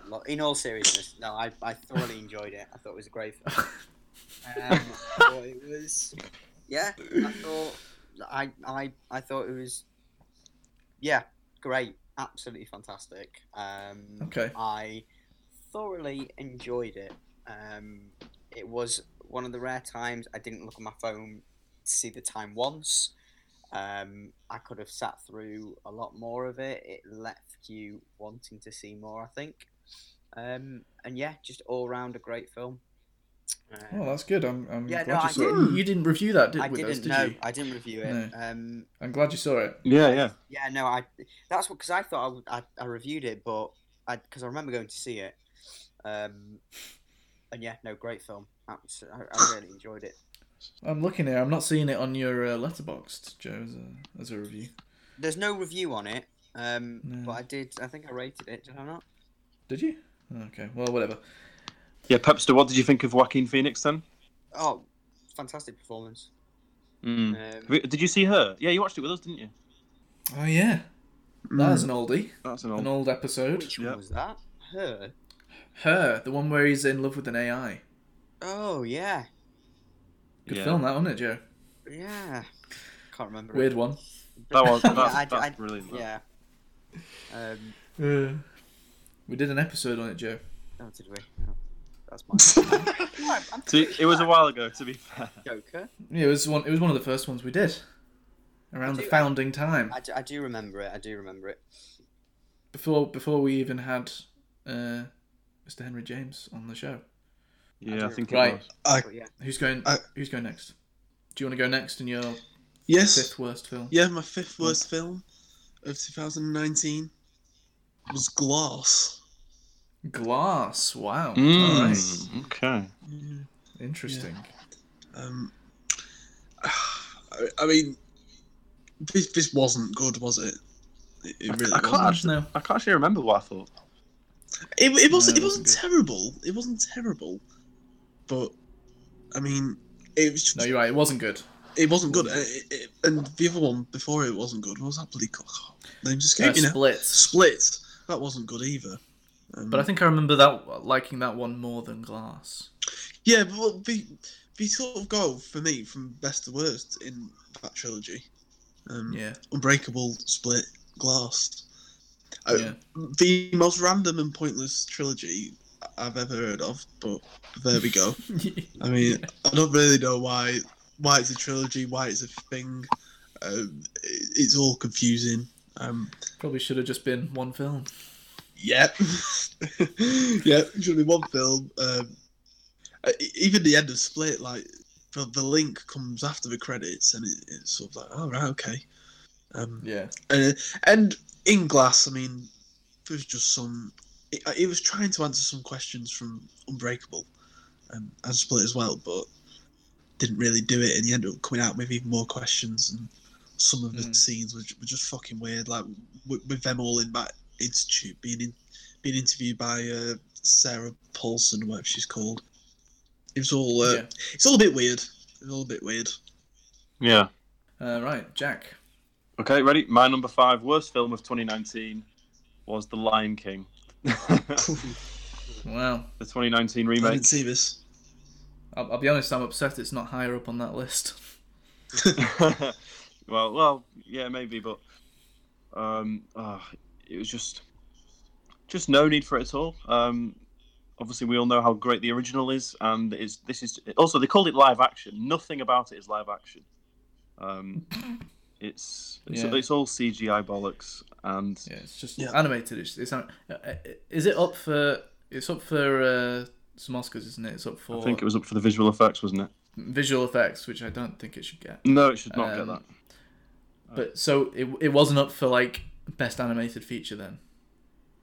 no, in all seriousness, no, I, I thoroughly enjoyed it. I thought it was a great film. Um, I thought it was, yeah. I thought, I, I, I thought it was, yeah, great, absolutely fantastic. Um, okay. I thoroughly enjoyed it. Um, it was one of the rare times I didn't look at my phone to see the time once. Um, I could have sat through a lot more of it. It left you wanting to see more, I think. Um, and yeah, just all round a great film. Um, Well, that's good. I'm, I'm Yeah, glad no, you I saw didn't- it. You Oh, didn't review that, did, I with didn't us, did know. you? I didn't review it. Um, I'm glad you saw it. Yeah, yeah. yeah, no, I. That's what because I thought I, I, I reviewed it, but I because I remember going to see it, um, and yeah, no, great film. Abs- I, I really enjoyed it. I'm looking here. I'm not seeing it on your uh, letterboxed, Joe, as a, as a review. There's no review on it, um, No. but I did. I think I rated it. Did I not? Did you? Okay. Well, whatever. Yeah, Pepster, what did you think of Joaquin Phoenix then? Oh, fantastic performance. Mm. Um, Hmm. Did you see her? Yeah, you watched it with us, didn't you? Oh yeah. Mm. That's an oldie. That's an An old. old episode. Which one Yep. was that? Her. Her, the one where he's in love with an AI. Oh yeah, Good Yeah. film, that wasn't it, Joe? yeah. Can't remember. it. Weird one. That was Yeah, that's, I- that's I- brilliant. Yeah. Yeah. Um, we did an episode on it, Joe. oh, did we? No. That's my. I'm- I'm See, it was a while ago. To be fair, Joker. Yeah, it was one. It was one of the first ones we did, around the do- founding time, I do, I do remember it. I do remember it. before before we even had uh, Mr. Henry James on the show. yeah, I do. think it Right. was. But yeah. Who's going? I- who's going next? Do you want to go next in your Yes. fifth worst film? Yeah, my fifth worst film of 2019 was Glass. Glass. Wow. Nice. Mm, okay. Interesting. Um, I, I mean, this this wasn't good, was it? It, it really I can't wasn't. actually. I can't actually remember what I thought. It, it wasn't. No, it it wasn't wasn't good. terrible. It wasn't terrible, but I mean, it was. Just, No, you're right. It wasn't good. it wasn't good. Uh, It, it, and the other one before it wasn't good. What was that bloody cock? They just Uh, gave you know Split. split. That wasn't good either. Um, But I think I remember that liking that one more than Glass. Yeah, but they, they sort of go for me from best to worst in that trilogy. Um, Yeah. Unbreakable, Split, Glass. Uh, Yeah. The most random and pointless trilogy I've ever heard of, but there we go. I mean, I don't really know why why it's a trilogy, why it's a thing. Um, it, it's all confusing. Um, Probably should have just been one film. Yep. yep. Should be one film. Um, uh, e- even the end of Split, like the, the link comes after the credits, and it, it's sort of like, oh right, okay. Um, Yeah. uh, and in Glass, I mean, there's just some. It, it was trying to answer some questions from Unbreakable, um, and Split as well, but didn't really do it, and you end up coming out with even more questions, and some of the Mm. scenes were, ju- were just fucking weird, like with, with them all in that institute being in, being interviewed by uh, Sarah Paulson, whatever she's called. It was all uh, Yeah. it's all a bit weird. It's all a bit weird. Yeah. Uh, right, Jack. Okay, ready? My number five worst film of 2019 was The Lion King. the I Wow. 2019 didn't remake. see this. I'll, I'll be honest. I'm upset it's not higher up on that list. well, well, yeah, maybe, but um, ah, it was just just no need for it at all. Um, obviously, we all know how great the original is, and it's this is also they called it live action. Nothing about it is live action. Um, it's it's, Yeah. it's all CGI bollocks, and Yeah, it's just Yeah. animated. It's, it's an- uh, uh, is it up for? It's up for uh, some Oscars, isn't it? It's up for I think it was up for the visual effects, wasn't it? visual effects, which I don't think it should get. No, it should not Um, get that. But so it, it wasn't up for like best animated feature then.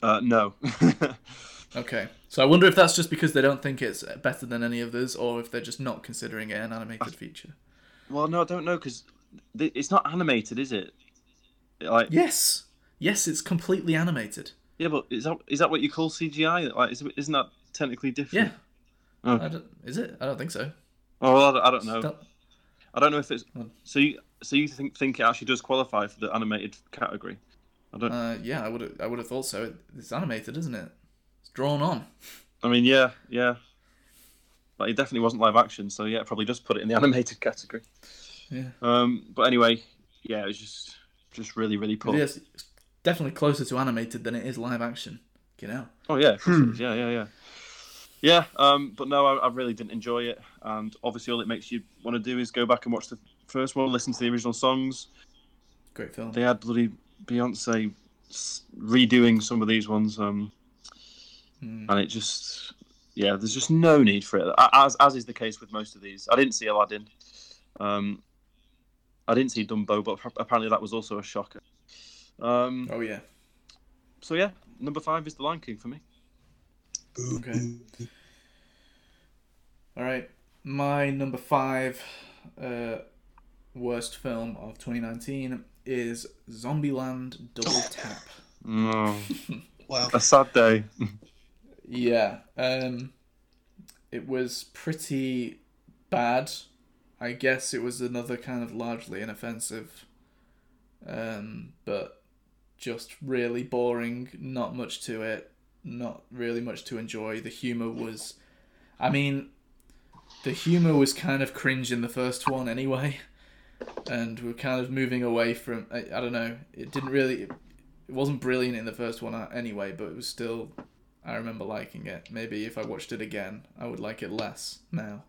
Uh, no. Okay, so I wonder if that's just because they don't think it's better than any of those, or if they're just not considering it an animated feature. well, no, I don't know because th- it's not animated, is it? Like, yeah, Yes, yes, it's completely animated. but is that is that what you call CGI? Like, is, isn't that technically Yeah. different? Oh. I don't, is it? I don't think so. Oh, well, I don't, I don't know. Don't- I don't know if it's Hmm. so. You so you think think it actually does qualify for the animated category? I don't. Uh, yeah, I would I would have thought so. It's animated, isn't it? It's drawn on. I mean, yeah, yeah. But it definitely wasn't live action, so yeah, it probably does put it in the animated category. Yeah. Um. But anyway, yeah, it was just just really really poor. Yes, it's definitely closer to animated than it is live action. Get out. Oh yeah, of Hmm. course it is. yeah, yeah, yeah, yeah. Um, but no, I, I really didn't enjoy it, and obviously, all it makes you want to do is go back and watch the first one, listen to the original songs. Great film. They had bloody Beyonce s- redoing some of these ones, um, Mm. and it just, yeah, there's just no need for it. A- As as is the case with most of these, I didn't see Aladdin. Um, I didn't see Dumbo, but ap- apparently that was also a shocker. Um, Oh yeah. so yeah, number five is The Lion King for me. Okay. All right. My number five uh, worst film of 2019 is Zombieland Double Tap. No, Wow. a sad day. Yeah. Um, it was pretty bad. I guess it was another kind of largely inoffensive, um, but just really boring, not much to it, not really much to enjoy. The humor was, I mean, the humor was kind of cringe in the first one anyway, and we're kind of moving away from. I, I don't know. It didn't really. It wasn't brilliant in the first one uh, anyway, but it was still. I remember liking it. Maybe if I watched it again, I would like it less now.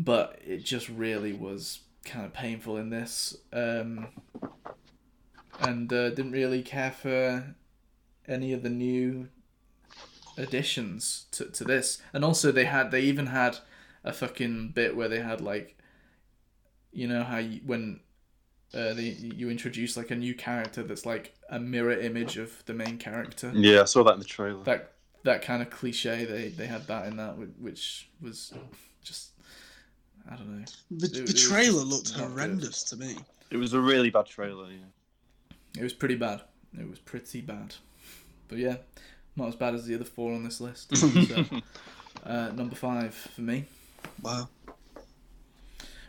But it just really was kind of painful in this. Um, and uh, didn't really care for any of the new additions to, to this. And also, they had they even had a fucking bit where they had like, you know how you, when uh, they you introduce like a new character that's like a mirror image of the main character. Yeah, I saw that in the trailer. That that kind of cliche they they had that in that wh- which was just I don't know. The, It- it the was trailer just looked not good. horrendous to me. It was a really bad trailer. Yeah. It was pretty bad. It was pretty bad. But yeah, not as bad as the other four on this list. so, uh, number five for me. Wow.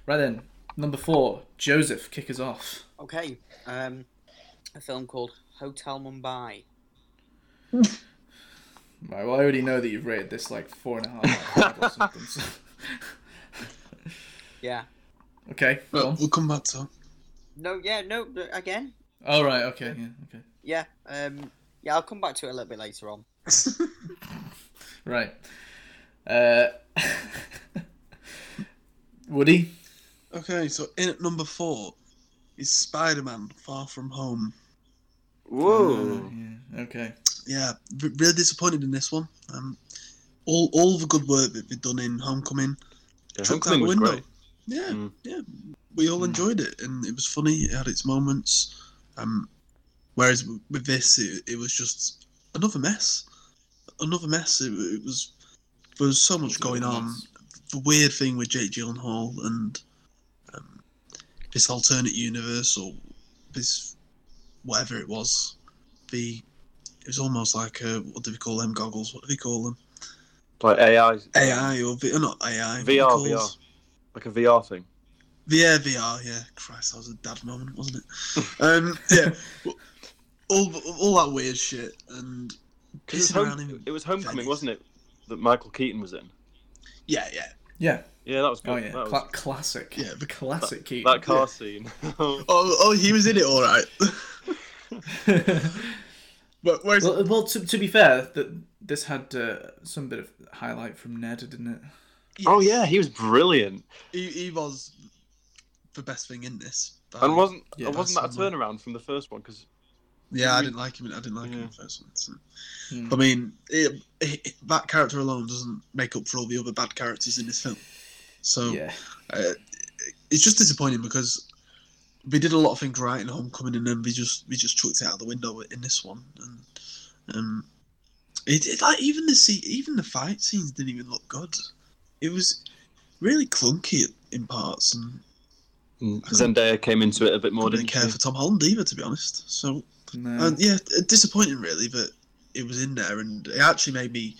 Right then, number four, Joseph, kick us off. Okay, um, a film called Hotel Mumbai. Right, well, I already know that you've rated this like four and a half out of five or something. so- Yeah. okay, go But on. we'll come back to. him. No, yeah, no, but again. All Oh, right, okay, yeah, okay. Yeah, um, yeah, I'll come back to it a little bit later on. Right. Uh, Woody? Okay, so in at number four is Spider-Man: Far From Home. Uh, Whoa. yeah, okay. Yeah, r- really disappointed in this one. Um, all all the good work that they've done in Homecoming Yeah, chucked Homecoming out was the great. Yeah, Mm. yeah. We all Mm. enjoyed it, and it was funny. It had its moments. Um, whereas w- with this, it, it was just another mess. Another mess. It, it was. There was so much going on. The weird thing with Jake Gyllenhaal and um, this alternate universe or this whatever it was. The it was almost like uh what do we call them goggles? What do we call them? Like AI. AI or v- uh, not AI? what are they VR, called? VR. Like a VR thing. Yeah, VR. Yeah, Christ, that was a dad moment, wasn't it? um, yeah, all all that weird shit, and It was, Pissing around home, in it was Homecoming, Venice. wasn't it? That Michael Keaton was in. yeah, yeah, Yeah, Yeah, that was good. oh yeah, That, was- Cla- classic. Yeah, the- classic Keaton. that car scene. oh, oh, he was in it all right. but whereas, well, well to, to be fair, that this had uh, some bit of highlight from Ned, didn't it? oh yeah, he was brilliant. he, he was the best thing in this. but- And wasn't Oh, Yeah, and wasn't that a absolutely. turnaround from the first one? Because yeah, I didn't like him. I didn't like him Yeah. in the first one. so- Hmm. I mean, it, it, that character alone doesn't make up for all the other bad characters in this film. So Yeah. uh, it's just disappointing because we did a lot of things right in Homecoming, and then we just we just chucked it out the window in this one. And um, it, it like even the se- even the fight scenes didn't even look good. It was really clunky in parts, and Mm, Zendaya came into it a bit more, I didn't didn't care she? for Tom Holland either, to be honest. So No. and yeah, uh, disappointing really that it was in there, and it actually made me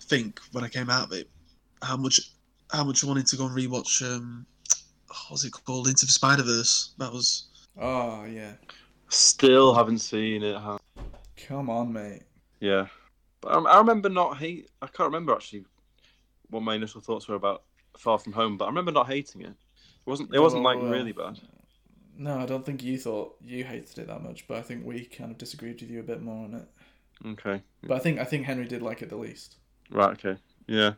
think when I came out of it how much how much I wanted to go and rewatch. Um, what was it called? Into the Spider Verse. That was oh yeah. Still haven't seen it. huh? Come on, mate. Yeah, but I, I remember not hate. I can't remember actually what my initial thoughts were about Far From Home, but I remember not hating it. It wasn't. It wasn't like Oh, Well, really bad. No, I don't think you thought you hated it that much, but I think we kind of disagreed with you a bit more on it. Okay. But I think I think Henry did like it the least. Right. Okay. Yeah.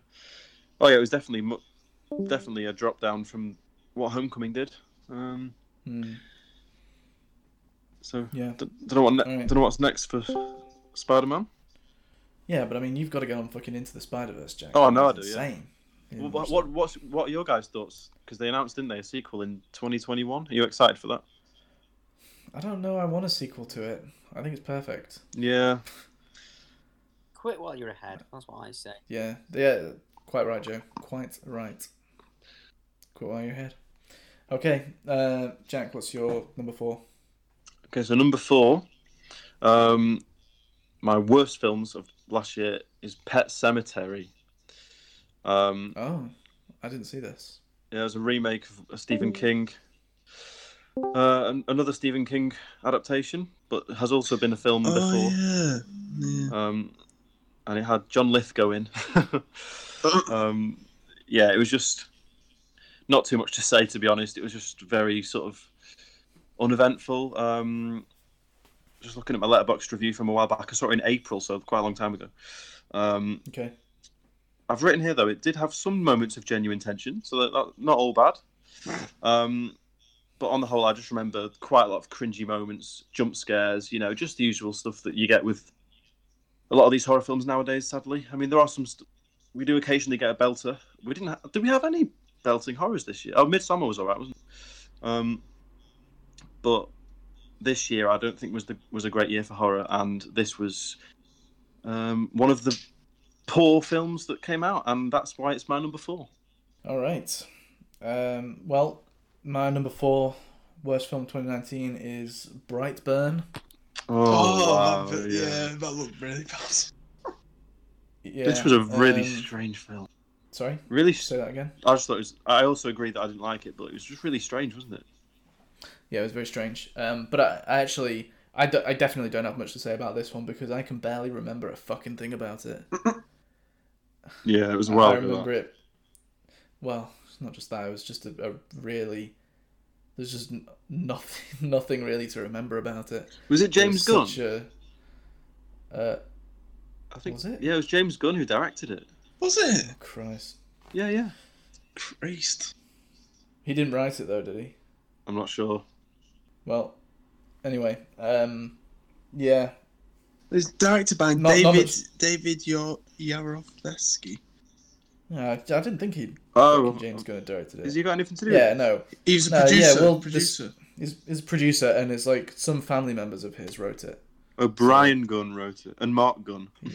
Oh yeah, it was definitely mu- definitely a drop down from what Homecoming did. Um. Hmm. So Yeah. d- don't know what ne- Alright. don't know what's next for Spider Man. Yeah, but I mean, you've got to get on fucking into the Spider Verse, Jack. Oh, no, It's I do, yeah. Insane. Yeah, What, watch what what's what are your guys' thoughts? Because they announced, didn't they, a sequel in 2021? Are you excited for that? that. I don't know. I want a sequel to it. I think it's perfect. Yeah. Quit while you're ahead. That's what I say. Yeah, yeah, quite right, Joe. Quite right. Quit while you're ahead. Okay, uh, Jack, what's your number four? Okay, so number four, um, my worst films of last year is Pet Cemetery. Um, Oh, I didn't see this. yeah, it was a remake of a Stephen King. Uh, an- another Stephen King adaptation, but has also been a film Oh before. yeah. yeah. um, and it had John Lithgow in. um, yeah, it was just not too much to say, to be honest. It was just very sort of uneventful. Um, just looking at my letterbox review from a while back, I saw it in April, so quite a long time ago. Um, Okay. I've written here though it did have some moments of genuine tension, so that, that not all bad. Um, but on the whole, I just remember quite a lot of cringy moments, jump scares, you know, just the usual stuff that you get with a lot of these horror films nowadays. Sadly, I mean, there are some. St- we do occasionally get a belter. We didn't. Ha- did we have any belting horrors this year? Oh, Midsummer was alright, wasn't it? Um, but this year, I don't think was the was a great year for horror, and this was um, one of the poor films that came out, and that's why it's my number four. All right. Um, well, my number four worst film 2019 is Brightburn. Oh, that- yeah. that looked really bad. Yeah, This was a really um, strange film. sorry. Really, s- Say that again. I just thought it was. I also agree that I didn't like it, but it was just really strange, wasn't it? Yeah, it was very strange. Um, but I, I actually, I, do- I definitely don't have much to say about this one because I can barely remember a fucking thing about it. Yeah, it was I remember it. Well, it's not just that. It was just a, a really. There's just n- nothing, nothing really to remember about it. Was it It James Gunn? was such A, uh, I think. Was it? Yeah, it was James Gunn who directed it. Was it? Christ. Yeah, yeah. Christ. He didn't write it though, did he? I'm not sure. Well, anyway, um, yeah, It was directed by Not- not David much- David Yor- Yarovsky. No, I I didn't think he Oh, James Gunn directed it. has he got anything to do? yeah, no, He was a No, yeah, producer. well, this- producer. he's, he's a producer, and it's like some family members of his wrote it. Oh, Brian Gunn wrote it, and Mark Gunn.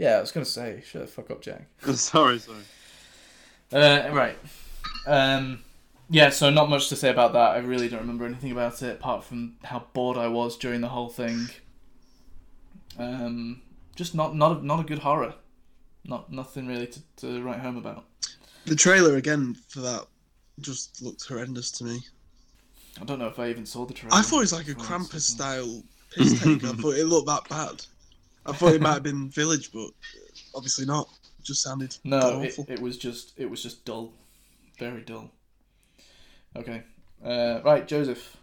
Yeah, I was gonna say, shut the fuck up, Jack. sorry, sorry. Uh, right. Um, yeah, so not much to say about that. I really don't remember anything about it apart from how bored I was during the whole thing. Um, just not not a, not a good horror. Not nothing really to, to write home about. The trailer again for that just looked horrendous to me. I don't know if I even saw the trailer. I thought it was like a Before I Krampus saw style piss take. I thought it looked that bad. I thought it might have been Village, but obviously not. It just sounded god No, it, awful. it was just it was just dull, very dull. Okay, uh, right, Joseph,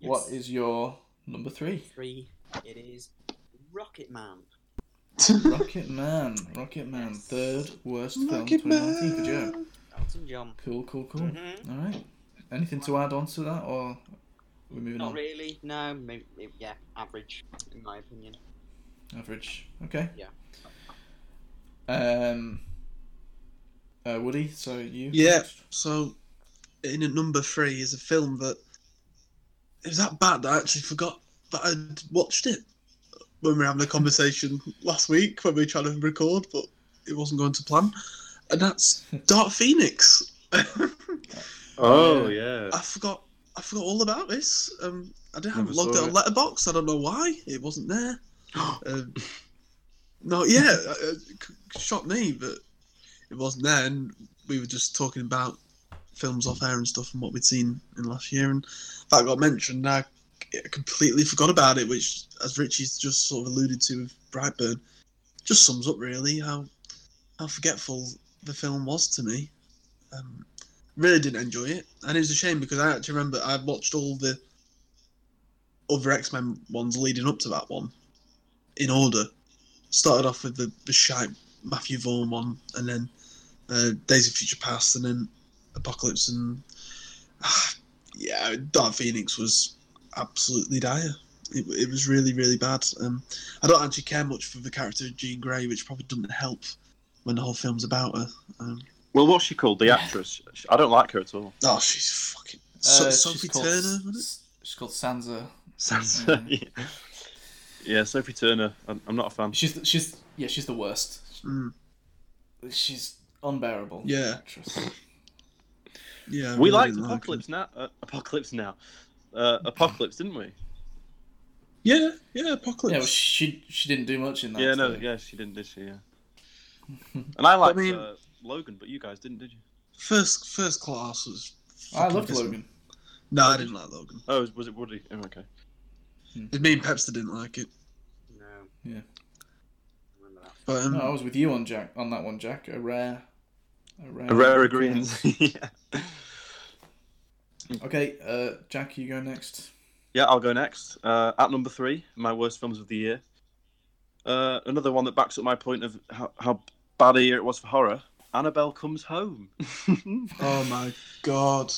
what Yes. is your number three? Three. It is Rocket Man. Rocket Man, Rocket Man, Yes. third worst Rocket film 2019 for Joe. Man. Elton John. Cool, cool, cool. Mm-hmm. Mhm. All right. Anything to add on to that, or are we moving Not on? really. No. Maybe, yeah. Average, in my opinion. Average. Okay. Yeah. Um. Uh, Woody, so you. Yeah. So, in at number three is a film that it was that bad. I actually forgot that I'd watched it when we were having a conversation last week when we were trying to record, but it wasn't going to plan. And that's Dark Phoenix. Oh, I yeah. forgot. I forgot all about this. Um, I didn't have Never logged it saw on it. Letterbox. I don't know why it wasn't there. um, no, yeah, uh, it c- shocked me, but it wasn't there. And we were just talking about films off air and stuff and what we'd seen in last year, and that got mentioned. And I c- completely forgot about it, which, as Richie's just sort of alluded to with Brightburn, just sums up really how how forgetful the film was to me. Um, really didn't enjoy it, and it was a shame because I actually remember I watched all the other X Men ones leading up to that one in order. Started off with the, the shite Matthew Vaughn one, and then uh, Days of Future Past, and then Apocalypse, and ah, yeah, Dark Phoenix was absolutely dire. It, it was really really bad. Um, I don't actually care much for the character of Jean Grey, which probably doesn't help when the whole film's about her. Um, Well, what's she called? The actress. I don't like her at all. Oh, she's fucking Uh, so, she's Sophie called Turner. S- wasn't it? S- She's called Sansa. Sansa. yeah. yeah, Sophie Turner. I'm, I'm not a fan. She's the, she's yeah she's the worst. Mm, She's unbearable. Yeah. Actress. yeah, I we really liked didn't like Apocalypse Now. Uh, Apocalypse Now. Uh, Apocalypse, didn't we? her. Yeah, yeah, Yeah, well, Apocalypse. she she didn't do much in that. yeah, no, did she? yeah, she didn't, did she? Yeah. and I liked mean- uh, Logan, but you guys didn't, did you? first, first class was. I fucking loved abysmal. Logan. No, I didn't like Logan. Oh, was it Woody? Oh, okay. It me and Pepster didn't like it. No. Yeah. Remember that. But um, No, I was with you on Jack on that one, Jack. A rare, a rare, Herrera Greens. yeah. Okay, uh, Jack, you go next. Yeah, I'll go next. Uh, at number three, my worst films of the year. Uh, another one that backs up my point of how, how bad a year it was for horror. Annabelle Comes Home. oh my god,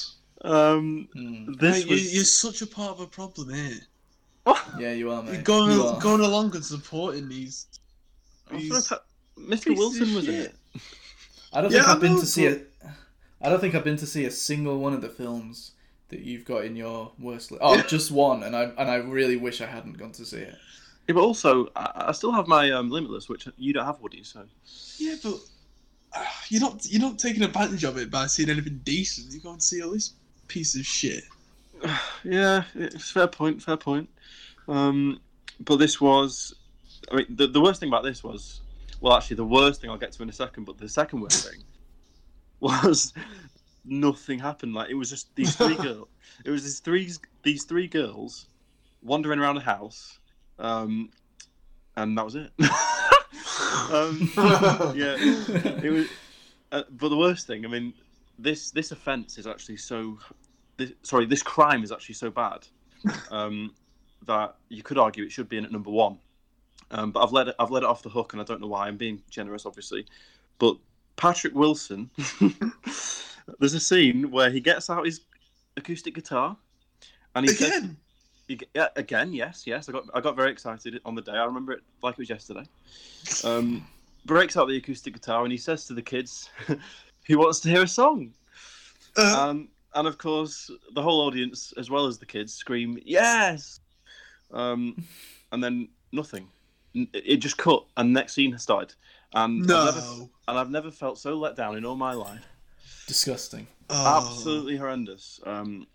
um, Hmm. this Mate, you, was you're such a part of a problem here. Yeah, you are, You're mate. going, You are. going along and supporting these. these- Mr. piece Wilson of was in shit. it. I don't Yeah, think I I've been know, to see a. I don't think I've been to see a single one of the films that you've got in your worst list. Oh, just one, and I and I really wish I hadn't gone to see it. Yeah, but also, I, I still have my um, Limitless, which you don't have, Woody. So Yeah, but uh, you're not you're not taking advantage of it by seeing anything decent. You go and see all this piece of shit. yeah, it's fair point. Fair point. Um, but this was, I mean, the, the worst thing about this was, well, actually, the worst thing I'll get to in a second. But the second worst thing was nothing happened. Like it was just these three girls. It was these three these three girls wandering around a house, um, and that was it. um, yeah, it was. Uh, but the worst thing, I mean, this this offence is actually so. This, sorry, this crime is actually so bad um, that you could argue it should be in at number one. Um, but I've let it, I've let it off the hook, and I don't know why. I'm being generous, obviously. But Patrick Wilson, there's a scene where he gets out his acoustic guitar, and he says, Again, you get- yeah, again, yes, yes. I got I got very excited on the day. I remember it like it was yesterday. Um, breaks out the acoustic guitar and he says to the kids, "Who wants to hear a song?" uh, Um, and of course, the whole audience, as well as the kids, scream, "Yes!" Um, and then nothing. N- It just cut, and next scene started. And I've never, no, and I've never felt so let down in all my life Disgusting. Oh. absolutely horrendous. Um,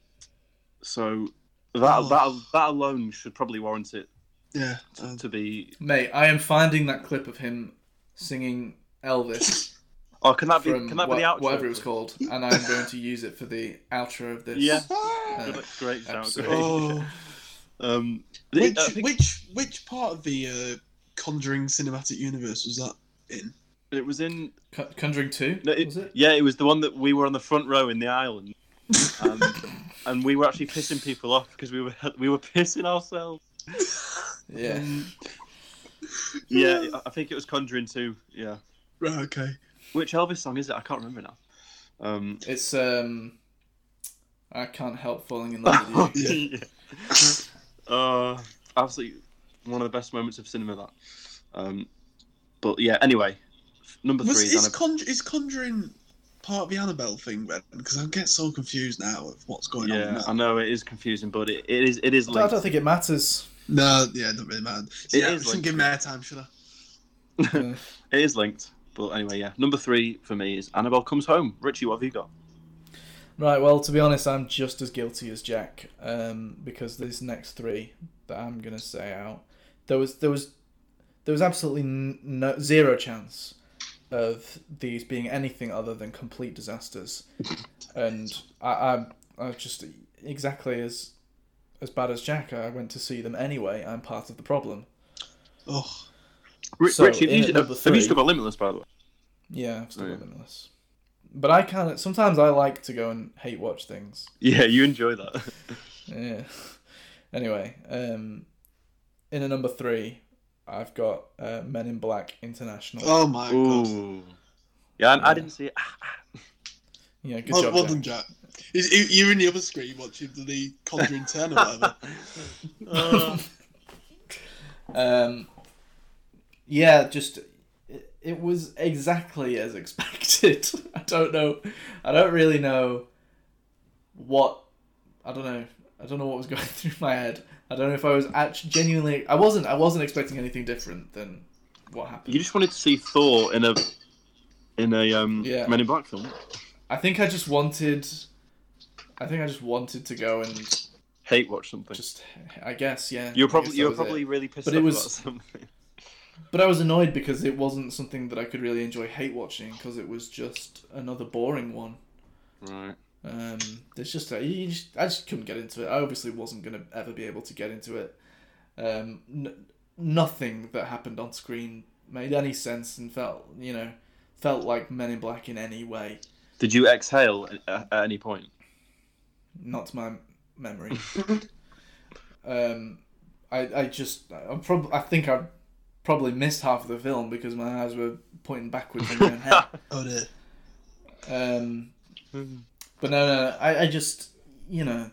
so that Oh. that that alone should probably warrant it Yeah, t- uh, to be. Mate, I am finding that clip of him singing Elvis Oh, can that be? from Can that wha- be the outro? whatever it was called, and I'm going to use it for the outro of this. Yeah. Uh, Good- Great sound. Great. absolutely. oh. Um, the- which, I think which which part of the uh, Conjuring cinematic universe was that in? it was in. Con- Conjuring Two No, it- was it? Yeah, it was the one that we were on the front row in the island, um, and we were actually pissing people off because we were we were pissing ourselves. Yeah. Yeah, I- I think it was Conjuring Two. Yeah, Right. Okay. which Elvis song is it? I can't remember now. Um, It's um, I can't help falling in love with you. Yeah. Yeah. uh, absolutely one of the best moments of cinema that. Um, but yeah, anyway, f- number Was, three is is, Annabelle. Conj- is Conjuring part of the Annabelle thing then? Because I get so confused now of what's going on. yeah, Now. I know it is confusing, but it, it is it is I linked. don't think it matters. No, yeah, not really man. It yeah, is I shouldn't like- give me airtime, should I? Uh, It is linked. But anyway, yeah, number three for me is Annabelle comes home. Richie, what have you got? Right, well, to be honest, I'm just as guilty as Jack um, because these next three that I'm gonna say out, there was there was there was absolutely n- no, zero chance of these being anything other than complete disasters, and I, I I just exactly as as bad as Jack. I went to see them anyway. I'm part of the problem. Oh, Ri- So, Richie, have in you, at have, number have you three- still got Limitless, by the way? Yeah, I've still Oh, yeah. got them in this. But I kind of sometimes I like to go and hate watch things. Yeah, you enjoy that. Yeah. Anyway, um, in a number three, I've got uh, Men in Black International. oh my god. Ooh. Yeah, and I Yeah. didn't see it. Ah, Yeah, good Well, job. well Jack. done, Jack. Is- you- You're in the other screen watching the Conjuring Ten or whatever. uh, Um, yeah, just it, it was exactly as expected. I don't know. I don't really know what. I don't know. I don't know what was going through my head. I don't know if I was actually genuinely. I wasn't. I wasn't expecting anything different than what happened. you just wanted to see Thor in a in a um, Yeah. Men in Black film. I think I just wanted. I think I just wanted to go and hate watch something. just I guess yeah. you I were probably guess you that were was it. probably really pissed But off it about was- something. But I was annoyed because it wasn't something that I could really enjoy hate watching because it was just another boring one. Right. Um, there's just, a, you just I just couldn't get into it. I obviously wasn't gonna ever be able to get into it. Um, n- nothing that happened on screen made any sense and felt you know felt like Men in Black in any way. Did you exhale at, at any point? Not to my memory. um, I I just I prob- I think I probably missed half of the film because my eyes were pointing backwards in my own head. Oh dear. Um, but no, no, no, I, I just, you know,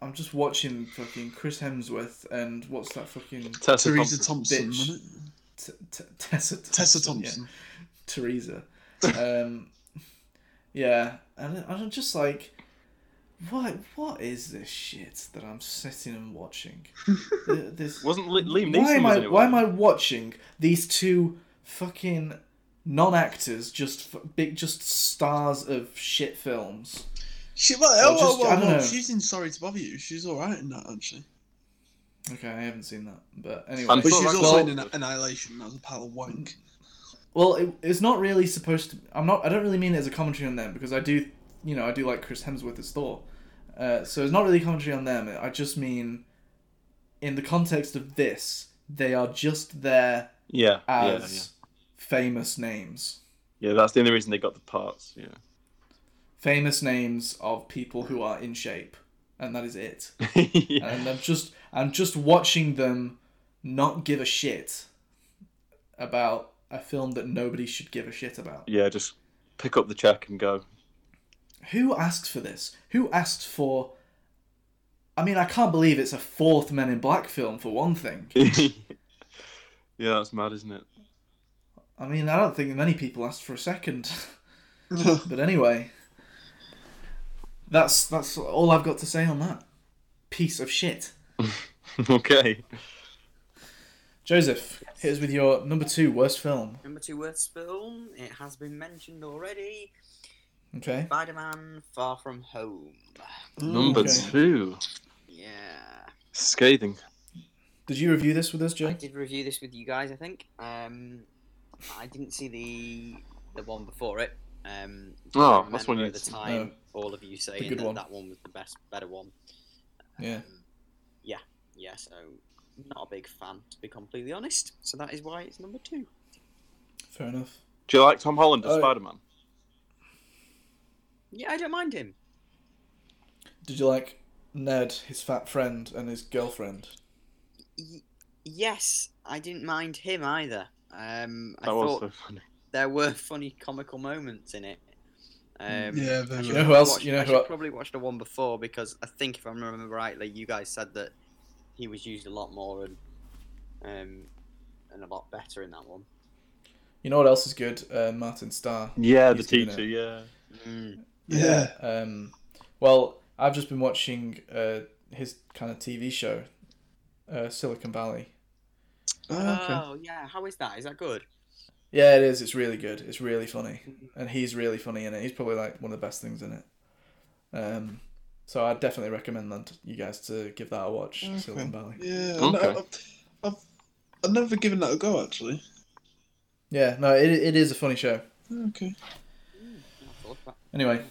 I'm just watching fucking Chris Hemsworth and what's that fucking Tessa Teresa Thompson. Thompson, bitch. wasn't it? t- t- Tessa Thompson, Tessa yeah. Thompson. Teresa. Um, yeah, and I- I'm just like, what? What is this shit that I'm sitting and watching? Th- this Wasn't Li- Liam Neeson? why am was I in it, why am wasn't I watching these two fucking non actors just f- big just stars of shit films? She, well, oh, just- oh, I oh, don't oh, know. she's in Sorry to Bother You. She's all right in that actually. Okay, I haven't seen that, but anyway, I'm But Well, she's that's also well- in Annihilation as a pal of wank. Well, it, it's not really supposed to. I'm not. I don't really mean it as a commentary on them because I do. You know, I do like Chris Hemsworth as Thor. Uh, so it's not really commentary on them. I just mean, in the context of this, they are just there Yeah, yeah, yeah. as famous names, Yeah, that's the only reason they got the parts. Yeah. famous names of people who are in shape, and that is it. yeah. and I'm just I'm just watching them not give a shit about a film that nobody should give a shit about. yeah, just pick up the check and go. Who asked for this? Who asked for? I mean, I can't believe it's a fourth Men in Black film for one thing. yeah, that's mad, isn't it? I mean, I don't think many people asked for a second. but anyway, that's that's all I've got to say on that piece of shit. okay. Joseph, here's with your number two worst film. Number two worst film. It has been mentioned already. Okay. Spider-Man: Far From Home. Number okay. two. Yeah, Scathing. Did you review this with us, I Jake? did review this with you guys. I think. Um, I didn't see the the one before it. Um, Oh, I that's one remember you. at the time. all of you saying good that one. that one was the best, better one. Yeah. Um, yeah, yeah. So not a big fan, to be completely honest. So that is why it's number two. Fair enough. Do you like Tom Holland as Oh. Spider Man? Yeah, I don't mind him. Did you like Ned, his fat friend, and his girlfriend? Y- yes, I didn't mind him either. Um, I That was thought so funny. there were funny comical moments in it. Um, yeah, they were. I should You know who else- watch- you know I who should el- probably watched the one before because I think if I remember rightly, you guys said that he was used a lot more and um, and a lot better in that one. You know what else is good? Uh, Martin Starr. Yeah, He's the giving teacher. it- Yeah. Mm. yeah. Um, well, I've just been watching uh, his kind of TV show, uh, Silicon Valley. Oh, okay. Oh yeah, how is that? Is that good? Yeah, it is. It's really good. It's really funny, and he's really funny in it. He's probably like one of the best things in it. Um, so I definitely recommend that you guys to give that a watch, Okay. Silicon Valley. Yeah. Okay. No, I've, I've, I've never given that a go actually. Yeah, no, it, it is a funny show. Ah, Okay. I'll have to look back. Anyway,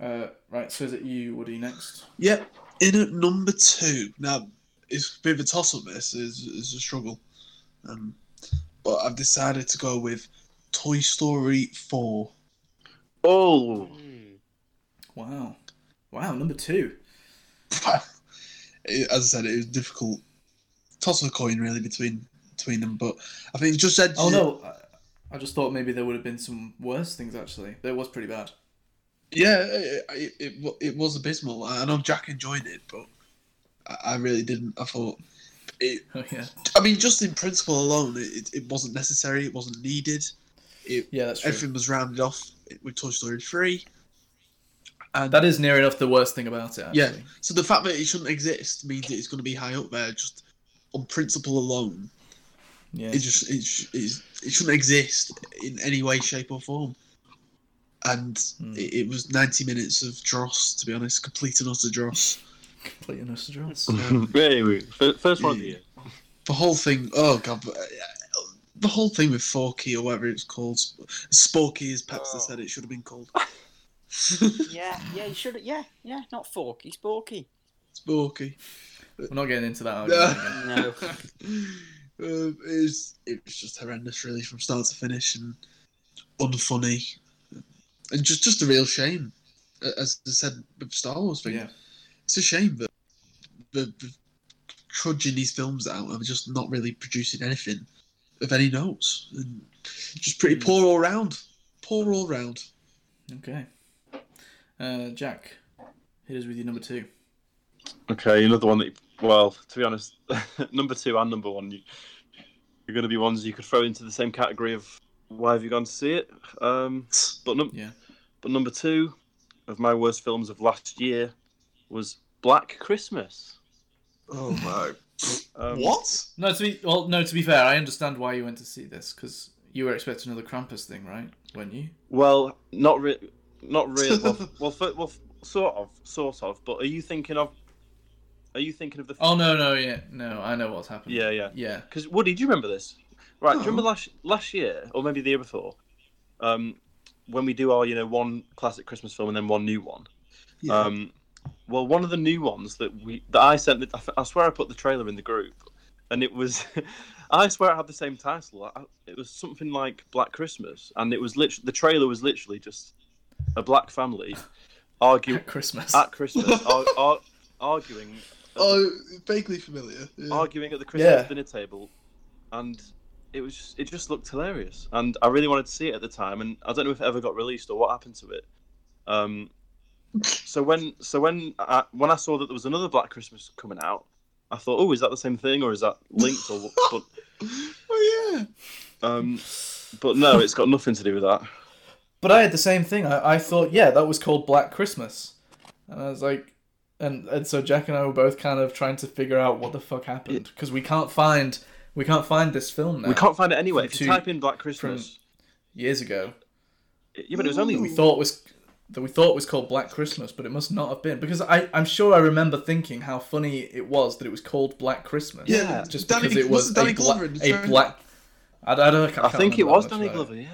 uh, right. So is it you, Woody, next? Yeah. In at number two. Now, it's a bit of a toss up. This is is a struggle, um, but I've decided to go with Toy Story Four. Oh. Mm. Wow, wow, number two. It- as I said, it was difficult. Toss of a coin really between between them, but I think it just edges. Oh it- no, I, I just thought maybe there would have been some worse things actually. It was pretty bad. Yeah, it, it, it, wa- it was abysmal. I know Jack enjoyed it, but I, I really didn't. I thought, it, Oh yeah, I mean, just in principle alone, it, it, it wasn't necessary, it wasn't needed. yeah, that's true. Everything was rounded off with Toy Story 3. And That is near enough the worst thing about it. Actually. Yeah. so the fact that it shouldn't exist means that it's going to be high up there just on principle alone. yeah, It just it, sh- it's, it shouldn't exist in any way, shape, or form. And Hmm. it, it was 90 minutes of dross, to be honest, complete and utter dross. Complete and utter dross. Wait, wait. Fir- First one of the year. the whole thing. Oh god, but, uh, the whole thing with Forky or whatever it's called, Sporky as Pepsi Oh. said it should have been called. Yeah, yeah, you should. Yeah, yeah, not Forky, Sporky. Sporky. We're not getting into that argument again. No. um, it, was, it was just horrendous, really, from start to finish, and unfunny, and just just a real shame. A- As I said with Star Wars thing, Yeah. it's a shame that the, the trudging these films out and just not really producing anything of any notes, and just pretty Mm. poor all round. Poor all round. Okay. Uh, Jack, hit us with your number two. Okay, another one that. You, well, to be honest, number two and number one, you, you're going to be ones you could throw into the same category of why have you gone to see it. Um, but num- Yeah. but number two of my worst films of last year was Black Christmas. Oh my! Um, what? No, to be well, no, to be fair, I understand why you went to see this because you were expecting another Krampus thing, right? Weren't you? Well, not re- not really. well, f- well, f- well, f- sort of, sort of. But are you thinking of? Are you thinking of the? Oh no, no, yeah, no, I know what's happened. Yeah, yeah. yeah. Because Woody, do you remember this? Right, do you No. remember last last year or maybe the year before, um, when we do our you know one classic Christmas film and then one new one. Yeah. Um, well, one of the new ones that we that I sent, I, th- I swear I put the trailer in the group, and it was, I swear it had the same title. I, it was something like Black Christmas, and it was literally the trailer was literally just a black family arguing At Christmas. at Christmas, ar- ar- arguing oh, vaguely familiar. Yeah. arguing at the Christmas Yeah. dinner table, and it was just, it just looked hilarious, and I really wanted to see it at the time, and I don't know if it ever got released or what happened to it. Um, so when so when I, when I saw that there was another Black Christmas coming out, I thought, oh, is that the same thing or is that linked or what? But oh yeah. um, but no, it's got nothing to do with that. But I had the same thing. I, I thought, yeah, that was called Black Christmas, and I was like, and and so Jack and I were both kind of trying to figure out what the fuck happened because we can't find we can't find this film now. We can't find it anywhere. If From you two- type in Black Christmas, Years ago, yeah, but it was only we thought was that we thought was called Black Christmas, but it must not have been because I I'm sure I remember thinking how funny it was that it was called Black Christmas. Yeah, just Danny- because it was wasn't Danny a, bla- Glover in the a trailer? black. I, I don't. I, can't I think it remember was that much Danny about it. Glover. Yeah.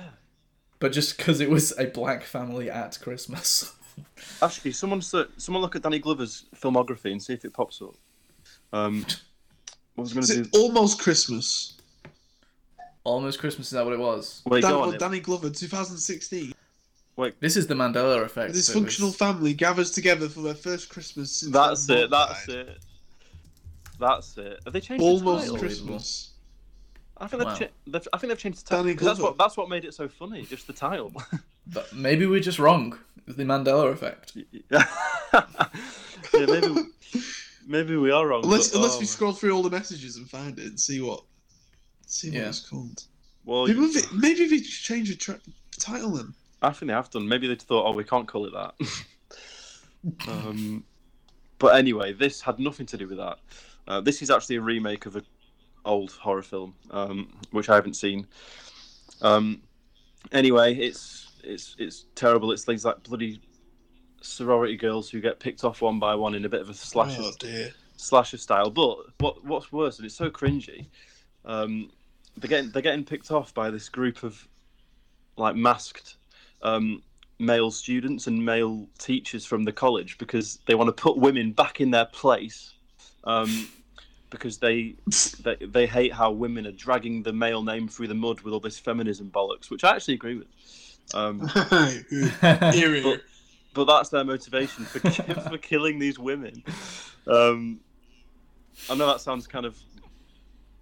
but just because it was a black family at Christmas. Actually, someone ser- someone look at Danny Glover's filmography and see if it pops up. Um, what was I going Is to it do? almost Christmas? Almost Christmas is that what it was? Wait, Dan- go on. well, Danny Glover, 2016. This is the Mandela A effect. that was- dysfunctional family gathers together for their first Christmas since that's their it. mom That's died. it. That's it. Have they changed the Almost title? Christmas. I think they've, Wow. cha- they've I think they've changed the title. Danny 'cause That's Glover. what that's what made it so funny. Just the title. But maybe we're just wrong. It's The Mandela effect. yeah, maybe maybe we are wrong. Unless, but- unless oh, we um, scroll through all the messages and find it and see what see what Yeah. it's called. Well, Maybe you- they, maybe they should change the tra- title then. I think they have done. Maybe they thought, oh, we can't call it that. um, but anyway, this had nothing to do with that. Uh, this is actually a remake of an old horror film, um, which I haven't seen. Um, anyway, it's it's it's terrible. It's things like bloody sorority girls who get picked off one by one in a bit of a slasher Oh dear. slasher style. But what what's worse, and it's so cringy, um, they're getting they're getting picked off by this group of like masked um, male students and male teachers from the college because they want to put women back in their place um, because they, they they hate how women are dragging the male name through the mud with all this feminism bollocks, which I actually agree with. Um, yeah. Here we go. But- but that's their motivation for, for killing these women. Um, I know that sounds kind of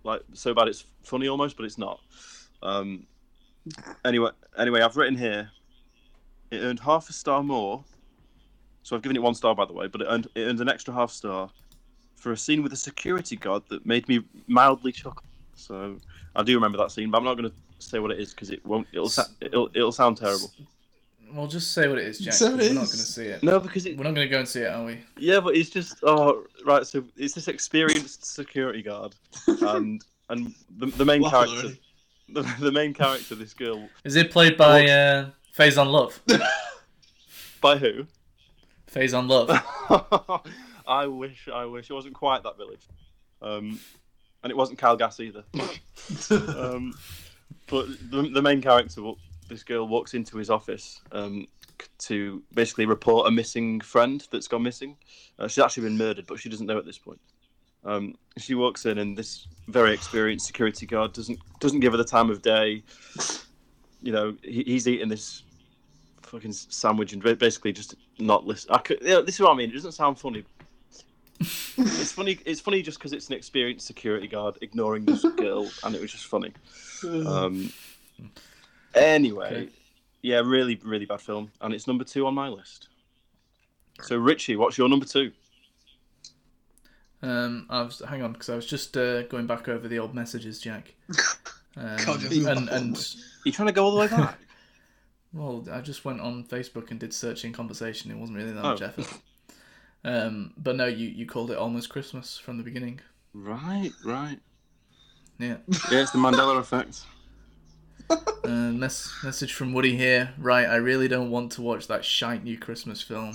like so bad it's funny almost, but it's not. Um, anyway, anyway, I've written here. It earned half a star more, so I've given it one star by the way, but it earned it earned an extra half star for a scene with a security guard that made me mildly chuckle. So I do remember that scene, but I'm not going to say what it is because it won't. It'll, sa- it'll it'll sound terrible. Well, just say what it is, Jack. So 'cause we're it not going is. to see it. No, because it, We're not going to go and see it, are we? Yeah, but it's just oh right. So it's this experienced security guard, and and the, the main Laughing character, already. the, the main character, this girl Is it played by uh, Phase on Love? by who? Phase on Love. I wish, I wish it wasn't quite that village, um, and it wasn't Cal Gas either. um, but the, the main character, wa- this girl, walks into his office, um, desk to basically report a missing friend that's gone missing. Uh, she's actually been murdered, but she doesn't know at this point. Um, she walks in, and this very experienced security guard doesn't doesn't give her the time of day. You know, he, he's eating this fucking sandwich and ba- basically just not listen. I could, you know, this is what I mean. It doesn't sound funny. it's funny. It's funny just because it's an experienced security guard ignoring this girl, and it was just funny. Um, anyway, Okay. yeah, really, really bad film, and it's number two on my list. So Richie, what's your number two? Um, I was hang on because I was just uh, going back over the old messages, Jack. Um, God, you're and awful. and you trying to go all the way back? well, I just went on Facebook and did searching conversation. It wasn't really that Oh. much effort. Um, but no, you you called it almost Christmas from the beginning. right, right. Yeah. Yeah, it's the Mandela effect. Uh, mess- message from Woody here. Right, I really don't want to watch that shite new Christmas film.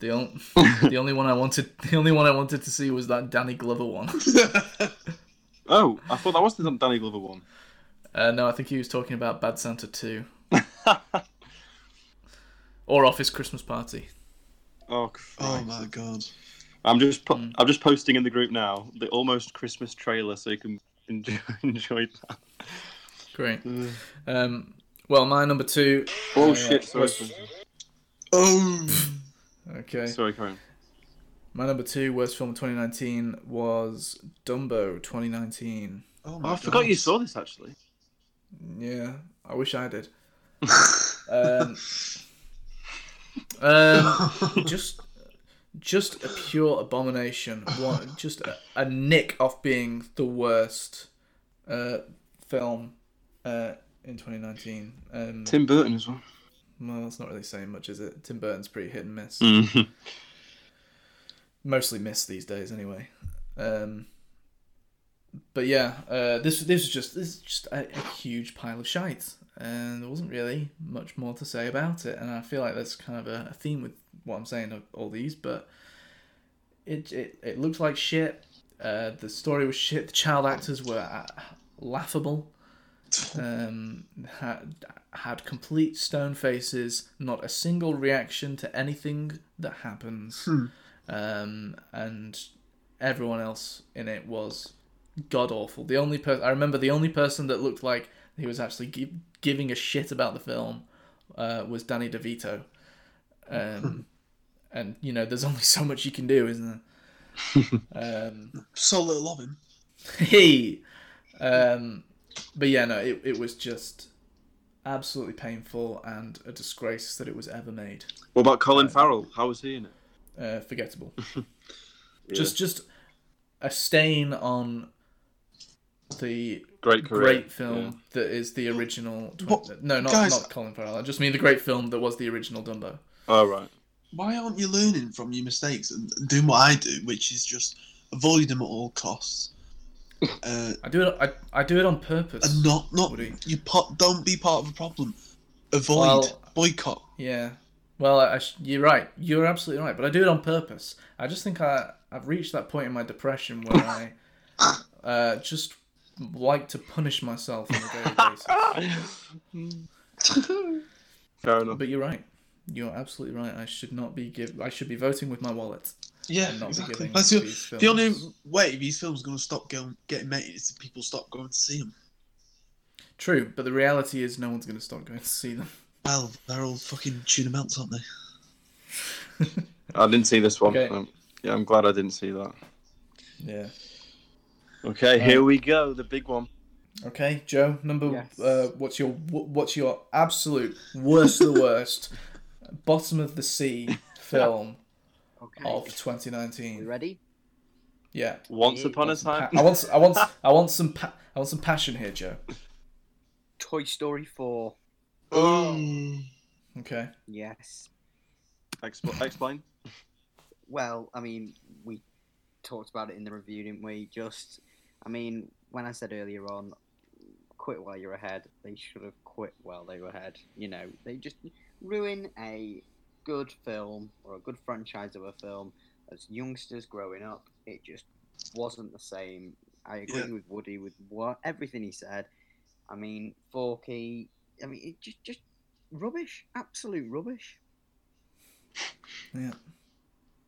The, on- the only one I wanted, the only one I wanted to see was that Danny Glover one. Oh, I thought that was the Danny Glover one. Uh, no, I think he was talking about Bad Santa Two or Office Christmas Party. oh, Christ. oh my god. I'm just po- I'm just posting in the group now the almost Christmas trailer, so you can enjoy, enjoy that. Great. Um, well, my number two. Oh Uh, shit! Sorry, was- Oh, Okay. sorry, Karen. My number two worst film of 2019 was Dumbo 2019. oh my Oh, I god. forgot you saw this actually. Yeah, I wish I did. um, um, just just a pure abomination. What, just a, a nick off being the worst uh, film uh, in 2019. Um, Tim Burton as well. well, that's not really saying much, is it? Tim Burton's pretty hit and miss. Mostly miss these days, anyway. Um, but yeah, uh, this this is just this is just a, a huge pile of shite, and there wasn't really much more to say about it. And I feel like that's kind of a, a theme with what I'm saying of all these, but it it it looked like shit. Uh, the story was shit. The child actors were uh, laughable um, had had complete stone faces, not a single reaction to anything that happens, um, and everyone else in it was god awful. The only per- I remember the only person that looked like he was actually gi- giving a shit about the film uh, was Danny DeVito, um, and you know there's only so much you can do, isn't there? um, so little of him. he um but yeah no it, it was just absolutely painful and a disgrace that it was ever made What about Colin Farrell? How was he in it? uh forgettable just just a stain on the great career. great film that is the original twen- What- no not, guys- not colin farrell i just mean the great film that was the original dumbo Oh right. Why aren't you learning from your mistakes and doing what I do, which is just avoid them at all costs? Uh, i do it i, I do it on purpose and not not Woody. you pot, don't be part of a problem. Avoid Well- boycott. Yeah. Well, I, I sh- you're right. You're absolutely right. But I do it on purpose. I just think I, I've reached that point in my depression where I uh, just like to punish myself on a daily basis. Fair enough. But you're right. You're absolutely right. I should not be give. I should be voting with my wallet. Yeah, And not be exactly. giving That's the, these the only films- way these films are going to stop going getting made is if people stop going to see them. True, but the reality is no one's going to stop going to see them. Well, they're all fucking tuna melts, aren't they? I didn't see this one. Okay. Um, yeah, I'm glad I didn't see that. Yeah. Okay, here we go. The big one. Okay, Joe. Number. Yes. Uh, what's your wh- What's your absolute worst of the worst, bottom of the sea film Okay. of You 2019? ready? Yeah. Once Yeah, upon a Pa- time. I want, s- I want, s- I want some, pa- I want some passion here, Joe. Toy Story 4. Oh, Okay. Yes. Expl- explain. Well, I mean, we talked about it in the review, didn't we? Just, I mean, when I said earlier on, quit while you're ahead, they should have quit while they were ahead. You know, they just ruin a good film or a good franchise of a film as youngsters growing up. It just wasn't the same. I agree Yeah. with Woody with what everything he said. I mean, Forky. I mean, it just just rubbish, absolute rubbish. Yeah.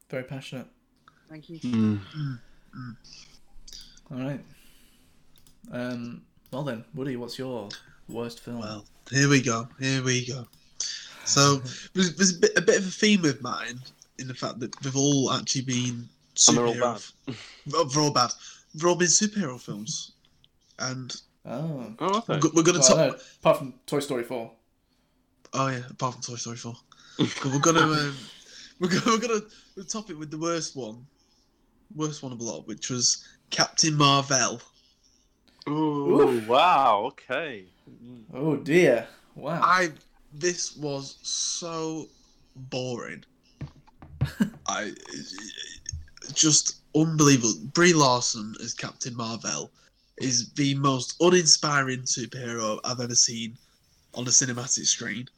Very passionate. Thank Hmm. you. All right. Um, well then, Woody, what's your worst film? Well, here we go. Here we go. So there's, there's a, bit, a bit of a theme with mine in the fact that they've all actually been And they're all superhero. They're all bad. they're all bad. They've all been superhero films, and oh, Oh, we're, okay. go- we're gonna Well, talk. no, apart from Toy Story Four. Oh yeah, apart from Toy Story Four, But we're gonna um, we're gonna we're gonna we'll top it with the worst one, worst one of the lot, which was Captain Marvel. Ooh, wow. Okay. Oh dear! Wow. I this was so boring. I just unbelievable. Brie Larson as Captain Marvel is the most uninspiring superhero I've ever seen on a cinematic screen.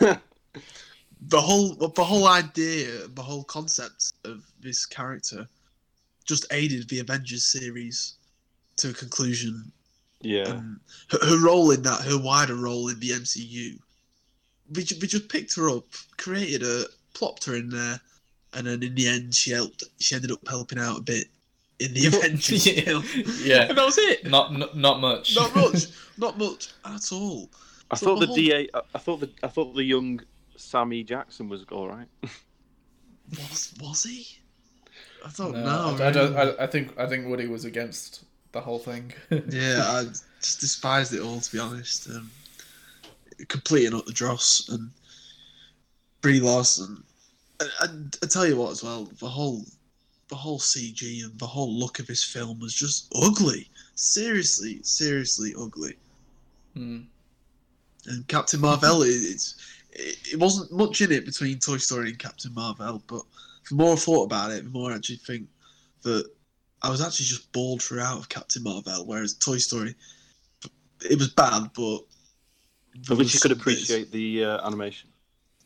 the whole the whole idea, the whole concept of this character just aided the Avengers series to a conclusion Yeah. um, her, her role in that, her wider role in the MCU. We, ju- we just picked her up, created her, plopped her in there, and then in the end, she helped. She ended up helping out a bit in the Avengers film. yeah, And that was it. not not, not much. Not much. Not much at all. I so thought the the whole- DA. I- I thought the I thought the young Sammy Jackson was all right. Was was he? I no, don't know. I, I, don't- Oh, really. I, I think I think Woody was against the whole thing. yeah, I just despised it all to be honest. Um, completing up the dross and Brie Larson. And, and I tell you what, as well, the whole, the whole CG and the whole look of this film was just ugly. Seriously, seriously ugly. Mm. And Captain Marvel, it, it's it, it wasn't much in it between Toy Story and Captain Marvel, but the more I thought about it, the more I actually think that I was actually just bored throughout of Captain Marvel, whereas Toy Story, it was bad, but At least you there was could some bits- appreciate the uh, animation.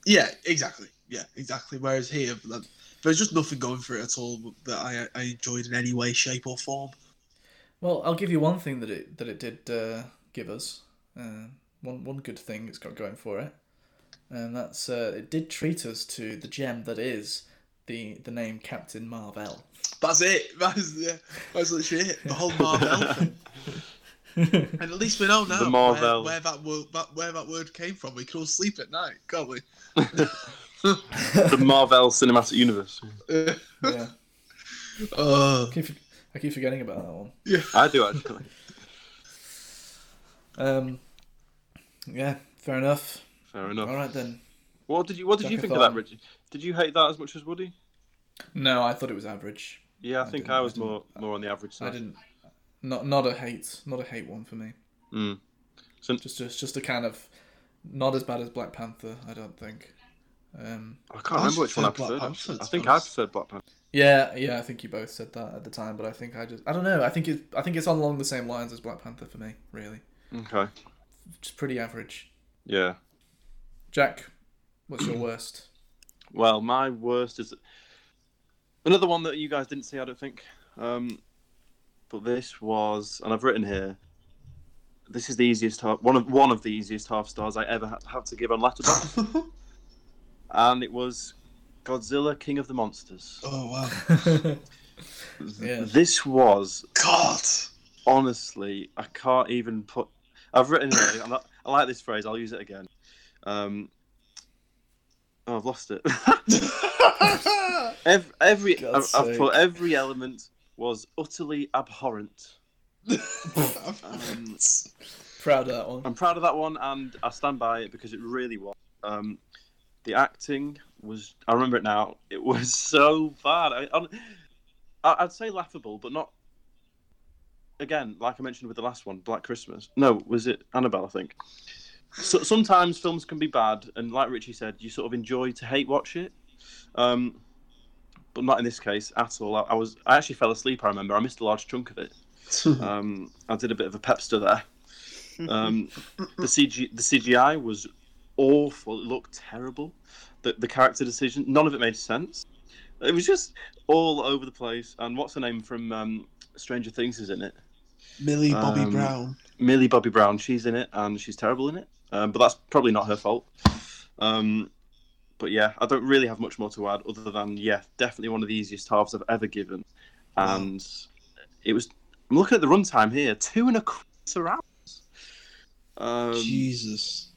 Yeah, exactly. Yeah, exactly. Whereas here, like, there's just nothing going for it at all that I, I enjoyed in any way, shape, or form. Well, I'll give you one thing that it that it did uh, give us. Uh, one one good thing it's got going for it, and that's uh, it did treat us to the gem that is the the name Captain Marvel. That's it. That's yeah, that's literally it. The whole Marvel thing. yeah, And at least we know now The Marvel. Where, where that word that, where that word came from. We can all sleep at night, can't we? the Marvel Cinematic Universe. Uh, oh, I keep, I keep forgetting about that one. I do actually. Um, yeah, fair enough. Fair All enough. right then. What did you What did you think of Jackathon. that, Richie? Did you hate that as much as Woody? No, I thought it was average. Yeah, I, I think didn't- I I was didn't- more more on the average side. I didn't. Not not a hate, not a hate one for me. Mm. So- Just just just a kind of not as bad as Black Panther. I don't think. Um, I I can't remember actually which one I preferred preferred. Black actually. Panther, I to think be I honest. preferred Black Panther. yeah, yeah, I think you both said that at the time, but I think I just I don't know. I think it I think it's along the same lines as Black Panther for me. Really, Okay. just pretty average. Yeah. Jack, what's your worst? Well, my worst is another one that you guys didn't see. I don't think. Um, but this was, and I've written here. This is the easiest half, one of one of the easiest half stars I ever had, had to give on Letterboxd, Oh, and it was Godzilla King of the Monsters. oh wow, yeah. This was God. honestly, I can't even put. I've written it. I'm not, I like this phrase. I'll use it again. Um, oh, I've lost it. every every I've, God's I've put sake. every element was utterly abhorrent. Um, Proud of that one. I'm proud of that one, and I stand by it because it really was. Um, the acting was. I remember it now. It was so bad. I, I, I- I'd say laughable, but not. Again, like I mentioned with the last one, Black Christmas. No, was it Annabelle? I think. So, sometimes films can be bad, and like Richie said, you sort of enjoy to hate watch it. Um, but not in this case at all. I, I was. I actually fell asleep. I remember. I missed a large chunk of it. Uh, Um, I did a bit of a pepster there. Um, the CG, the CGI was awful. It looked terrible. The, the character decision, none of it made sense. It was just all over the place. And what's her name from um, Stranger Things is in it. Millie Bobby Um, Brown. Millie Bobby Brown. She's in it, and she's terrible in it. Um, but that's probably not her fault. Um, But yeah, I don't really have much more to add other than yeah, definitely one of the easiest halves I've ever given, and it was. I'm looking at the runtime here, two and a quarter hours. Um, Jesus.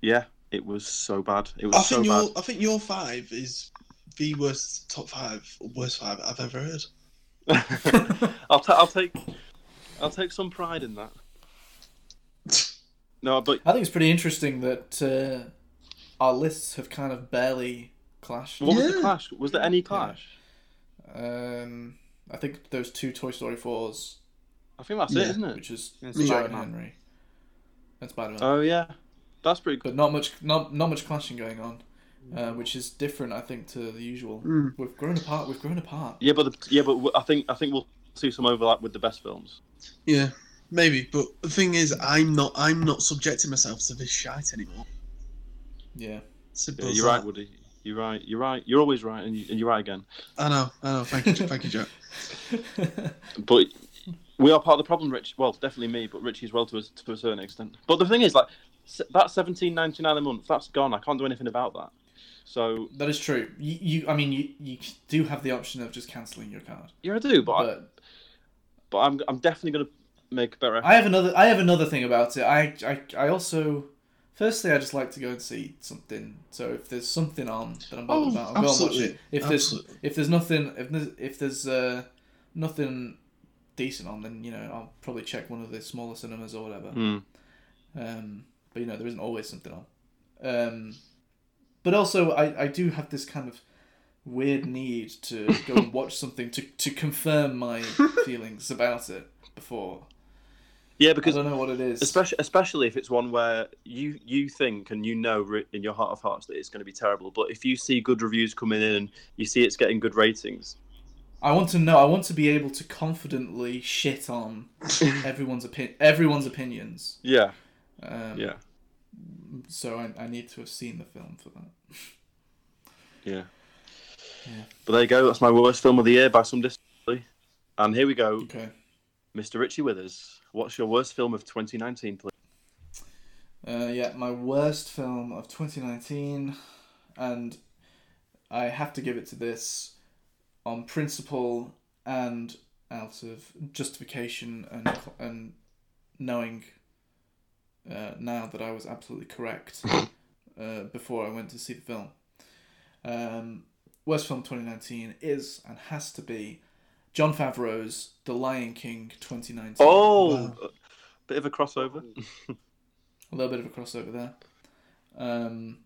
yeah, it was so bad. It was I so think bad. your I think your five is the worst top five, worst five I've ever heard. I'll, ta- I'll take I'll take some pride in that. No, but I think it's pretty interesting that uh, our lists have kind of barely clashed. what was Yeah. the clash? Was there any clash? Um, I think those two Toy Story fours, I think that's it, Yeah. isn't it? which is Yeah, it's Joe and Spider-Man. Henry, and Spider Man. Oh yeah, that's pretty good. but not much, not not much clashing going on, uh, which is different, I think, to the usual. Mm. We've grown apart. We've grown apart. Yeah, but the, yeah, but w- I think I think we'll see some overlap with the best films. Yeah, maybe. But the thing is, I'm not I'm not subjecting myself to this shite anymore. Yeah. Yeah, Simple as you're that. right, Woody. You're right. You're right. You're always right, and, you, and you're right again. I know. I know. Thank you. thank you, Jack. But we are part of the problem, Rich. Well, definitely me, but Richie as well to a, to a certain extent. But the thing is, like s- that seventeen ninety nine a month, that's gone. I can't do anything about that. So that is true. You, you I mean, you, you do have the option of just cancelling your card, yeah, I do, but, I, but but I'm I'm definitely gonna make a better. effort. I have another. I have another thing about it. I, I, I also. Firstly, I just like to go and see something. So if there's something on that I'm bothered Oh, about, I'll go and watch absolutely, it. If absolutely. there's if there's nothing if there's, if there's uh, nothing decent on, then you know I'll probably check one of the smaller cinemas or whatever. Hmm. Um, but you know, there isn't always something on. Um, but also, I, I do have this kind of weird need to go and watch something to, to confirm my feelings about it before. Yeah, I because don't know what it is. especially especially if it's one where you you think and you know ri- in your heart of hearts that it's going to be terrible but if you see good reviews coming in and you see it's getting good ratings I want to know. I want to be able to confidently shit on everyone's opinion. Everyone's opinions. yeah Um, yeah So I, I need to have seen the film for that. yeah but there you go that's my worst film of the year by some distance and here we go Okay. mr richie withers what's your worst film of 2019 please Uh, yeah, my worst film of 2019, and I have to give it to this on principle and out of justification and and knowing uh, now that I was absolutely correct uh, before I went to see the film. Um, worst film 2019 is and has to be John Favreau's The Lion King 2019. oh a bit of a crossover a little bit of a crossover there. Um,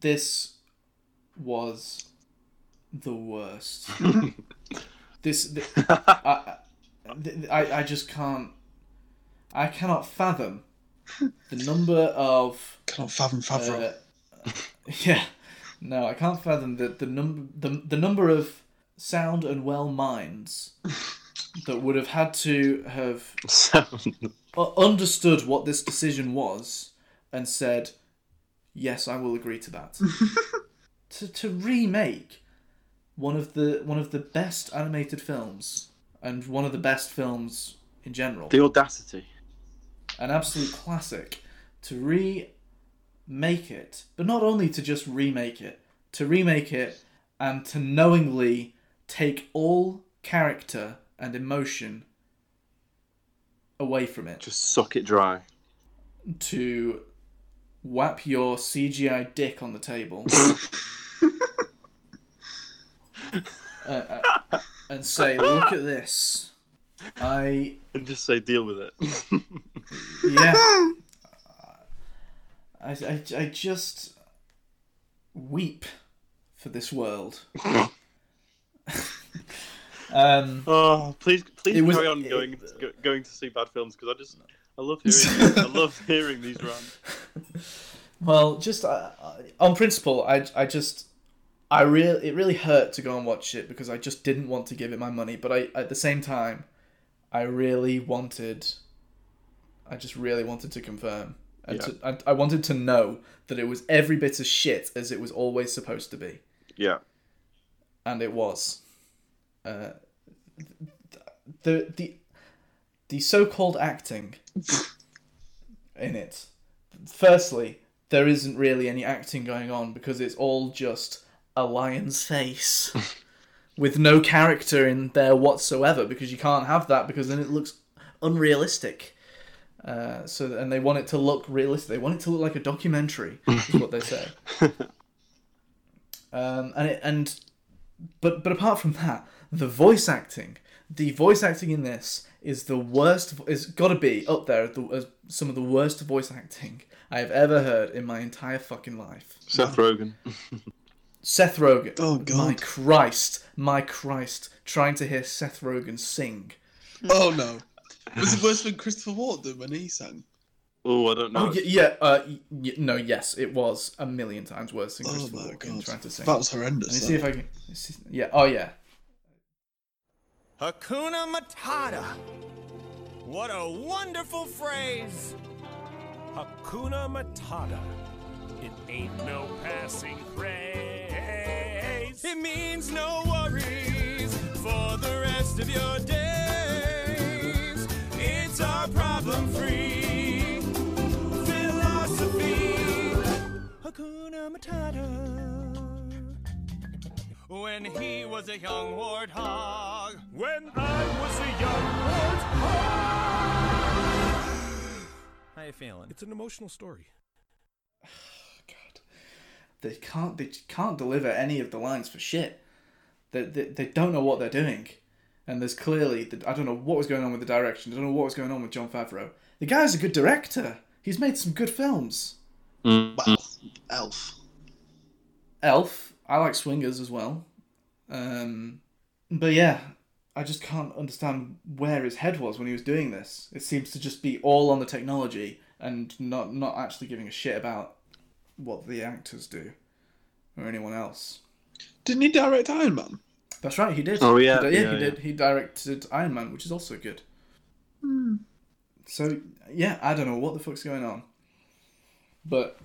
this was the worst. this, th- I, I- th- I, I just can't. I cannot fathom the number of. Cannot fathom Favreau. Uh, yeah, no, I can't fathom the the number the, the number of sound and well minds that would have had to have u- uh, understood what this decision was and said, "Yes, I will agree to that." to to remake one of the one of the best animated films and one of the best films in general, the audacity an absolute classic, to remake it, but not only to just remake it, to remake it and to knowingly take all character and emotion away from it just suck it dry to whap your CGI dick on the table uh, uh, and say, "Look at this." I and just say deal with it yeah. I, I, I just weep for this world. um, Oh, please, please It was- carry on it- going go, going to see bad films because I just I love hearing I love hearing these rants. Well, just uh, uh, on principle, I, I just I real it really hurt to go and watch it because I just didn't want to give it my money, but I at the same time, I really wanted. I just really wanted to confirm. And Yeah. to, I, I wanted to know that it was every bit as shit as it was always supposed to be, Yeah, and it was. Uh, the the the so-called acting in it. Firstly, there isn't really any acting going on because it's all just a lion's face with no character in there whatsoever because you can't have that because then it looks unrealistic. Uh, so and they want it to look realistic. They want it to look like a documentary, is what they say. Um, and it, and but but apart from that, the voice acting, the voice acting in this is the worst. Is got to be up there at the, as some of the worst voice acting I have ever heard in my entire fucking life. Seth Rogen. Seth Rogen. Oh, My God. Christ, my Christ! Trying to hear Seth Rogen sing. Oh no. Was it worse than Christopher Walken when he sang? Oh, I don't know. Oh y- yeah, uh, y- y- no, yes, it was a million times worse than Oh Christopher my Walken god. trying to sing. That was Let me horrendous. see if I can. see- Yeah. Oh yeah. Hakuna Matata. What a wonderful phrase. Hakuna Matata. It ain't no passing craze. It means no worries for the rest of your days. It's our problem free philosophy. Hakuna Matata when he was a young warthog. When I was a young warthog. How you feeling? It's an emotional story. God, they can't they can't deliver any of the lines for shit. They they, they don't know what they're doing, and there's clearly the, I don't know what was going on with the direction. I don't know what was going on with John Favreau. The guy's a good director. He's made some good films. Wow. Elf. Elf. I like Swingers as well. Um, but yeah, I just can't understand where his head was when he was doing this. It seems to just be all on the technology and not not actually giving a shit about what the actors do or anyone else. Didn't he direct Iron Man? That's right, he did. Oh, yeah, he, di- yeah, yeah, he yeah. did. He directed Iron Man, which is also good. So yeah, I don't know what the fuck's going on, but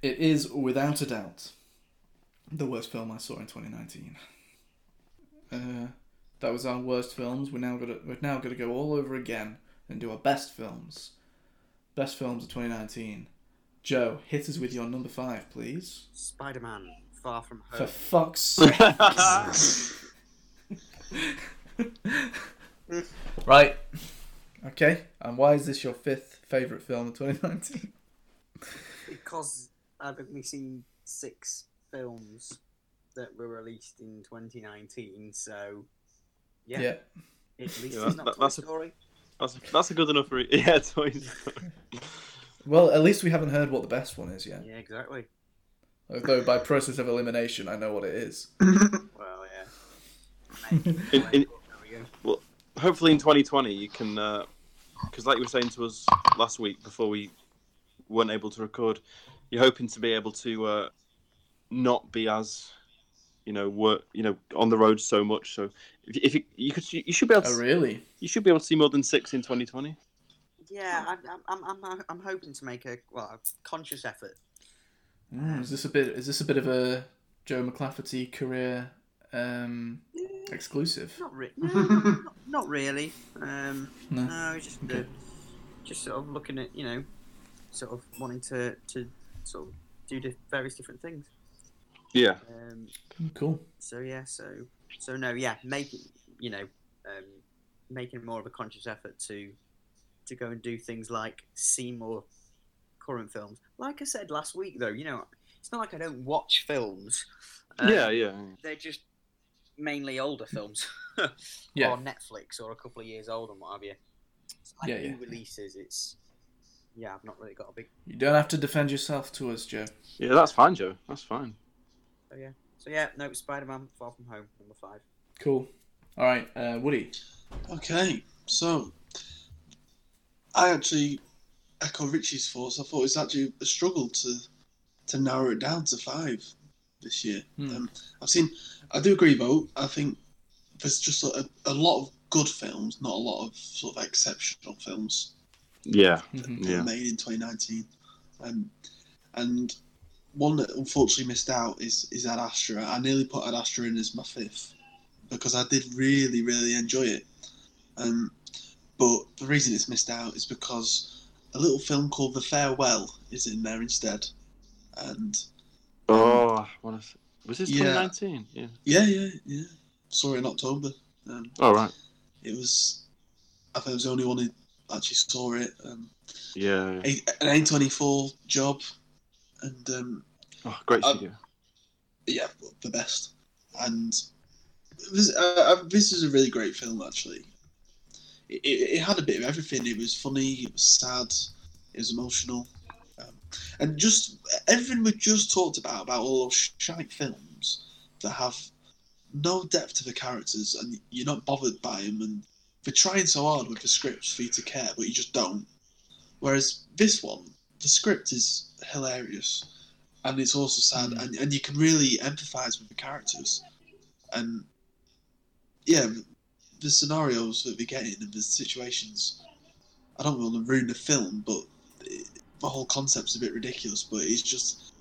it is without a doubt the worst film I saw in 2019. Uh, that was our worst films. We're now gonna we're now gonna go all over again and do our best films. Best films of 2019. Joe, hit us with your number five, please. Spider Man Far From For Uh, Home. fuck's sake. Hmm. Right. Okay. And why is this your fifth favourite film of 2019? because I've only seen six films that were released in 2019, so yeah, at least Yeah, it's not that- Toy that's a- Story. That's, that's a good enough re- yeah. Toy Story. Well, at least we haven't heard what the best one is yet. Yeah, exactly. Although, by process of elimination, I know what it is. Well, yeah. In, in, There we go. well, hopefully in 2020 you can, because like you were saying to us last week before we weren't able to record, you're hoping to be able to uh, not be as, you know, work, you know, on the road so much. So if, you- if you, you could, you should be able, Oh, to, really? you should be able to see more than six in 2020. Yeah, I'm, I'm, I'm, I'm, I'm hoping to make a well a conscious effort. Mm, is this a bit? Is this a bit of a Joe McLafferty career um, exclusive? Not really. No, not, not really. Um, No. no, just uh, just sort of looking at you know, sort of wanting to to sort of do di- various different things. Yeah. Um, Hmm, Cool. so yeah so so no yeah making you know um, making more of a conscious effort to to go and do things like see more current films like i said last week though you know it's not like i don't watch films Uh, Um, yeah, yeah, they're just mainly older films Yeah. or netflix or a couple of years old and what have you It's like Yeah, new yeah. releases it's yeah i've not really got a big You don't have to defend yourself to us, Joe. yeah. That's fine, Joe. That's fine. so yeah so yeah no spider-man far from home number five Cool. All right, uh, Woody. Okay, so I actually echo Richie's thoughts. I thought it's actually a struggle to to narrow it down to five this year. Hmm. Um, I've seen. I do agree, though. I think there's just a, a lot of good films, not a lot of sort of exceptional films Yeah, Mhm. that were Yeah. made in 2019. Um, and one that unfortunately missed out is is Ad Astra. I nearly put Ad Astra in as my fifth because I did really really enjoy it. Um, but the reason it's missed out is because a little film called The Farewell is in there instead. And Oh, I wanna s- was this Yeah. 2019? Yeah. yeah, yeah, yeah. Saw it in October. Um, All right. it was, I think I was the only one who actually saw it. Um, Yeah. a- an A24 job, and um, Oh, great Uh, studio. yeah, the best. And this, uh, uh, this is a really great film, actually. It, it, it had a bit of everything. It was funny, it was sad, it was emotional, um, and just everything we just talked about about all those shite films that have no depth to the characters, and you're not bothered by them, and they're trying so hard with the scripts for you to care, but you just don't. Whereas this one, the script is hilarious and it's also sad, Mm. and, and you can really empathise with the characters, and yeah, the scenarios that we get in and the situations. I don't want to ruin the film, but it, the whole concept's a bit ridiculous. But it's just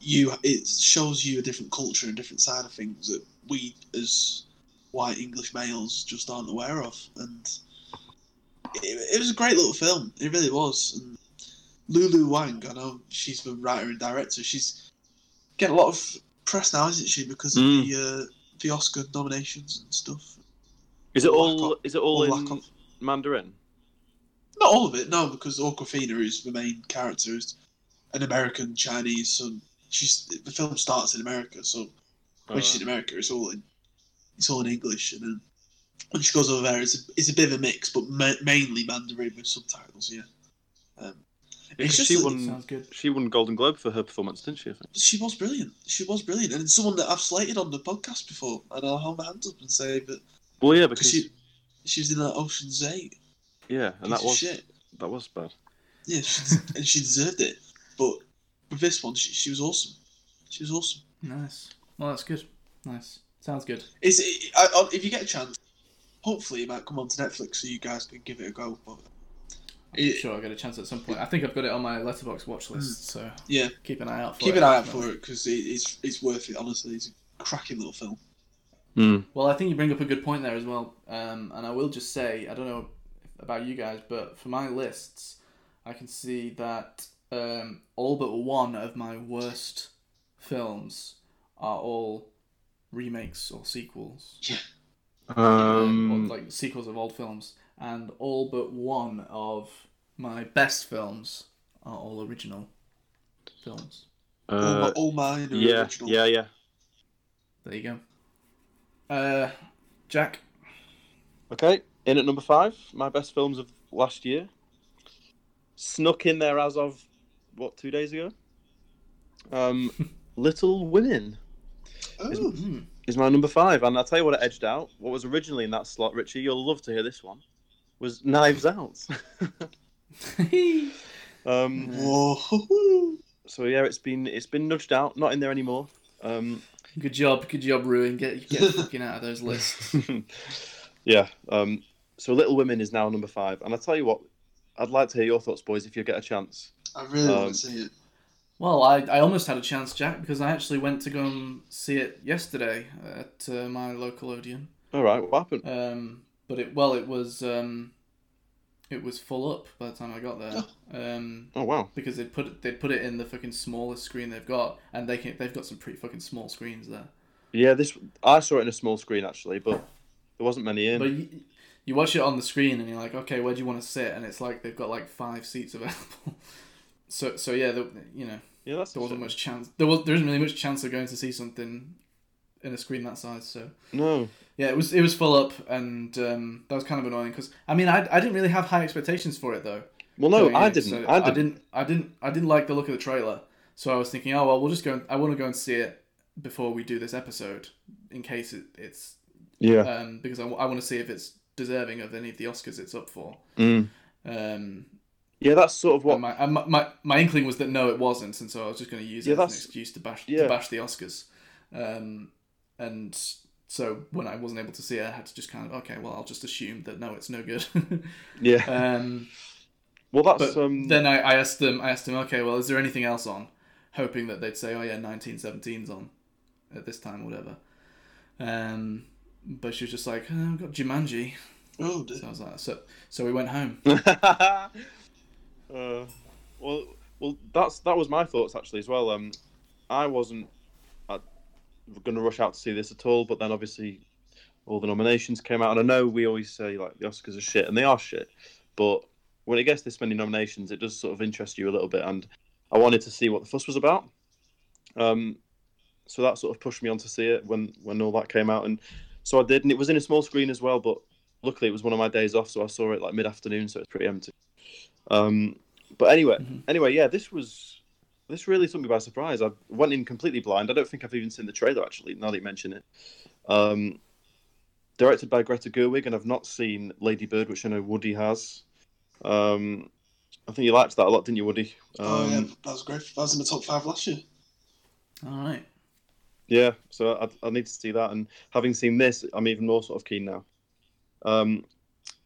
you. It shows you a different culture and different side of things that we as white English males just aren't aware of, and it, it was a great little film. It really was, and Lulu Wang, I know she's the writer and director. She's getting a lot of press now, isn't she? Because of Mm. the uh, the Oscar nominations and stuff. Is it Black all? Op- Is it all or lack in of- Mandarin? Not all of it, no, because Aquafina is the main character, is an American Chinese, so she's the film starts in America, so when she's in America, it's all in it's all in English, and then when she goes over there, it's a, it's a bit of a mix, but ma- mainly Mandarin with subtitles. Yeah, um, it's Because just she that- won. Sounds good. Uh, She won Golden Globe for her performance, didn't she? I think? She was brilliant. She was brilliant, and it's someone that I've slated on the podcast before, and I'll hold my hand up and say that Well, yeah, because because she she was in that Ocean's Eight. yeah, Piece and that of was shit. that was bad. Yeah, she, and she deserved it. But with this one, she, she was awesome. She was awesome. Nice. Well, that's good. Nice. Sounds good. Is it, I, I, if you get a chance, hopefully it might come onto Netflix so you guys can give it a go. But I'm It- sure I'll get a chance at some point. I think I've got it on my letterbox watch list, so Hmm. yeah, keep an eye out for keep it. an eye out for it because it, it's it's worth it. Honestly, it's a cracking little film. Hmm. Well, I think you bring up a good point there as well. Um, and I will just say, I don't know about you guys, but for my lists, I can see that um, all but one of my worst films are all remakes or sequels, um, or, like sequels of old films, and all but one of my best films are all original films. all, my, uh, all mine are yeah, original. yeah, yeah. There you go. Uh, Jack, Okay, in at number five, my best films of last year. Snuck in there as of what two days ago. Um, Little Women Oh, is my number five, and I'll tell you what it edged out. What was originally in that slot, Richie, you'll love to hear this one, was Knives Out. um, whoa. so yeah, it's been it's been nudged out, not in there anymore. Um, Good job, good job, Ruin. Get get fucking out of those lists. yeah. Um, so Little Women is now number five, and I tell you what, I'd like to hear your thoughts, boys, if you get a chance. I really Um, want to see it. Well, I, I almost had a chance, Jack, because I actually went to go and see it yesterday at uh, my local Odeon. All right, what happened? Um, but it well, it was um, it was full up by the time I got there. Um, Oh wow. because they put it, they put it in the fucking smallest screen they've got, and they can they've got some pretty fucking small screens there. Yeah, this I saw it in a small screen actually, but there wasn't many in. But you, you watch it on the screen and you're like, okay, where do you want to sit? And it's like they've got like five seats available. so so yeah, the, you know. yeah, that's there wasn't much chance. There was there isn't really much chance of going to see something in a screen that size. So No. yeah, it was it was full up, and um, that was kind of annoying because I mean I, I didn't really have high expectations for it though. Well, no, going I, in, didn't. so I didn't. I didn't. I didn't. I didn't like the look of the trailer, so I was thinking, oh well, we'll just go. And, I want to go and see it before we do this episode, in case it, it's Yeah. um, because I, want to see if it's deserving of any of the Oscars it's up for. Mm. Um, Yeah, that's sort of what. and my, and my my my inkling was that no, it wasn't, and so I was just going to use it Yeah, as an that's- excuse to bash yeah. to bash the Oscars. Um, and so when I wasn't able to see it, I had to just kind of okay, well, I'll just assume that no, it's no good. yeah. um, well, that's but um. then I, I asked them, I asked them, okay, well, is there anything else on? Hoping that they'd say, oh yeah, 1917's on at this time, or whatever. Um, but she was just like, oh, I've got Jumanji. Oh, dear. So I was like, so so we went home. Uh, Well, that's that was my thoughts actually as well. Um, I wasn't going to rush out to see this at all, but then obviously all the nominations came out, and I know we always say like the Oscars are shit, and they are shit, but when it gets this many nominations, it does sort of interest you a little bit, and I wanted to see what the fuss was about. Um, so that sort of pushed me on to see it when when all that came out, and so I did, and it was in a small screen as well, but luckily it was one of my days off, so I saw it like mid afternoon, so it's pretty empty. Um, but anyway, anyway, yeah, this was this really took me by surprise. I went in completely blind. I don't think I've even seen the trailer actually. Now that you mention it, um, directed by Greta Gerwig, and I've not seen Lady Bird, which I know Woody has. Um, I think you liked that a lot, didn't you, Woody? Um, oh yeah, that was great. That was in the top five last year. All right. Yeah, so I, I need to see that. And having seen this, I'm even more sort of keen now. Um,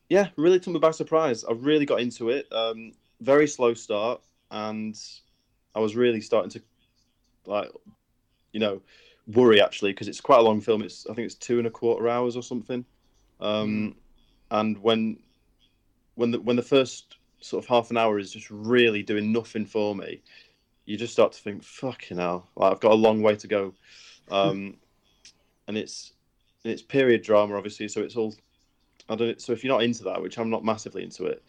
yeah, really took me by surprise. I really got into it. Um, very slow start, and I was really starting to, like, you know, worry actually because it's quite a long film. It's I think it's two and a quarter hours or something. Um, and when when the when the first sort of half an hour is just really doing nothing for me, you just start to think, fucking hell, like, I've got a long way to go. Um, and it's and it's period drama, obviously, so it's all. I don't. So if you're not into that, which I'm not massively into it,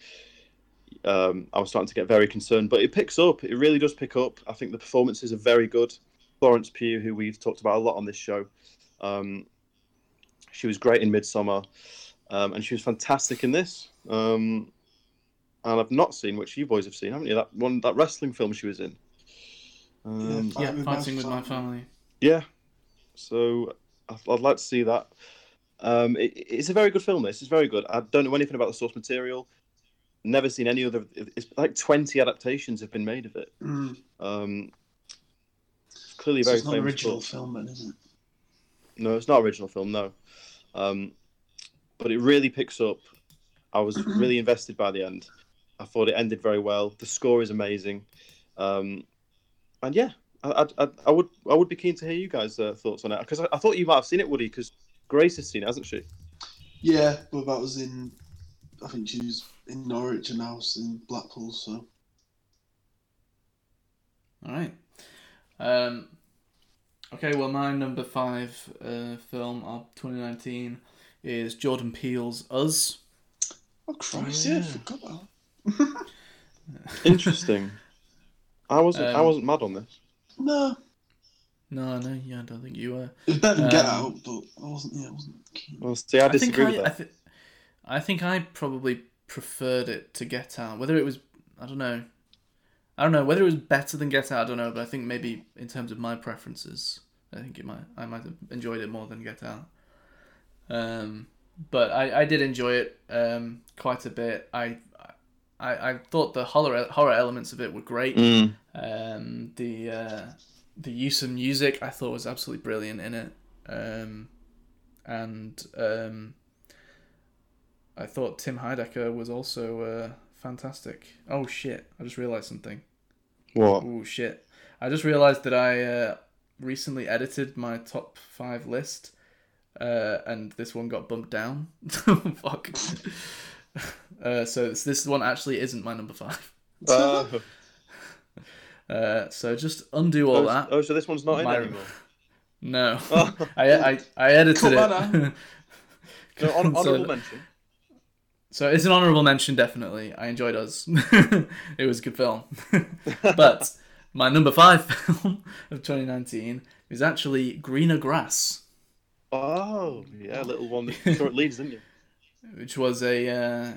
um, I was starting to get very concerned. But it picks up. It really does pick up. I think the performances are very good. Florence Pugh, who we've talked about a lot on this show, um, she was great in Midsummer, um, and she was fantastic in this. Um, and I've not seen, which you boys have seen, haven't you? That one, that wrestling film she was in. Um, Yeah, fighting with my family. yeah. So I'd, I'd like to see that. Um, it, it's a very good film. This is very good. I don't know anything about the source material. Never seen any other. It's like twenty adaptations have been made of it. Mm. Um, it's clearly So very it's not an famous original book. film, then, is it? No, it's not original film. No, um, but it really picks up. I was really invested by the end. I thought it ended very well. The score is amazing, um, and yeah, I, I, I- I would I would be keen to hear you guys' uh, thoughts on it because I, I thought you might have seen it, Woody, because Grace has seen it, hasn't she? Yeah, but that was in. I think she was in Norwich and now it's in Blackpool. So All right. Um, okay, well, my number five uh, film of 2019 is Jordan Peele's Us. oh Christ, yeah, I forgot that. Interesting. I wasn't I Um, wasn't mad on this. No, No, no, yeah, I don't think you were. it was better than Get Um, Out, but I wasn't. Yeah, I wasn't keen. Well, see, I I think disagree I, with I, that. th- I think I probably preferred it to Get Out. Whether it was, I don't know. I don't know whether it was better than Get Out. I don't know, but I think maybe in terms of my preferences, I think it might. I might have enjoyed it more than Get Out. Um, but I, I did enjoy it um, quite a bit. I, I I thought the horror horror elements of it were great. Mm. Um, the uh, the use of music I thought was absolutely brilliant in it, um, and um, I thought Tim Heidecker was also uh, fantastic. Oh shit! I just realized something. What? Oh shit! I just realized that I uh, recently edited my top five list, uh, and this one got bumped down. Fuck. uh, so this, this one actually isn't my number five. Uh, Uh, so just undo all oh, that. oh, so this one's not in My- anymore. No, I, I I edited Come on, it. No, hon- So- honourable mention. so it's an honourable mention, definitely. I enjoyed us. it was a good film. but my number five film of 2019 is actually Greener Grass, Oh, yeah, little one that you saw at Leeds, didn't you? which was a uh,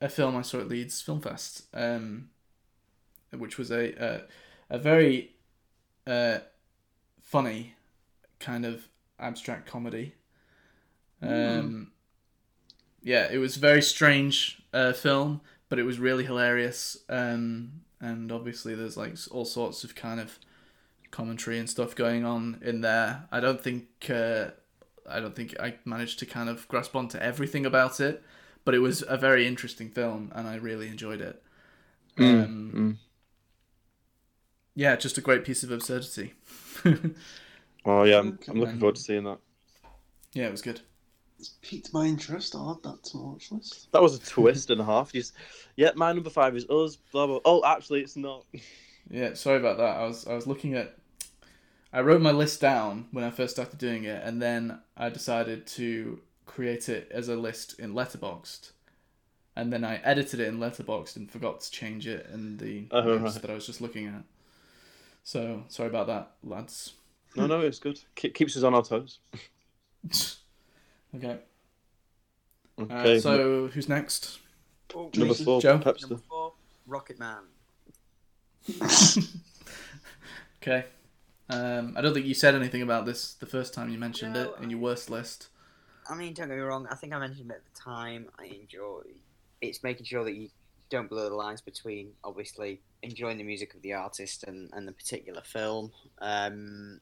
a film I saw at Leeds Film Fest, um, which was a uh, a very uh, funny kind of abstract comedy. Um, Yeah, it was a very strange uh, film, but it was really hilarious. Um, and obviously, there's like all sorts of kind of commentary and stuff going on in there. I don't think uh, I don't think I managed to kind of grasp onto everything about it, but it was a very interesting film, and I really enjoyed it. Um, Yeah, just a great piece of absurdity. Oh yeah, I'm, I'm looking forward to seeing that. yeah, it was good. It's piqued my interest. I'll add that to my watch list. That was a twist and a half. You s yeah, my number five is us. Blah blah. Oh, actually, it's not. Yeah, sorry about that. I was I was looking at I wrote my list down when I first started doing it and then I decided to create it as a list in Letterboxd. And then I edited it in Letterboxd and forgot to change it in the Oh, notes right. that I was just looking at. So, sorry about that, lads. No, no, it's good. Keep, keeps us on our toes. Okay. Uh, Okay. so, who's next? Oh, number Mason, four, Joe. Pepster. number four, Rocket Man. Okay. Um, I don't think you said anything about this the first time you mentioned No, it in your worst list. I mean, don't get me wrong. I think I mentioned it at the time. I enjoy. It's making sure that you don't blur the lines between obviously enjoying the music of the artist and, and the particular film, um,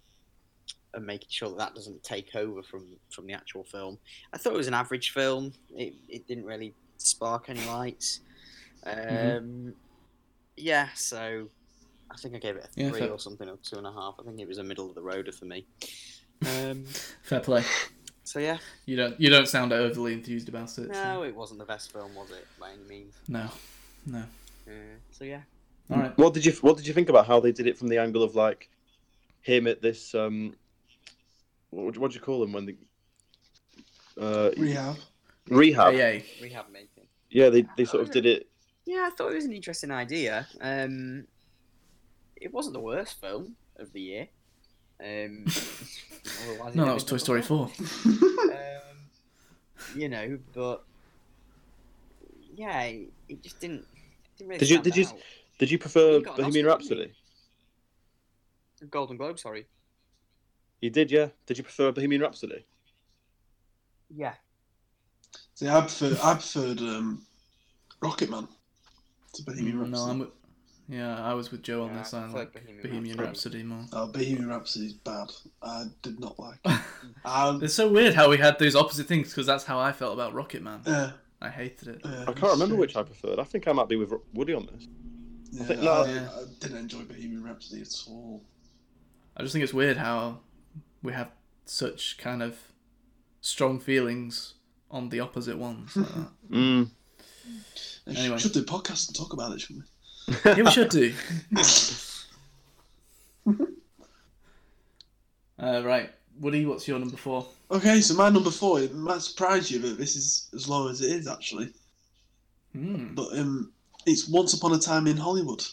and making sure that that doesn't take over from from the actual film. I thought it was an average film. It it didn't really spark any lights. Um, Mm-hmm. Yeah, so I think I gave it a Yeah, three fair. or something, or two and a half. I think it was a middle of the roader for me. Um, Fair play. so yeah. You don't you don't sound overly enthused about it. so- No, it wasn't the best film, was it? By any means. No. Mm. Uh, so yeah, All right. What did you What did you think about how they did it from the angle of like him at this um, what what do you call them when the uh Rehab. Oh, rehab? Yeah, AA. we have anything. they they sort of did it. Yeah, I thought it was an interesting idea. Um, it wasn't the worst film of the year. Um, otherwise No, it'd that have was Toy Story been number 4. Um, you know, but yeah, it, it just didn't. didn't really Did you- stand did you- out. Did you prefer He got an Bohemian Oscar, didn't he? Rhapsody? Golden Globe? Sorry. You did, yeah. Did you prefer Bohemian Rhapsody? Yeah. See, I preferred, I preferred um, Rocket Man to Bohemian Mm, Rhapsody. No, I'm. with- Yeah, I was with Joe on Yeah, this. I I preferred like Bohemian Bohemian Rhapsody more. Oh, Bohemian Rhapsody is bad. I did not like it. Um, it's so weird how we had those opposite things because that's how I felt about Rocket Man. yeah, I hated it. yeah, I can't remember which I preferred. I think I might be with Woody on this. Yeah, I, think- no. I, didn't enjoy Bohemian Rhapsody at all. I just think it's weird how we have such kind of strong feelings on the opposite ones. Like that. Mm. Anyway. We should do a podcast and talk about it, shouldn't we? yeah, we should do. uh, right, Woody, what's your number four? Okay, so my number four. It might surprise you that this is as low as it is actually, Hmm. but um, it's Once Upon a Time in Hollywood.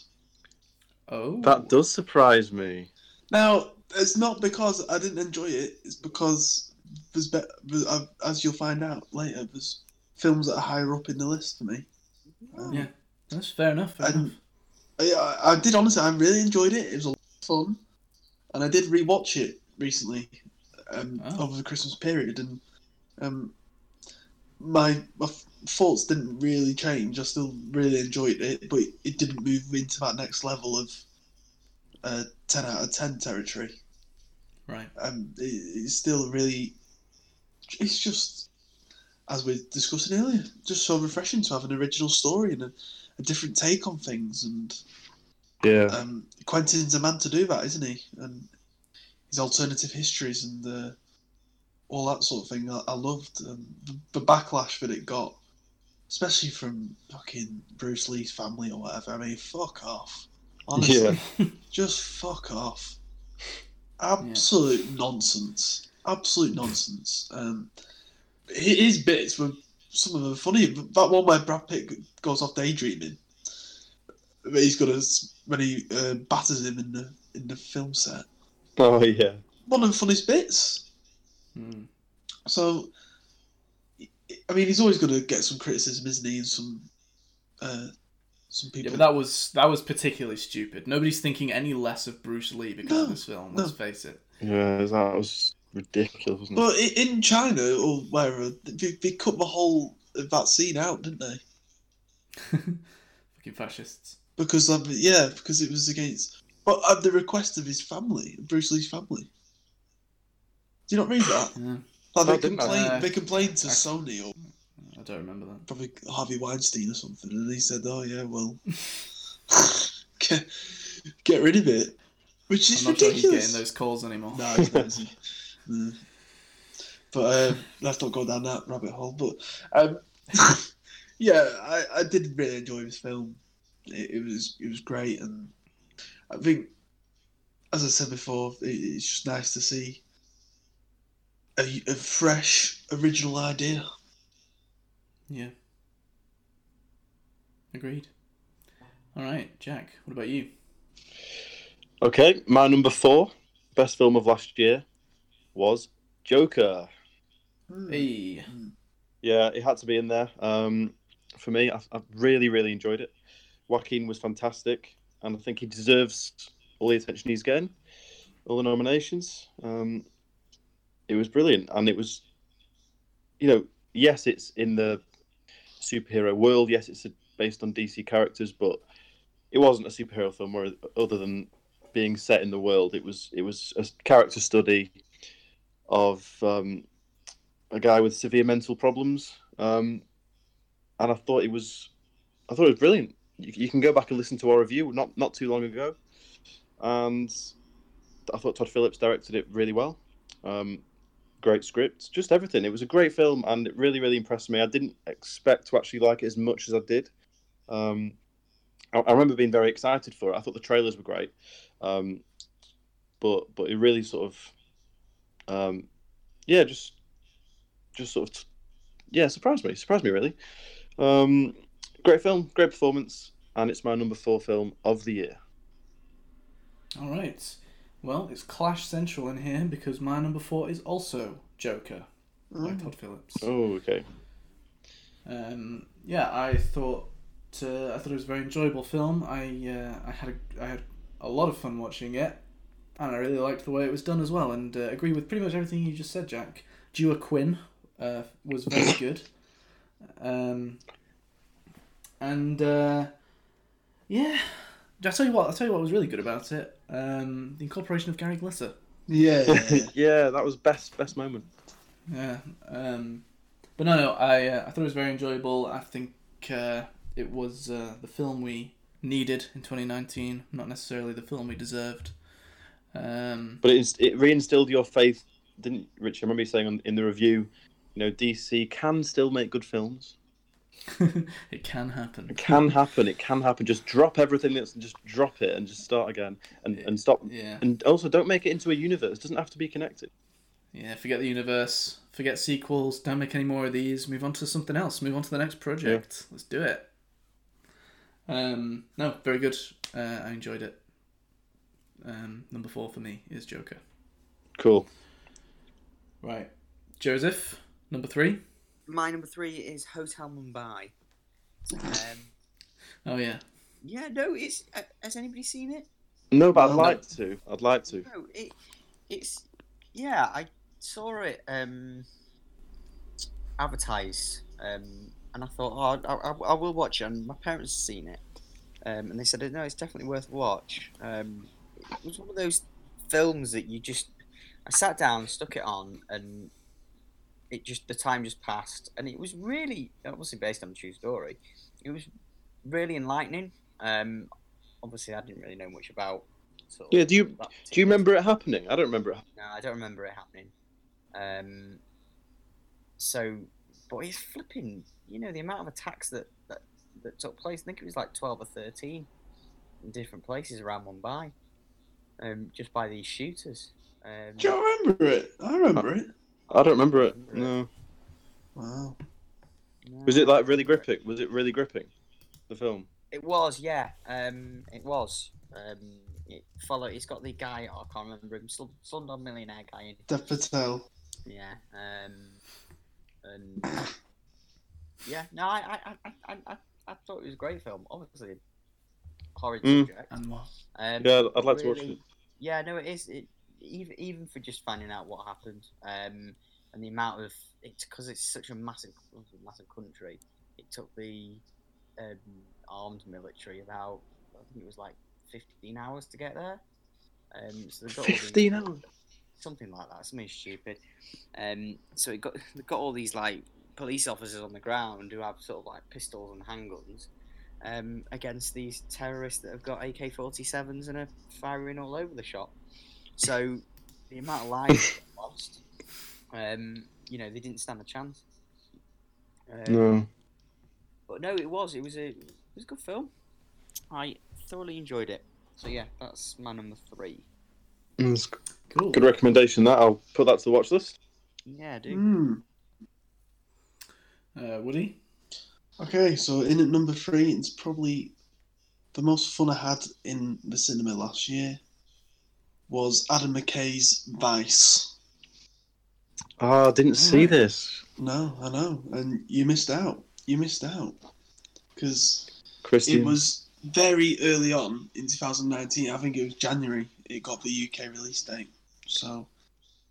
Oh, That does surprise me. Now, it's not because I didn't enjoy it. It's because there's, be- there's uh, as you'll find out later, there's films that are higher up in the list for me. Um, Yeah. that's fair enough. Fair I enough. didn't- I, I, I did honestly. I really enjoyed it. It was a lot of fun, and I did rewatch it recently um, Oh. over the Christmas period, and um, my, my f- thoughts didn't really change. I still really enjoyed it, but it didn't move into that next level of uh, ten out of ten territory. Right. Um, it, it's still really. It's just as we discussed earlier, just so refreshing to have an original story and a, a different take on things and Yeah. um, Quentin's a man to do that, isn't he? And his alternative histories and uh, all that sort of thing. I, I loved um, the, the backlash that it got, especially from fucking Bruce Lee's family or whatever. I mean, fuck off. Honestly, Yeah. just fuck off. Absolute nonsense. Absolute nonsense. Um, hi- his bits were some of them funny. That one where Brad Pitt goes off daydreaming. He's got a when he uh, batters him in the in the film set. Oh yeah. One of the funniest bits. Hmm. So, I mean, he's always going to get some criticism, isn't he? And some uh, some Yeah, people. but that was that was particularly stupid. Nobody's thinking any less of Bruce Lee because of No, this film. no. Let's face it. Yeah. That was ridiculous, wasn't it? But i- in China or wherever, they, they cut the whole of that scene out, didn't they? Fucking fascists. Because of, yeah, because it was against, but at the request of his family, Bruce Lee's family. Do you not read that? Yeah, Like I they didn't know complained, that. they complained to I- Sony or I don't remember that. probably Harvey Weinstein or something, and he said, "Oh yeah, well, get, get rid of it," which is I'm not sure he's ridiculous. getting those calls anymore. No, it's not, is it? Mm. But um, let's not go down that rabbit hole. But um, yeah, I, I did really enjoy this film. It, it was it was great, and I think, as I said before, it, it's just nice to see a, a fresh, original idea. Yeah. Agreed. All right, Jack. What about you? Okay, my number four, best film of last year, was Joker. Hmm. Hey. Yeah, it had to be in there. Um, for me, I, I really, really enjoyed it. Joaquin was fantastic, and I think he deserves all the attention he's getting, all the nominations. Um, it was brilliant, and it was, you know, yes, it's in the superhero world. Yes, it's based on DC characters, but it wasn't a superhero film, or other than being set in the world. It was it was a character study of um, a guy with severe mental problems, um, and I thought it was, I thought it was brilliant. You, you can go back and listen to our review not not too long ago, and I thought Todd Phillips directed it really well. Um, great script, just everything. It was a great film, and it really really impressed me. I didn't expect to actually like it as much as I did. Um, I, I remember being very excited for it. I thought the trailers were great, um, but but it really sort of, um, yeah, just just sort of yeah surprised me surprised me really um great film great performance and it's my number four film of the year All right. Well, it's Clash Central in here because my number four is also Joker by Todd Phillips. oh okay Um, yeah, I thought uh, I thought it was a very enjoyable film. I uh, I had a, I had a lot of fun watching it, and I really liked the way it was done as well. And uh, agree with pretty much everything you just said, Jack. Dua Quinn uh, was very good, um, and uh, yeah, I tell you what, I will tell you what was really good about it: um, the incorporation of Gary Glitter. Yeah. yeah that was best best moment Yeah. Um, but no, no, I uh, I thought it was very enjoyable. I think uh, it was uh, the film we needed in 2019, not necessarily the film we deserved. Um, but it, inst- it reinstilled your faith didn't Richard? I remember you saying on, in the review you know DC can still make good films it can happen. it can happen it can happen just drop everything that's just drop it and just start again and, and stop Yeah. and also don't make it into a universe it doesn't have to be connected Yeah. Forget the universe. Forget sequels. Don't make any more of these. Move on to something else. Move on to the next project. Let's do it. Um, no, very good. Uh, I enjoyed it. Um, number four for me is Joker. cool Right, Joseph, number three. My number three is Hotel Mumbai. Um, Oh yeah, yeah, no, it's. Uh, has anybody seen it? no but i'd Well, like to i'd like to No, Oh, it, it's. Yeah, I saw it um, advertised, um, and I thought, oh, I, I, I will watch it. And my parents have seen it, um, and they said, no, it's definitely worth a watch. Um, it was one of those films that you just. I sat down, stuck it on, and it just the time just passed, and it was really obviously based on a true story. It was really enlightening. Um, obviously, I didn't really know much about. Sort of Yeah, do you- that do you particular remember it happening i don't remember it no, I don't remember it happening. Um, so, but it's flipping. You know the amount of attacks that, that that took place. I think it was like twelve or thirteen in different places around Mumbai, um, just by these shooters. Um, Do you remember it? I remember it. I don't remember it. No. Wow. no, Was it like really I don't remember it. gripping? Was it really gripping? The film. It was, yeah. Um, it was. Um, it follow. He's got the guy. oh, I can't remember him. Slum- Slumdog Millionaire guy in Dev Patel. Yeah. Um, and yeah, no, I, I, I, I, I, I thought it was a great film. Obviously, horrid Mm. subject. and what? Um, Yeah, I'd- I'd like to watch it. Yeah, no, it is. It even even for just finding out what happened, um, and the amount of it's because it's such a massive massive country. It took the um, armed military about I think it was like fifteen hours to get there. Um, so they've got all these- hours. something like that, something stupid. Um, so it got they got all these like police officers on the ground who have sort of like pistols and handguns um, against these terrorists that have got AK-47s and are firing all over the shop. So the amount of lives that were lost, um, you know, they didn't stand a chance. Um, No. But no, it was it was a it was a good film. I thoroughly enjoyed it. So yeah, that's my number three. Cool. Good recommendation. That I'll put that to the watch list. Yeah, dude. Hmm. Uh, Woody? Okay, so in at number three, it's probably the most fun I had in the cinema last year was Adam McKay's Vice. Ah, I didn't see Alright. this. No, I know, and you missed out. You missed out because Christian. it was very early on in 2019. I think it was January. It got the UK release date. So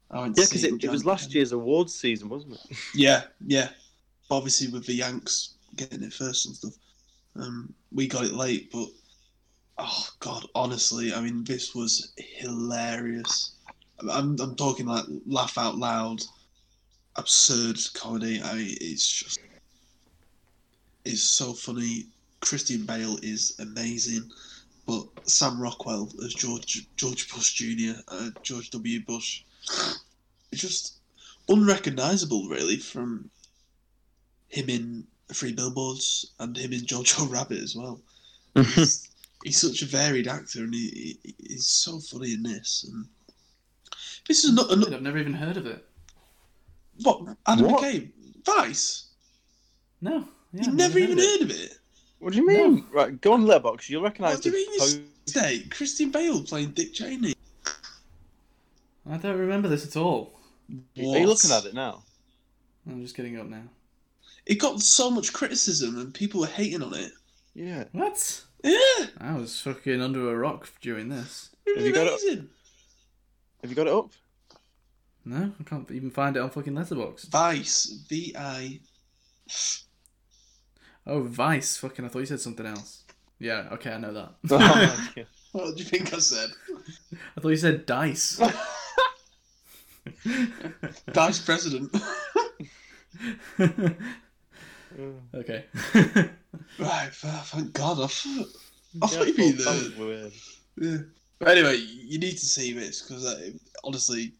I went to yeah, because see it, with it was Jan- last year's awards season, wasn't it? Yeah, yeah. Obviously, with the Yanks getting it first and stuff, um, we got it late. But oh god, honestly, I mean, this was hilarious. I'm, I'm talking like laugh out loud, absurd comedy. I mean, it's just it's so funny. Christian Bale is amazing, but Sam Rockwell as George George Bush Jr. Uh, George W. Bush, it's just unrecognizable really from him in Three Billboards and him in Jojo Rabbit as well. He's, he's such a varied actor and he, he he's so funny in this. And this is not another I've never even heard of it. what Adam What? McKay Vice. No. Yeah, You've I've never even of heard of it. What do you mean? Right, go on Letterboxd. You'll recognise What do the you mean? post. It's today Christian Bale playing Dick Cheney. I don't remember this at all. Are you looking at it now? I'm just getting up now. It got so much criticism and people were hating on it. Yeah. What? Yeah, I was fucking under a rock during this. it was Have you got it? amazing. Have you got it up? No, I can't even find it on fucking Letterboxd. Vice, V I Oh, Vice. Fucking, I thought you said something else. Yeah, okay, I know that. What do you think I said? I thought you said Dice. Vice President. okay. right, well, thank God. I thought, I thought you'd be there. weird. Yeah. But anyway, you need to see this because uh, honestly,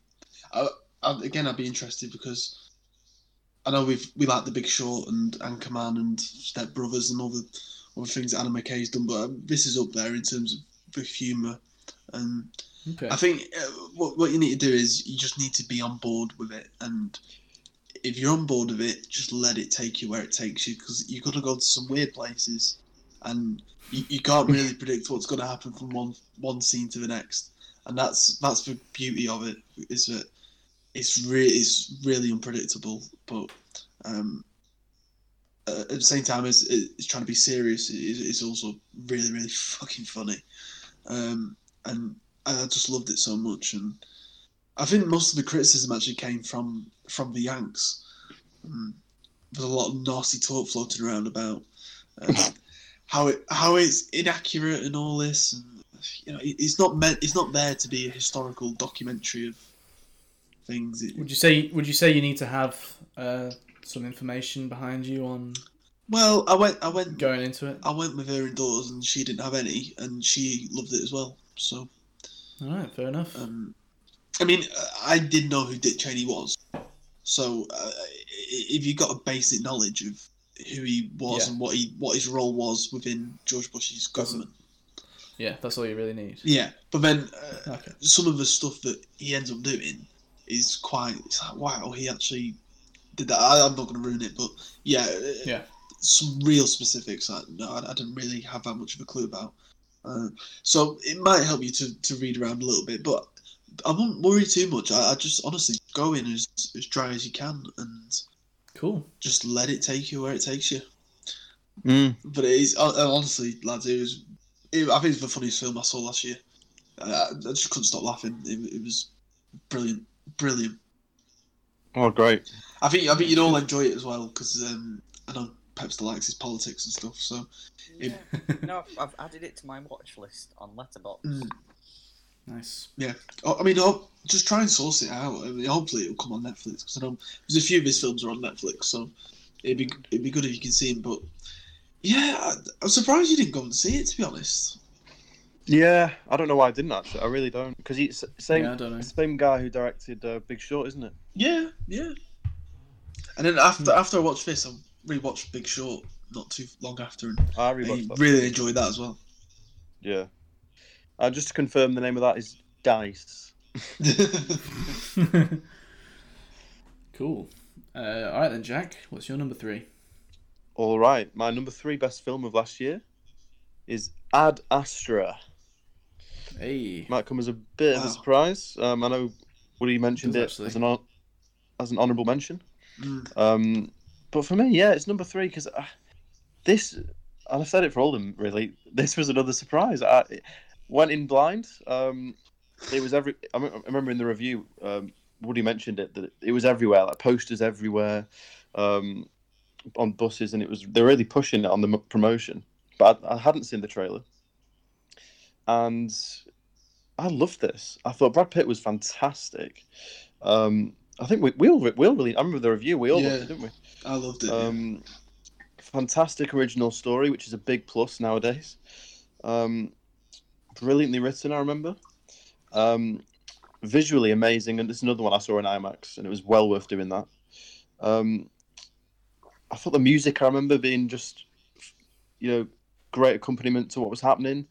I, I, again, I'd be interested because I know we've we like The Big Short and Anchorman and Step Brothers and all the other things that Adam McKay's done, but um, this is up there in terms of the humour. And Okay. I think uh, what what you need to do is you just need to be on board with it, and if you're on board with it, just let it take you where it takes you because you've got to go to some weird places, and you, you can't really predict what's going to happen from one one scene to the next, and that's that's the beauty of it is that it's really it's really unpredictable, but um, uh, at the same time as it- it's trying to be serious, it, it's also really really fucking funny, um, and I just loved it so much, and I think most of the criticism actually came from from the Yanks. Um, there's a lot of nasty talk floating around about um, how it how it's inaccurate and all this, and you know it, it's not meant it's not there to be a historical documentary of things. It- Would you say Would you say you need to have uh, some information behind you on well, I went I went going into it? I went with her indoors, and she didn't have any, and she loved it as well. So All right, fair enough. Uh. Um, I mean, I did know who Dick Cheney was, so uh, if you got a basic knowledge of who he was Yeah. and what he what his role was within George Bush's government, Yeah, that's all you really need. yeah. But then uh, Okay. some of the stuff that he ends up doing is quite. It's like wow, he actually did that. I, I'm not going to ruin it, but yeah, uh, Yeah. some real specifics that no, I, I didn't really have that much of a clue about. Uh, so it might help you to, to read around a little bit, but I wouldn't worry too much. I, I just honestly go in as, as dry as you can and Cool. just let it take you where it takes you. Hmm. But it is hon- honestly, lads, it was. It, I think it's the funniest film I saw last year. Uh, I just couldn't stop laughing. It, it was brilliant, brilliant. Oh, great. I think I think you'd all enjoy it as well because um, I know Pepster likes his politics and stuff. So Yeah. no, I've, I've added it to my watch list on Letterboxd. Mm. Nice. Oh, I mean, oh, just try and source it out. I mean, hopefully, it'll come on Netflix because I know there's a few of his films are on Netflix, so it'd be it'd be good if you can see him. But yeah, I, I'm surprised you didn't go and see it. To be honest, Yeah, I don't know why I didn't actually. I really don't. Because he's same Yeah, I don't know. same guy who directed uh, Big Short, isn't it? yeah, yeah. And then Hmm. after after I watched this, I rewatched Big Short not too long after, and I I rewatched that. really enjoyed that as well. Yeah. Uh, just to confirm, the name of that is Dice. cool. Uh, all right then, Jack. What's your number three? All right, my number three best film of last year is Ad Astra. Hey. Might come as a bit of Wow. a surprise. Um, I know Woody mentioned Does it actually. as an hon- as an honourable mention. Mm. Um, but for me, yeah, it's number three because this, and I've said it for all of them really. This was another surprise. I it went in blind. Um, it was every. I, me- I remember in the review, um, Woody mentioned it that it was everywhere, like posters everywhere, um, on buses, and it was they're really pushing it on the m- promotion. But I, I hadn't seen the trailer, and I loved this. I thought Brad Pitt was fantastic. Um, I think we, we all re- we all really. I remember the review. We all loved Yeah. it, didn't we? I loved it. Um, fantastic original story, which is a big plus nowadays. Um, brilliantly written, I remember. Um, visually amazing, and this is another one I saw in IMAX, and it was well worth doing that. Um, I thought the music, I remember being just, you know, great accompaniment to what was happening.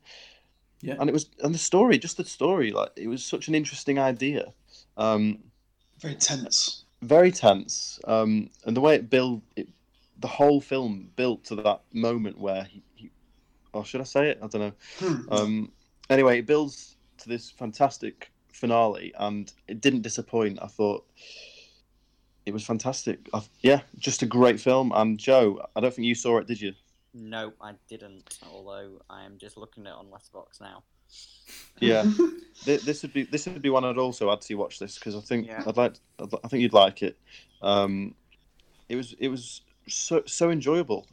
Yeah. and it was, and the story, just the story, like it was such an interesting idea. Um, Very tense. very tense, um, and the way it built, it, the whole film built to that moment where he, he or should I say it? I don't know. Hmm. Um, anyway, it builds to this fantastic finale, and it didn't disappoint. I thought it was fantastic. I, yeah, just a great film. And Joe, I don't think you saw it, did you? No, I didn't. Although I am just looking at it on Letterboxd now. Yeah, Th- this would be this would be one I'd also add to your watch list because I think Yeah. I'd like I'd, li- I think you'd like it. Um, it was it was so so enjoyable.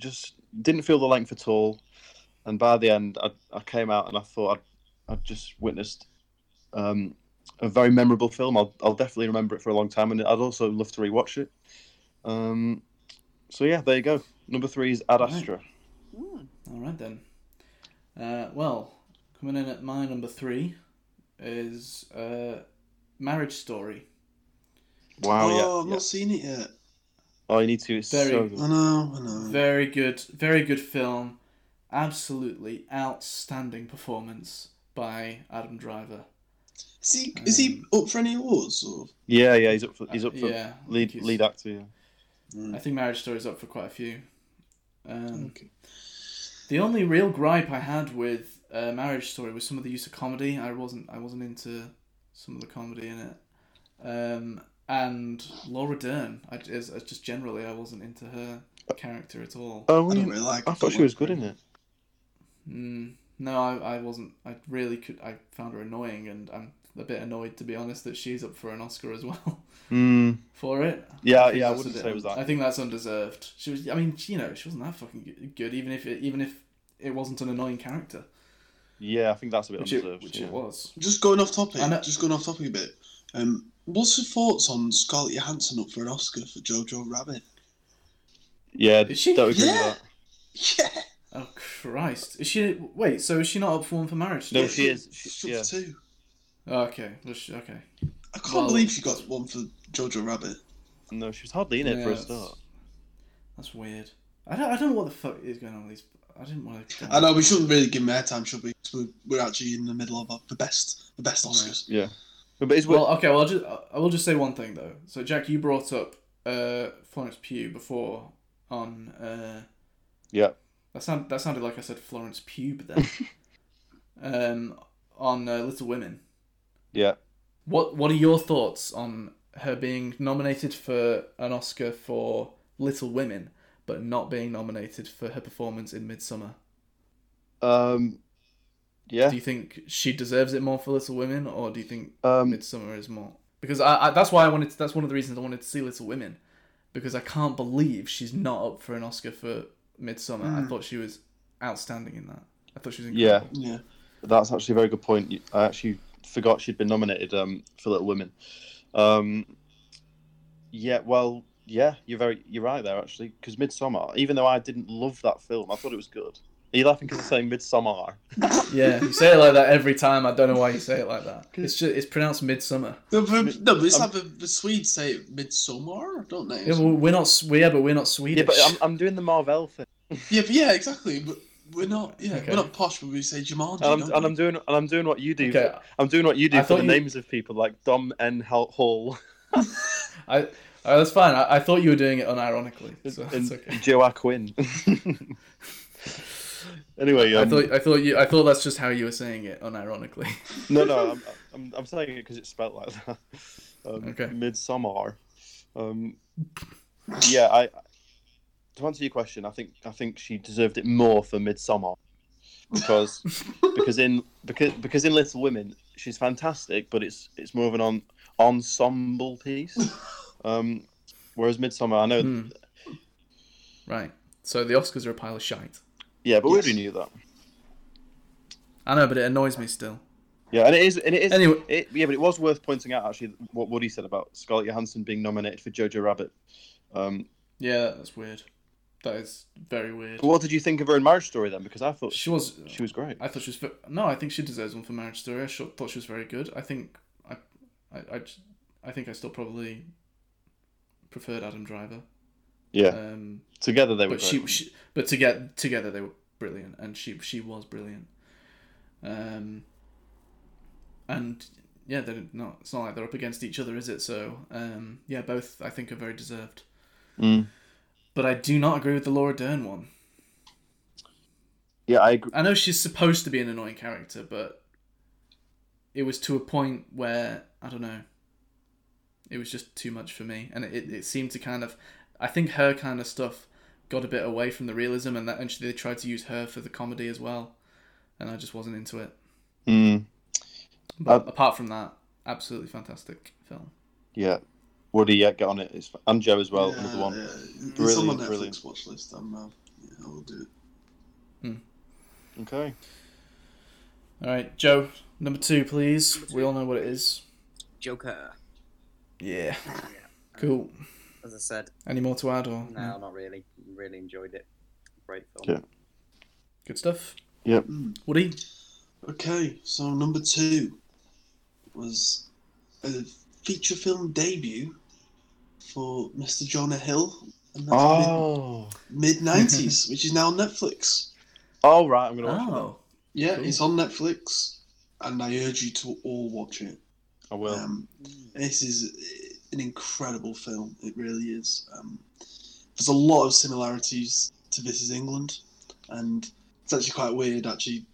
Just didn't feel the length at all, and by the end I, I came out and I thought I'd, I'd just witnessed um, a very memorable film. I'll, I'll definitely remember it for a long time, and I'd also love to rewatch it. Um, so yeah, there you go. Number three is Ad Right. Astra. All right then. Uh, well, coming in at my number three is uh, Marriage Story. Wow, oh, yeah, I've yeah. not seen it yet. Oh, you need to. It's Very- so I good. know, I know. Very good, very good film. Absolutely outstanding performance by Adam Driver. Is he, is he Um, up for any awards? Or? Yeah, yeah. He's up for he's up for Uh, yeah, I lead think he's- lead actor. Yeah. I think Marriage Story's up for quite a few. Um, Okay. The only real gripe I had with uh, Marriage Story was some of the use of comedy. I wasn't I wasn't into some of the comedy in it, um, and Laura Dern. I, as, as just generally, I wasn't into her character at all. Oh, I don't really like I it, thought but she was good in it. Mm, no, I, I wasn't. I really could. I found her annoying, and I'm a bit annoyed to be honest that she's up for an Oscar as well Hmm. for it. Yeah, think yeah, I that's wouldn't a bit- say it was that. I think that's undeserved. She was. I mean, she- you know, she wasn't that fucking g- good. Even if it, even if it wasn't an annoying character, Yeah, I think that's a bit which undeserved. it, which yeah. it was. Just going off topic. I know- Just going off topic a bit. Um, what's your thoughts on Scarlett Johansson up for an Oscar for Jojo Rabbit? yeah, Is she? don't agree Yeah. with that. Yeah, Oh Christ! Is she? Wait, so is she not up for one for marriage? No, Yeah, she is. She- she's up yeah. for two. Oh, okay, well, she- okay. I can't Well- believe she got one for Jojo Rabbit. No, she was hardly in it Yeah, for a that's- start. That's weird. I don't. I don't know what the fuck is going on with these. I didn't want to. I know we shouldn't really give him airtime, should we? 'Cause We're, we're actually in the middle of our- the best, the best Oscars. Yeah, but it's Well, okay. Well, I'll just. I will just say one thing though. So, Jack, you brought up uh, Florence Pugh before on. Uh, yeah. that sound. That sounded like I said Florence Pugh but then. um, on uh, Little Women. Yeah, What What are your thoughts on her being nominated for an Oscar for Little Women, but not being nominated for her performance in Midsummer? um, yeah. Do you think she deserves it more for Little Women, or do you think Um, Midsummer is more? Because I, I that's why I wanted. To, that's one of the reasons I wanted to see Little Women, because I can't believe she's not up for an Oscar for Midsummer. I thought she was outstanding in that. I thought she was Hmm. Yeah. incredible. Yeah, that's actually a very good point. You- I actually forgot she'd been nominated um, for Little Women. Um, yeah, well, yeah, you're very you're right there actually. Because Midsummer, even though I didn't love that film, I thought it was good. Are you laughing because I'm saying Midsummer? Yeah, yeah. You say it like that every time. I don't know why you say it like that. It's just it's pronounced Midsummer. no, but, no, but it's like the, the Swedes say it midsummer, don't they? Yeah, well, we're not. S- Yeah, but we're not Swedish. Yeah, but I'm, I'm doing the Marvel thing. Yeah, but yeah, exactly. But We're not. Yeah, Okay. we're not posh, but we say Jumanji. Um, And I'm, and don't we? I'm doing and I'm doing what you do. Okay, I'm doing what you do I for thought the you- names of people like Dom N Hall- Hall I, I, that's fine. I, I thought you were doing it unironically, so and that's okay. Joa Quinn. anyway, I um, thought, I thought you, I thought that's just how you were saying it unironically. no, no, I'm, I'm, I'm saying it because it's spelled like that. Um, Okay. Midsummer. Um, yeah, I. To answer your question, I think I think she deserved it more for Midsummer because because in because because in Little Women she's fantastic, but it's it's more of an on, ensemble piece. Um, whereas Midsummer, I know, Hmm. Right. So the Oscars are a pile of shite. yeah, but we Yes. already knew that. I know, but it annoys me still. Yeah, and it is, and it is. Anyway. it, yeah, but it was worth pointing out actually what Woody said about Scarlett Johansson being nominated for Jojo Rabbit. Um, Yeah, that's weird. That is very weird. but what did you think of her in Marriage Story then? Because I thought she, She was. was great. I thought she was. ve- No, I think she deserves one for Marriage Story. I sho- thought she was very good. I think. I, I, I, j- I think I still probably preferred Adam Driver. yeah, Um, together they were. but she, great. she, but to get together they were brilliant, and she she was brilliant. Um, and yeah, they're not. It's not like they're up against each other, is it? So um, yeah, both I think are very deserved. Mm. But I do not agree with the Laura Dern one. yeah, I agree. I know she's supposed to be an annoying character, but it was to a point where I don't know. It was just too much for me, and it, it, it seemed to kind of. I think her kind of stuff got a bit away from the realism, and that and she, they tried to use her for the comedy as well, and I just wasn't into it. Mm, But apart from that, absolutely fantastic film. yeah, Woody, yeah, get on it. It's, and Joe as well. Yeah, another one. yeah. It's on my Brilliant, Netflix brilliant. watch list. I'm. Uh, yeah, I will do it. Okay. All right, Joe, number two, please. We all know what it is. Joker. Yeah. Cool. As I said, Any more to add or no, not really. Really enjoyed it. Great film. Yeah. good stuff? Yep. Mm. Woody. Okay, so number two was a feature film debut for Mr. Jonah Hill, and that's Oh. mid nineties, which is now on Netflix. All right, I'm gonna watch it. Oh. Yeah, Cool. it's on Netflix, and I urge you to all watch it. I will. Um, this is an incredible film. It really is. Um, there's a lot of similarities to This Is England, and it's actually quite weird actually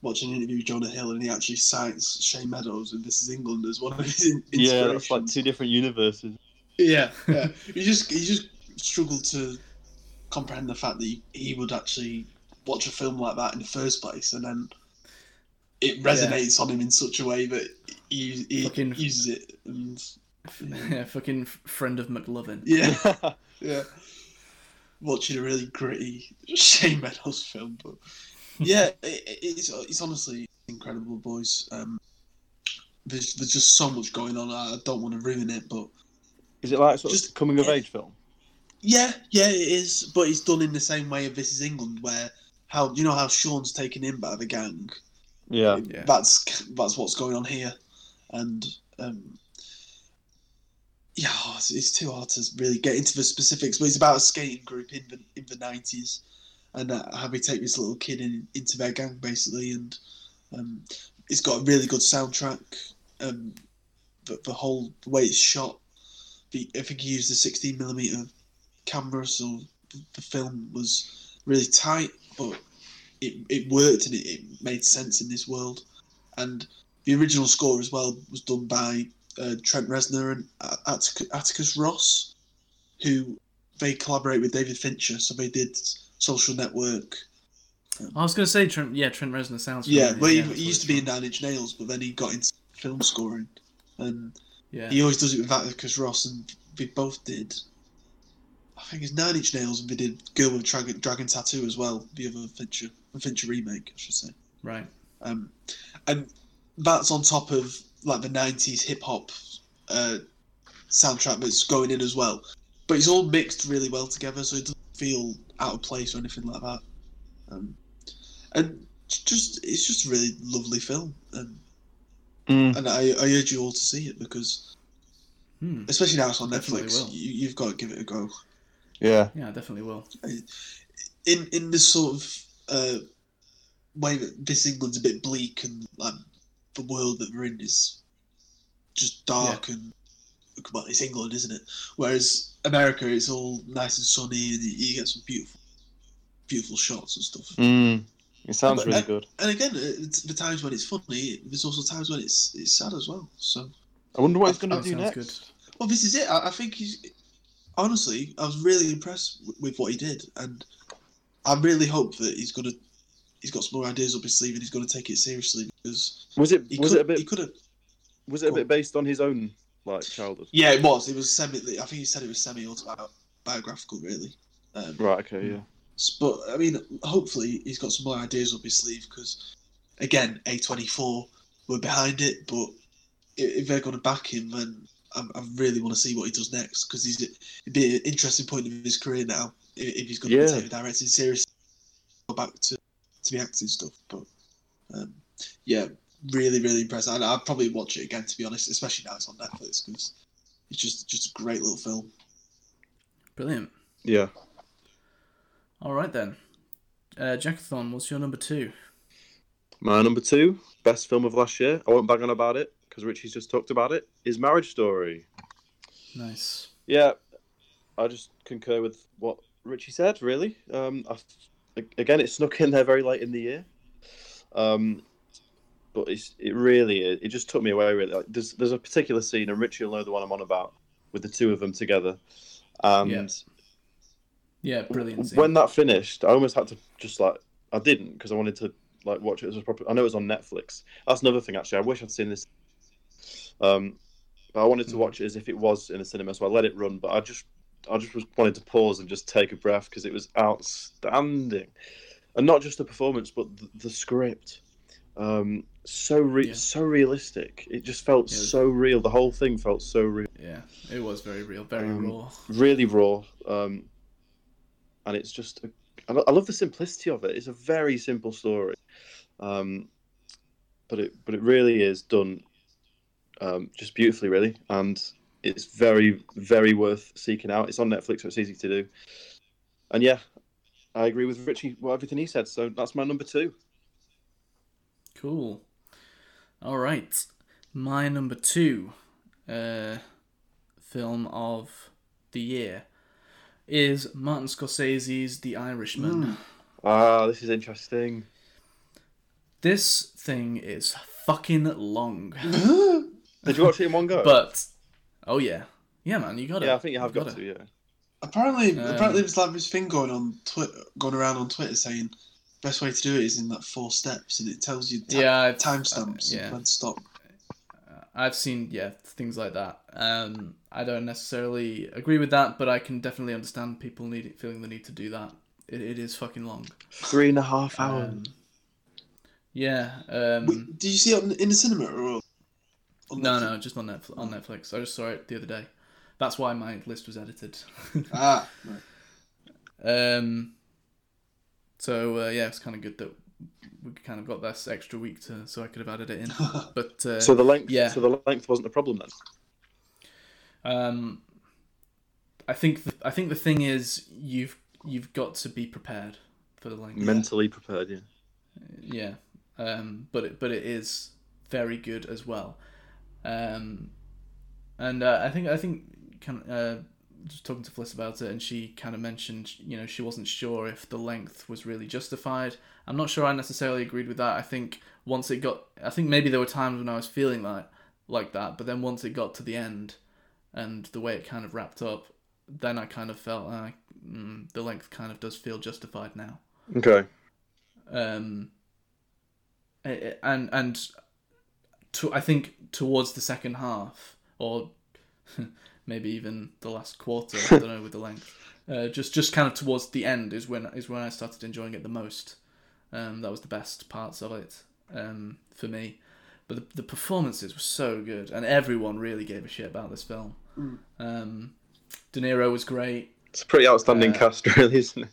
watching an interview with Jonah Hill, and he actually cites Shane Meadows and This Is England as one of his in- yeah, that's like inspirations. two different universes. Yeah, yeah. he just he just struggled to comprehend the fact that he, he would actually watch a film like that in the first place, and then it resonates on him in such a way that he, he Fucking- uses it. And yeah, fucking f- friend of McLovin. yeah, yeah. Watching a really gritty Shane Meadows film, but yeah, it, it's it's honestly incredible, boys. Um, there's, there's just so much going on. I I don't want to ruin it, but Is it like sort Just- of coming of age film? Yeah, yeah, it is, but it's done in the same way of This Is England, where how you know how Sean's taken in by the gang. Yeah. Yeah. That's that's what's going on here, and um, yeah, oh, it's, it's too hard to really get into the specifics. But it's about a skating group in the in the nineties, and uh, how they take this little kid in into their gang basically, and um, it's got a really good soundtrack. Um, the, the whole way it's shot, the, I think he used a sixteen millimeter camera, so the, the film was really tight, but it, it worked and it, it made sense in this world. And the original score as well was done by uh, Trent Reznor and A- Attic- Atticus Ross, who they collaborate with David Fincher, so they did Social Network. I was gonna say Trent. Yeah, Trent Reznor sounds. Yeah, familiar. well, he, that's he what used to it's be in from. Nine Inch Nails, but then he got into film scoring, and Yeah. he always does it with Atticus Ross, and they both did. I think it's Nine Inch Nails, and they did Girl with Dragon, Dragon Tattoo as well, the other Fincher, Fincher remake, I should say. Right. Um, and that's on top of like the '90s hip hop uh, soundtrack that's going in as well. But it's all mixed really well together, so it doesn't feel out of place or anything like that. Um, and it's just it's just a really lovely film, um, Mm. and I, I urge you all to see it because Hmm. especially now it's on Definitely Netflix, will. you, you've got to give it a go. Yeah. Yeah, I definitely will. in in this sort of uh, way that this England's a bit bleak and like the world that we're in is just dark and well, it's England, isn't it? Whereas America, it's all nice and sunny, and you, you get some beautiful, beautiful shots and stuff. Hmm. Mm, it sounds really good. And again, it's the times when it's funny, there's also times when it's it's sad as well. So, I wonder what he's going to That do sounds next. good. well, this is it. I, I think he's honestly, I was really impressed with, with what he did, and I really hope that he's gonna he's got some more ideas up his sleeve and he's gonna take it seriously because Was it he was could, it a he bit could have was it a bit based on his own like childhood? yeah it was it was semi I think he said it was semi autobiographical really. Um, Right. Okay. Hmm. Yeah. S- But I mean, hopefully he's got some more ideas up his sleeve because, again, A24 were behind it. But i- if they're going to back him, then I, I really want to see what he does next because he's it'd be an interesting point of his career now i- if he's going to Yeah. be taking directing seriously, go back to to the acting stuff. But um, yeah, really, really impressed. And I'd probably watch it again to be honest, especially now it's on Netflix because it's just just a great little film. Brilliant. Yeah. All right then. Uh, Jackathon, what's your number two? My number two, best film of last year. I won't bang on about it because Richie's just talked about it. Is Marriage Story. Nice. Yeah. I just concur with what Richie said. Really, um, I, again, it snuck in there very late in the year, um, but it's it really it just took me away. Really, like, there's there's a particular scene, and Richie will know the one I'm on about with the two of them together. And Yeah. Yeah, brilliant. when that finished, I almost had to just like I didn't because I wanted to like watch it as a proper. I know it was on Netflix. That's another thing actually. I wish I'd seen this. Um, but I wanted to Hmm. watch it as if it was in the cinema, so I let it run. But I just, I just was wanted to pause and just take a breath because it was outstanding, and not just the performance, but the, the script. Um, so re- Yeah. so realistic. It just felt Yeah. so real. The whole thing felt so real Yeah, it was very real, very Um, raw. really raw um and it's just I lo- I love the simplicity of it it's a very simple story um but it but it really is done um just beautifully really and it's very very worth seeking out it's on netflix so it's easy to do and yeah i agree with richie well everything he said so that's my number two Cool. All right. My number two uh, film of the year is Martin Scorsese's The Irishman. ah this is interesting This thing is fucking long, did you watch it in one go but oh yeah, yeah, man, you got it. yeah i think you have You've got, to yeah Apparently, Um, apparently, there's like this thing going on Twitter, going around on Twitter saying best way to do it is in that four steps, and it tells you ti- Yeah, I've- timestamps uh, yeah. and when to stop. I've seen yeah things like that. Um, I don't necessarily agree with that, but I can definitely understand people need feeling the need to do that. It, it is fucking long. three and a half hours Um, yeah. Wait, Um, did you see it on- in the cinema or? on no, Netflix? no, just on Netflix. On Netflix, I just saw it the other day. That's why my list was edited. Ah, right. um, so uh, yeah, it's kind of good that we kind of got this extra week to so I could have added it in. But uh, so the length yeah. so the length wasn't a problem then Um, I think the, I think the thing is you've you've got to be prepared for the language. mentally prepared yeah Yeah, um, but it, but it is very good as well, um, and uh, I think I think kind of, uh, just talking to Fliss about it, and she kind of mentioned you know she wasn't sure if the length was really justified. I'm not sure I necessarily agreed with that. I think once it got, I think maybe there were times when I was feeling like like that, but then once it got to the end, and the way it kind of wrapped up, then I kind of felt like mm, the length kind of does feel justified now Okay. um, a- a- and and to, I think towards the second half or maybe even the last quarter, I don't know with the length. Uh, just just kind of towards the end is when is when I started enjoying it the most. Um, that was the best parts of it um, for me. But the, the performances were so good, and everyone really gave a shit about this film. Um, De Niro was great. It's a pretty outstanding Uh, cast, really, isn't it?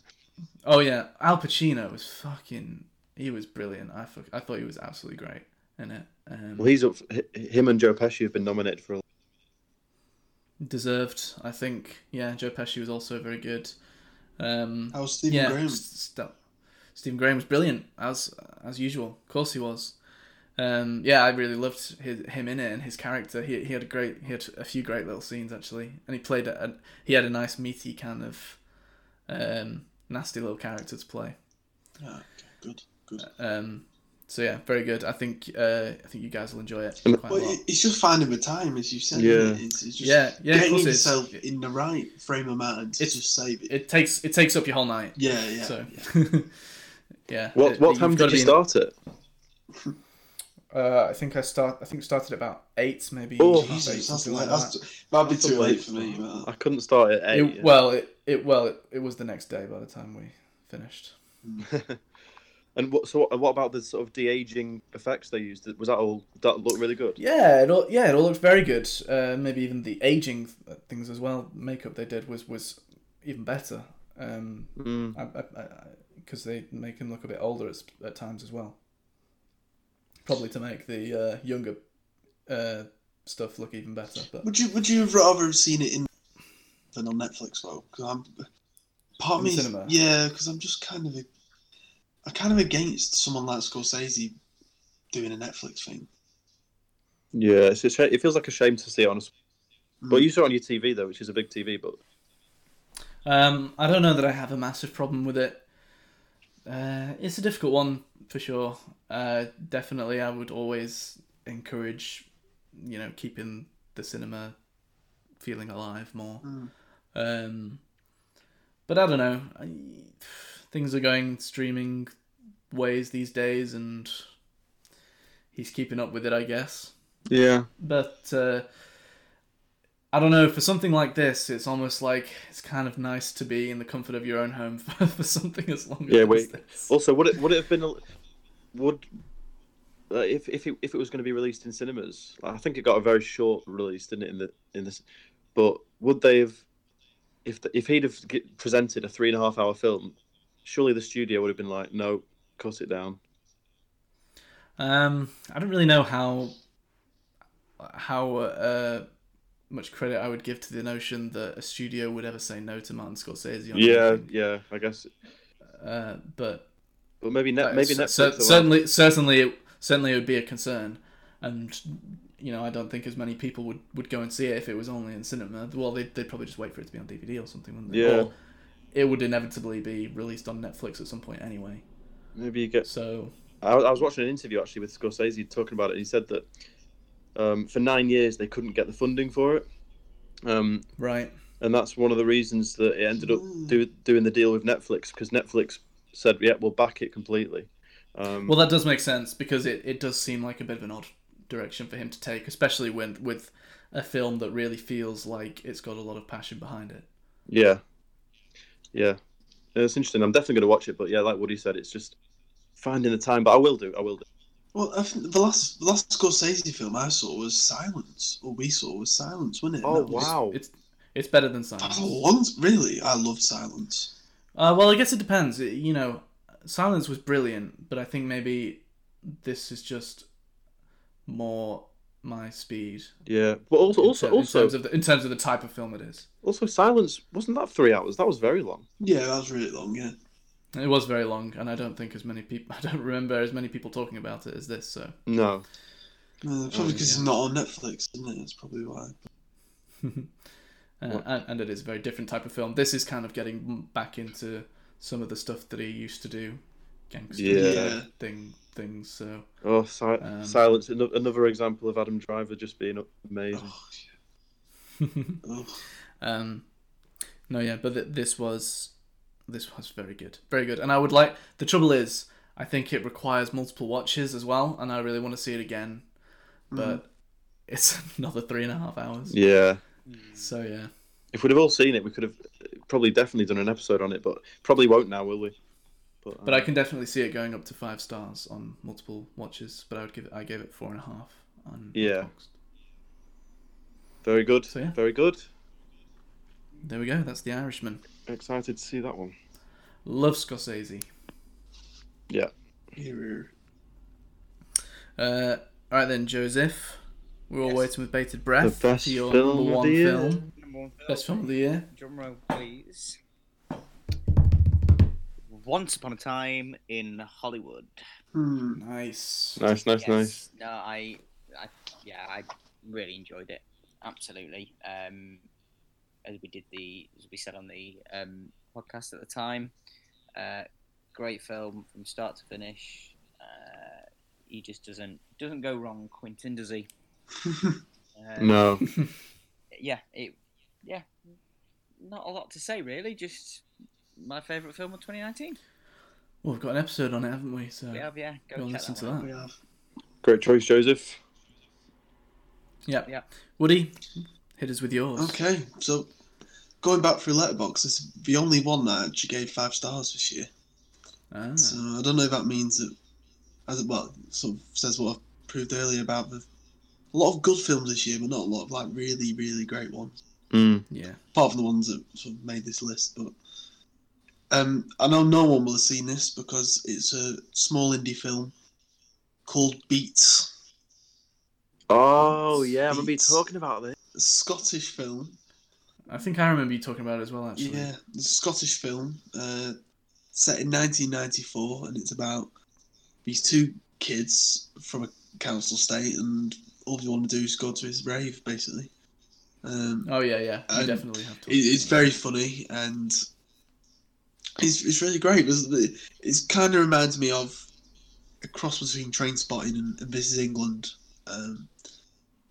Oh yeah, Al Pacino was fucking. He was brilliant. I fuck, I thought he was absolutely great in it. Um, Well, he's up. For, hi- him and Joe Pesci have been nominated for. a deserved, I think. Yeah, Joe Pesci was also very good. Um, How was Stephen yeah, Graham? S- St- Stephen Graham was brilliant as as usual. Of course he was. Um, yeah, I really loved his, him in it and his character. He, he had a great he had a few great little scenes actually, and he played a, a he had a nice meaty kind of um, nasty little character to play. Ah, okay, good, good. Um, so yeah, very good. I think uh, I think you guys will enjoy it And- quite a Well, lot. it- it's just finding the time, as you said. Yeah. isn't it? It's, it's just Yeah, yeah, of getting course it is. yourself It, in the right frame of mind to It's- just save it. it takes it takes up your whole night. yeah, yeah. So yeah. What it- what Uh, you've time gotta did you be in- start it? Uh, I think I start. I think started about eight, maybe. Oh, half eight, Jesus, that's, something like, like that's that. that'd be That's too a late late for me. that. I couldn't start at eight. It, well, it, it well it, it was the next day by the time we finished. and what so what, what about the sort of de aging effects they used? Was that all that looked really good? Yeah, it all yeah it all looked very good. Uh, maybe even the aging th- things as well. Makeup they did was was even better. Um, Mm. because they make him look a bit older at, s- at times as well. Probably to make the uh, younger uh, stuff look even better. But Would you Would you have rather have seen it in than on Netflix though? Because I'm part of In me, the cinema? yeah, because I'm just kind of a, I'm kind of against someone like Scorsese doing a Netflix thing. Yeah, it's a shame. It feels like a shame to see, honestly. But Mm. you saw it on your TV though, which is a big TV. But Um, I don't know that I have a massive problem with it. Uh, it's a difficult one for sure. Uh, definitely, I would always encourage, you know, keeping the cinema feeling alive more. Mm. Um, but I don't know. I, things are going streaming ways these days, and he's keeping up with it, I guess yeah, but uh, I don't know. For something like this, it's almost like it's kind of nice to be in the comfort of your own home for, for something as long Yeah, as wait. this. Also, would it would it have been a, would uh, if if it, if it was going to be released in cinemas? I think it got a very short release, didn't it? In the in this, but would they have if the, if he'd have g presented a three and a half hour film? Surely the studio would have been like, no, cut it down. Um, I don't really know how how uh, much credit I would give to the notion that a studio would ever say no to Martin Scorsese. On Yeah, anything. yeah, I guess. uh, but But maybe net, uh, maybe cer- Netflix. cer- allowed- certainly, certainly, it, certainly, it would be a concern, and. You know, I don't think as many people would, would go and see it if it was only in cinema. Well, they'd, they'd probably just wait for it to be on DVD or something, wouldn't they? Yeah. Or- it would inevitably be released on Netflix at some point anyway. Maybe you get So I, I was watching an interview actually with Scorsese talking about it. And he said that um, for nine years they couldn't get the funding for it, um, right, and that's one of the reasons that it ended up Mm. do, doing the deal with Netflix because Netflix said, "Yeah, we'll back it completely." Um, well that does make sense because it, it does seem like a bit of an odd direction for him to take, especially when with a film that really feels like it's got a lot of passion behind it. yeah, yeah, Yeah, it's interesting. I'm definitely going to watch it, but yeah, like Woody said, it's just finding the time. But I will do. I will do. Well, I think the last the last Scorsese film I saw was Silence, or we saw was Silence, wasn't it? Oh That was- wow! It's it's better than That was Silence. a long, really. I loved Silence. Uh, well, I guess it depends. It- you know, Silence was brilliant, but I think maybe this is just more my speed. Yeah, but also also in, ter- in also terms of the, in terms of the type of film it is. also Silence wasn't that three hours? That was very long. Yeah, that was really long. Yeah. It was very long, and I don't think as many people. I don't remember as many people talking about it as this. So No, Uh, probably because Oh, yeah. it's not on Netflix, isn't it? That's probably why. uh, and, and it is a very different type of film. This is kind of getting back into some of the stuff that he used to do, gangster Yeah. Yeah. thing things. So Oh, si- Um, silence! Ano- Another example of Adam Driver just being amazing. Oh, yeah. Oh. um, no, yeah, but th- this was this was very good, very good. And I would like the trouble is I think it requires multiple watches as well, and I really want to see it again, but it's another three and a half hours. Mm. Yeah, So yeah. if we'd have all seen it, we could have probably definitely done an episode on it, but probably won't now, will we? um, But I can definitely see it going up to five stars on multiple watches. But I would give it. I gave it four and a half. On Yeah. Letterboxd. very good, So, yeah. very good. There we go. That's The Irishman. Excited to see that one. Love Scorsese. Yeah, Here, here. Uh, all right then, Joseph. We're all Yes. waiting with bated breath. The best for your film number of one the year. film. Number one film. Best film of the year. Drum roll, please. Once Upon a Time in Hollywood. Hmm. Nice. Nice, nice, Yes. nice. No, I, I, yeah, I really enjoyed it. Absolutely. Um, as we did the, as we said on the um, podcast at the time, uh, great film from start to finish. Uh, he just doesn't doesn't go wrong, Quentin, does he? Um, No, Yeah. It. Yeah. Not a lot to say really. Just my favourite film of 2019. Well, we've got an episode on it, haven't we? So Yeah, yeah. Go, go and check listen that to one out. that. We have. great choice, Joseph. Yeah. Yeah. Woody, hit us with yours. Okay, so going back through Letterbox, this is the only one that actually gave five stars this year. Ah. So I don't know if that means that, as well, sort of says what I proved earlier about the a lot of good films this year, but not a lot of like really, really great ones. Mm. Yeah. Apart from the ones that sort of made this list, but um, I know no one will have seen this because it's a small indie film called Beats. Oh yeah, I'm gonna be Beats. talking about this. A Scottish film I think I remember you talking about it as well, actually. Yeah, it's a Scottish film uh, set in 1994, and it's about these two kids from a council estate, and all you want to do is go to his rave, basically. Um, Oh, yeah, yeah. We Um, definitely have to. it, it's very funny, and it's, it's really great. There's the- It's, it kind of reminds me of a cross between Train Spotting and, and This Is England, um,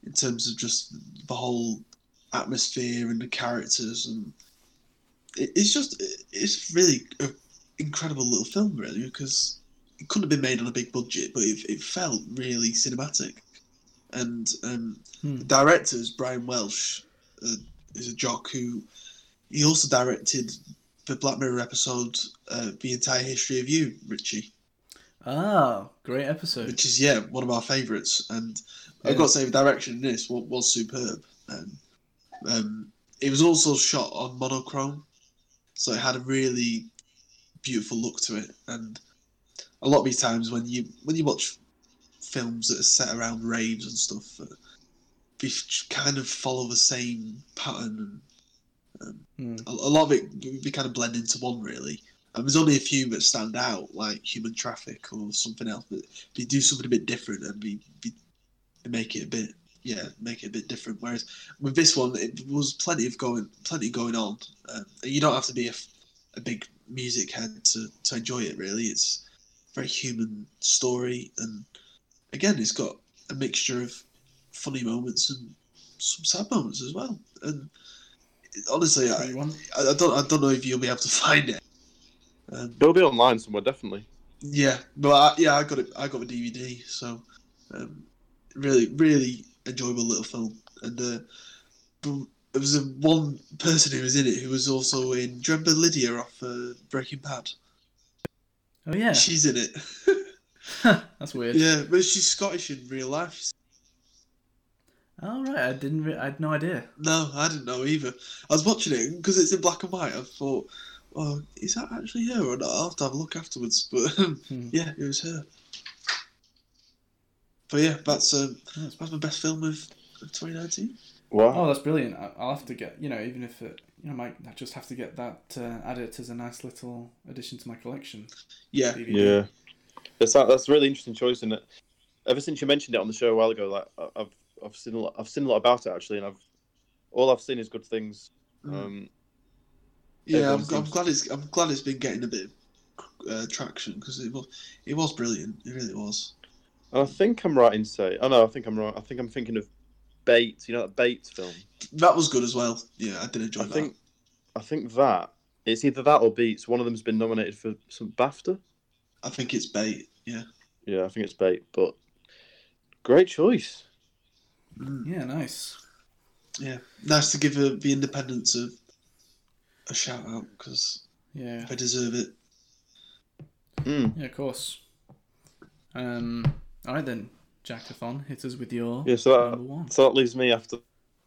in terms of just the whole atmosphere and the characters and it, it's just it- it's really an incredible little film really because it couldn't have been made on a big budget but it, it felt really cinematic and um, Hmm. the director is brian welsh uh, is a jock who he also directed the black mirror episode uh, the entire history of you richie Ah, great episode. which is yeah one of our favourites and I've Yeah. got to say the direction in this was, was superb um, um, it was also shot on monochrome so it had a really beautiful look to it and a lot of these times when you when you watch films that are set around raves and stuff uh, they f- kind of follow the same pattern and um, Hmm. a, a lot of it we- we kind of blend into one really and there's only a few that stand out like human traffic or something else but they do something a bit different and we, we they make it a bit yeah make it a bit different whereas with this one it was plenty of going plenty going on um, and you don't have to be a, f- a big music head to, to enjoy it really it's a very human story and again it's got a mixture of funny moments and some sad moments as well and honestly I, Anyone? I, I don't I don't know if you'll be able to find it. Um, It'll be online somewhere, definitely. yeah, but I, yeah, I got it. I got a DVD, so um, really, really enjoyable little film. And uh, b- there was a, one person who was in it who was also in. Do you remember Lydia off uh, Breaking Bad? Oh, yeah. She's in it. That's weird. yeah, but she's Scottish in real life. All right, I didn't. Re- I had no idea. No, I didn't know either. I was watching it because it's in black and white. I thought, oh, is that actually her or not? I'll have to have a look afterwards. But um, Hmm. yeah, it was her. But yeah, that's um, That's- that's my best film of, of 2019. Oh, Wow. that's brilliant. I- I'll have to get you know, even if it, you know, I might I just have to get that uh, add it as a nice little addition to my collection. Yeah, DVD. Yeah, that's that's a really interesting choice, isn't it? Ever since you mentioned it on the show a while ago, like I- I've I've seen a lot, I've seen a lot about it actually, and I've all I've seen is good things. Um, yeah. Everyone I'm, I'm seems- glad it's I'm glad it's been getting a bit of uh, traction because it was it was brilliant. It really was. and I think I'm right in saying. Oh no, I think I'm wrong. I think I'm thinking of Bates. You know that Bates film. That was good as well. Yeah, I did enjoy I that. think I think that it's either that or Beats. One of them's been nominated for some BAFTA. I think it's bait. Yeah. Yeah, I think it's Bait, but great choice. Mm. Yeah, nice. Nice to give uh, the independence of a shout out because Yeah, I deserve it. Mm. yeah, of course. Um, all right then, Jackathon, hit us with your Yeah, so uh, that- number one. So that leaves me after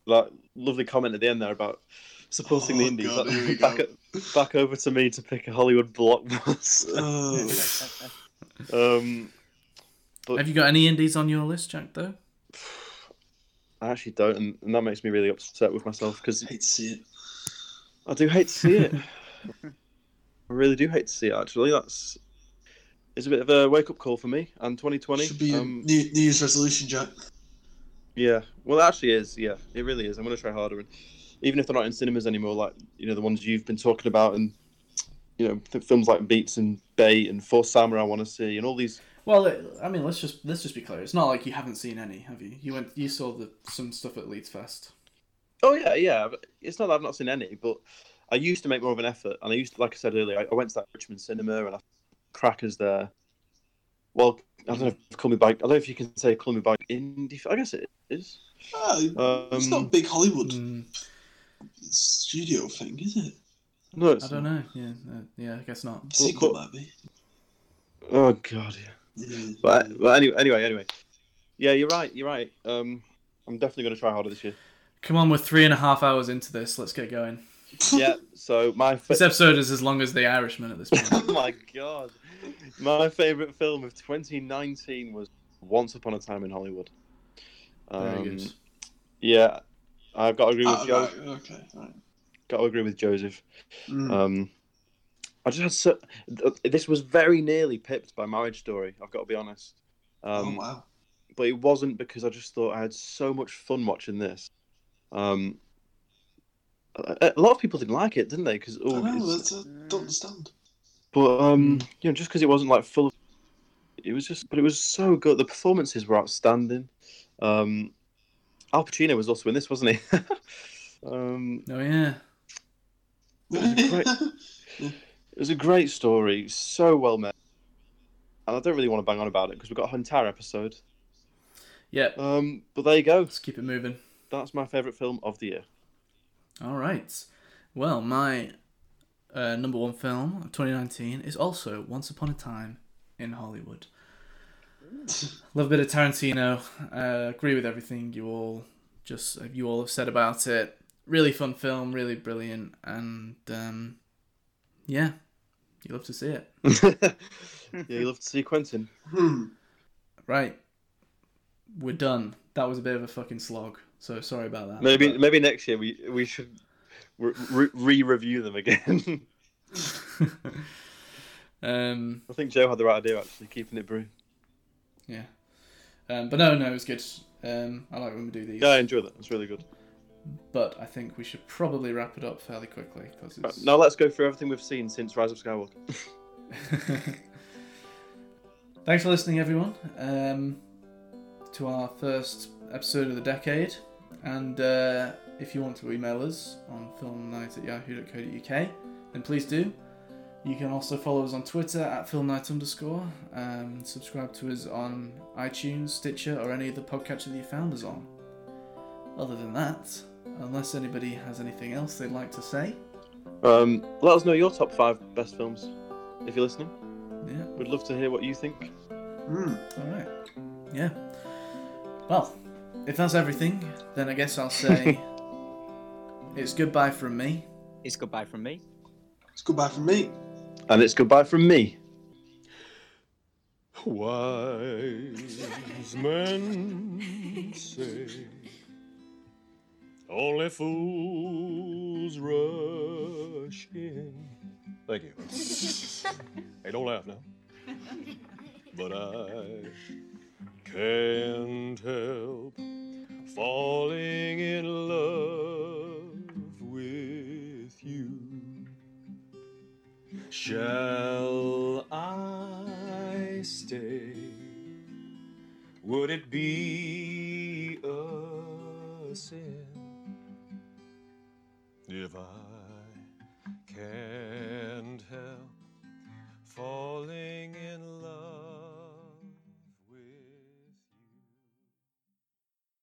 that lovely comment at the end there about supporting Oh, the indies. God, That- here we back, go. o- back over to me to pick a Hollywood blockbuster. Oh. um, Have you got any indies on your list, Jack? Though. I actually don't, and, and that makes me really upset with myself because hate to see it. I do hate to see it. I really do hate to see it. Actually, that's it's a bit of a wake up call for me. And 2020, Should be a um, new, new Year's resolution, Jack. yeah. Well, it actually is. Yeah, it really is. I'm going to try harder, and even if they're not in cinemas anymore, like you know the ones you've been talking about, and you know th- films like Beats and Bay and Four Samurai, I want to see, and all these. Well, it, I mean, let's just let's just be clear. It's not like you haven't seen any, have you? You went, you saw the some stuff at Leeds Fest. Oh yeah, yeah. but It's not that I've not seen any, but I used to make more of an effort, and I used, to, like I said earlier, I, I went to that Richmond cinema and I crackers there. Well, I don't know if call me back. I don't know if you can say call me back indie. I guess it is. Oh, Um, it's not a big Hollywood Mm, studio thing, is it? No, it's I don't know. Yeah, uh, yeah, I guess not. Sequel might be. Oh god, yeah. Yeah. Um, But, but anyway, anyway, anyway. Yeah, you're right. You're right. Um, I'm definitely going to try harder this year. Come on, we're three and a half hours into this. Let's get going. Yeah. So my fa- This episode is as long as The Irishman at this point. oh my god, my favorite film of 2019 was Once Upon a Time in Hollywood. Very Um, good. Yeah, I've got to agree with Ah, Joe. right, okay, right. Got to agree with Joseph. Hmm. Mm. Um, I just had so. th- This was very nearly pipped by Marriage Story. I've got to be honest. Um, oh wow. But it wasn't because I just thought I had so much fun watching this. Um, a, a lot of people didn't like it, didn't they? Because I know, oh, that's, Hmm. I don't understand. but um, you know, just because it wasn't like full. of... It was just, but it was so good. The performances were outstanding. Um, Al Pacino was also in this, wasn't he? um, Oh yeah. was great. It was a great story, so well made. And I don't really want to bang on about it because we've got a Huntar episode. Yeah. Um, but there you go. Let's keep it moving. That's my favourite film of the year. All right. Well, my uh, number one film of 2019 is also Once Upon a Time in Hollywood. Love a bit of Tarantino. Uh, agree with everything you all just uh, you all have said about it. Really fun film, really brilliant, and um, yeah, you love to see it. yeah, you love to see Quentin. Hmm. Right, we're done. That was a bit of a fucking slog. So sorry about that. Maybe maybe next year we we should re- re- review them again. um. I think Joe had the right idea actually, keeping it brief. Yeah. Um, but no, no, it was good. Um, I like when we do these. Yeah, I enjoy that. It's really good. But I think we should probably wrap it up fairly quickly because Right, it's. now let's go through everything we've seen since Rise of Skywalker. Thanks for listening, everyone, um, to our first episode of the decade. And uh, if you want to email us on filmnight at yahoo.co.uk, then please do. You can also follow us on Twitter at filmnight underscore. Um, subscribe to us on iTunes, Stitcher, or any other podcatcher that you found us on. Other than that, unless anybody has anything else they'd like to say, Um, let us know your top five best films if you're listening. yeah. We'd love to hear what you think. Hmm. All right. Yeah. Well, if that's everything, then I guess I'll say it's goodbye from me. It's goodbye from me. It's goodbye from me. And it's goodbye from me. Wise men say only fools rush in. Thank you. hey, don't laugh now. But I can't help falling in love with you. Shall I stay? Would it be a sin if I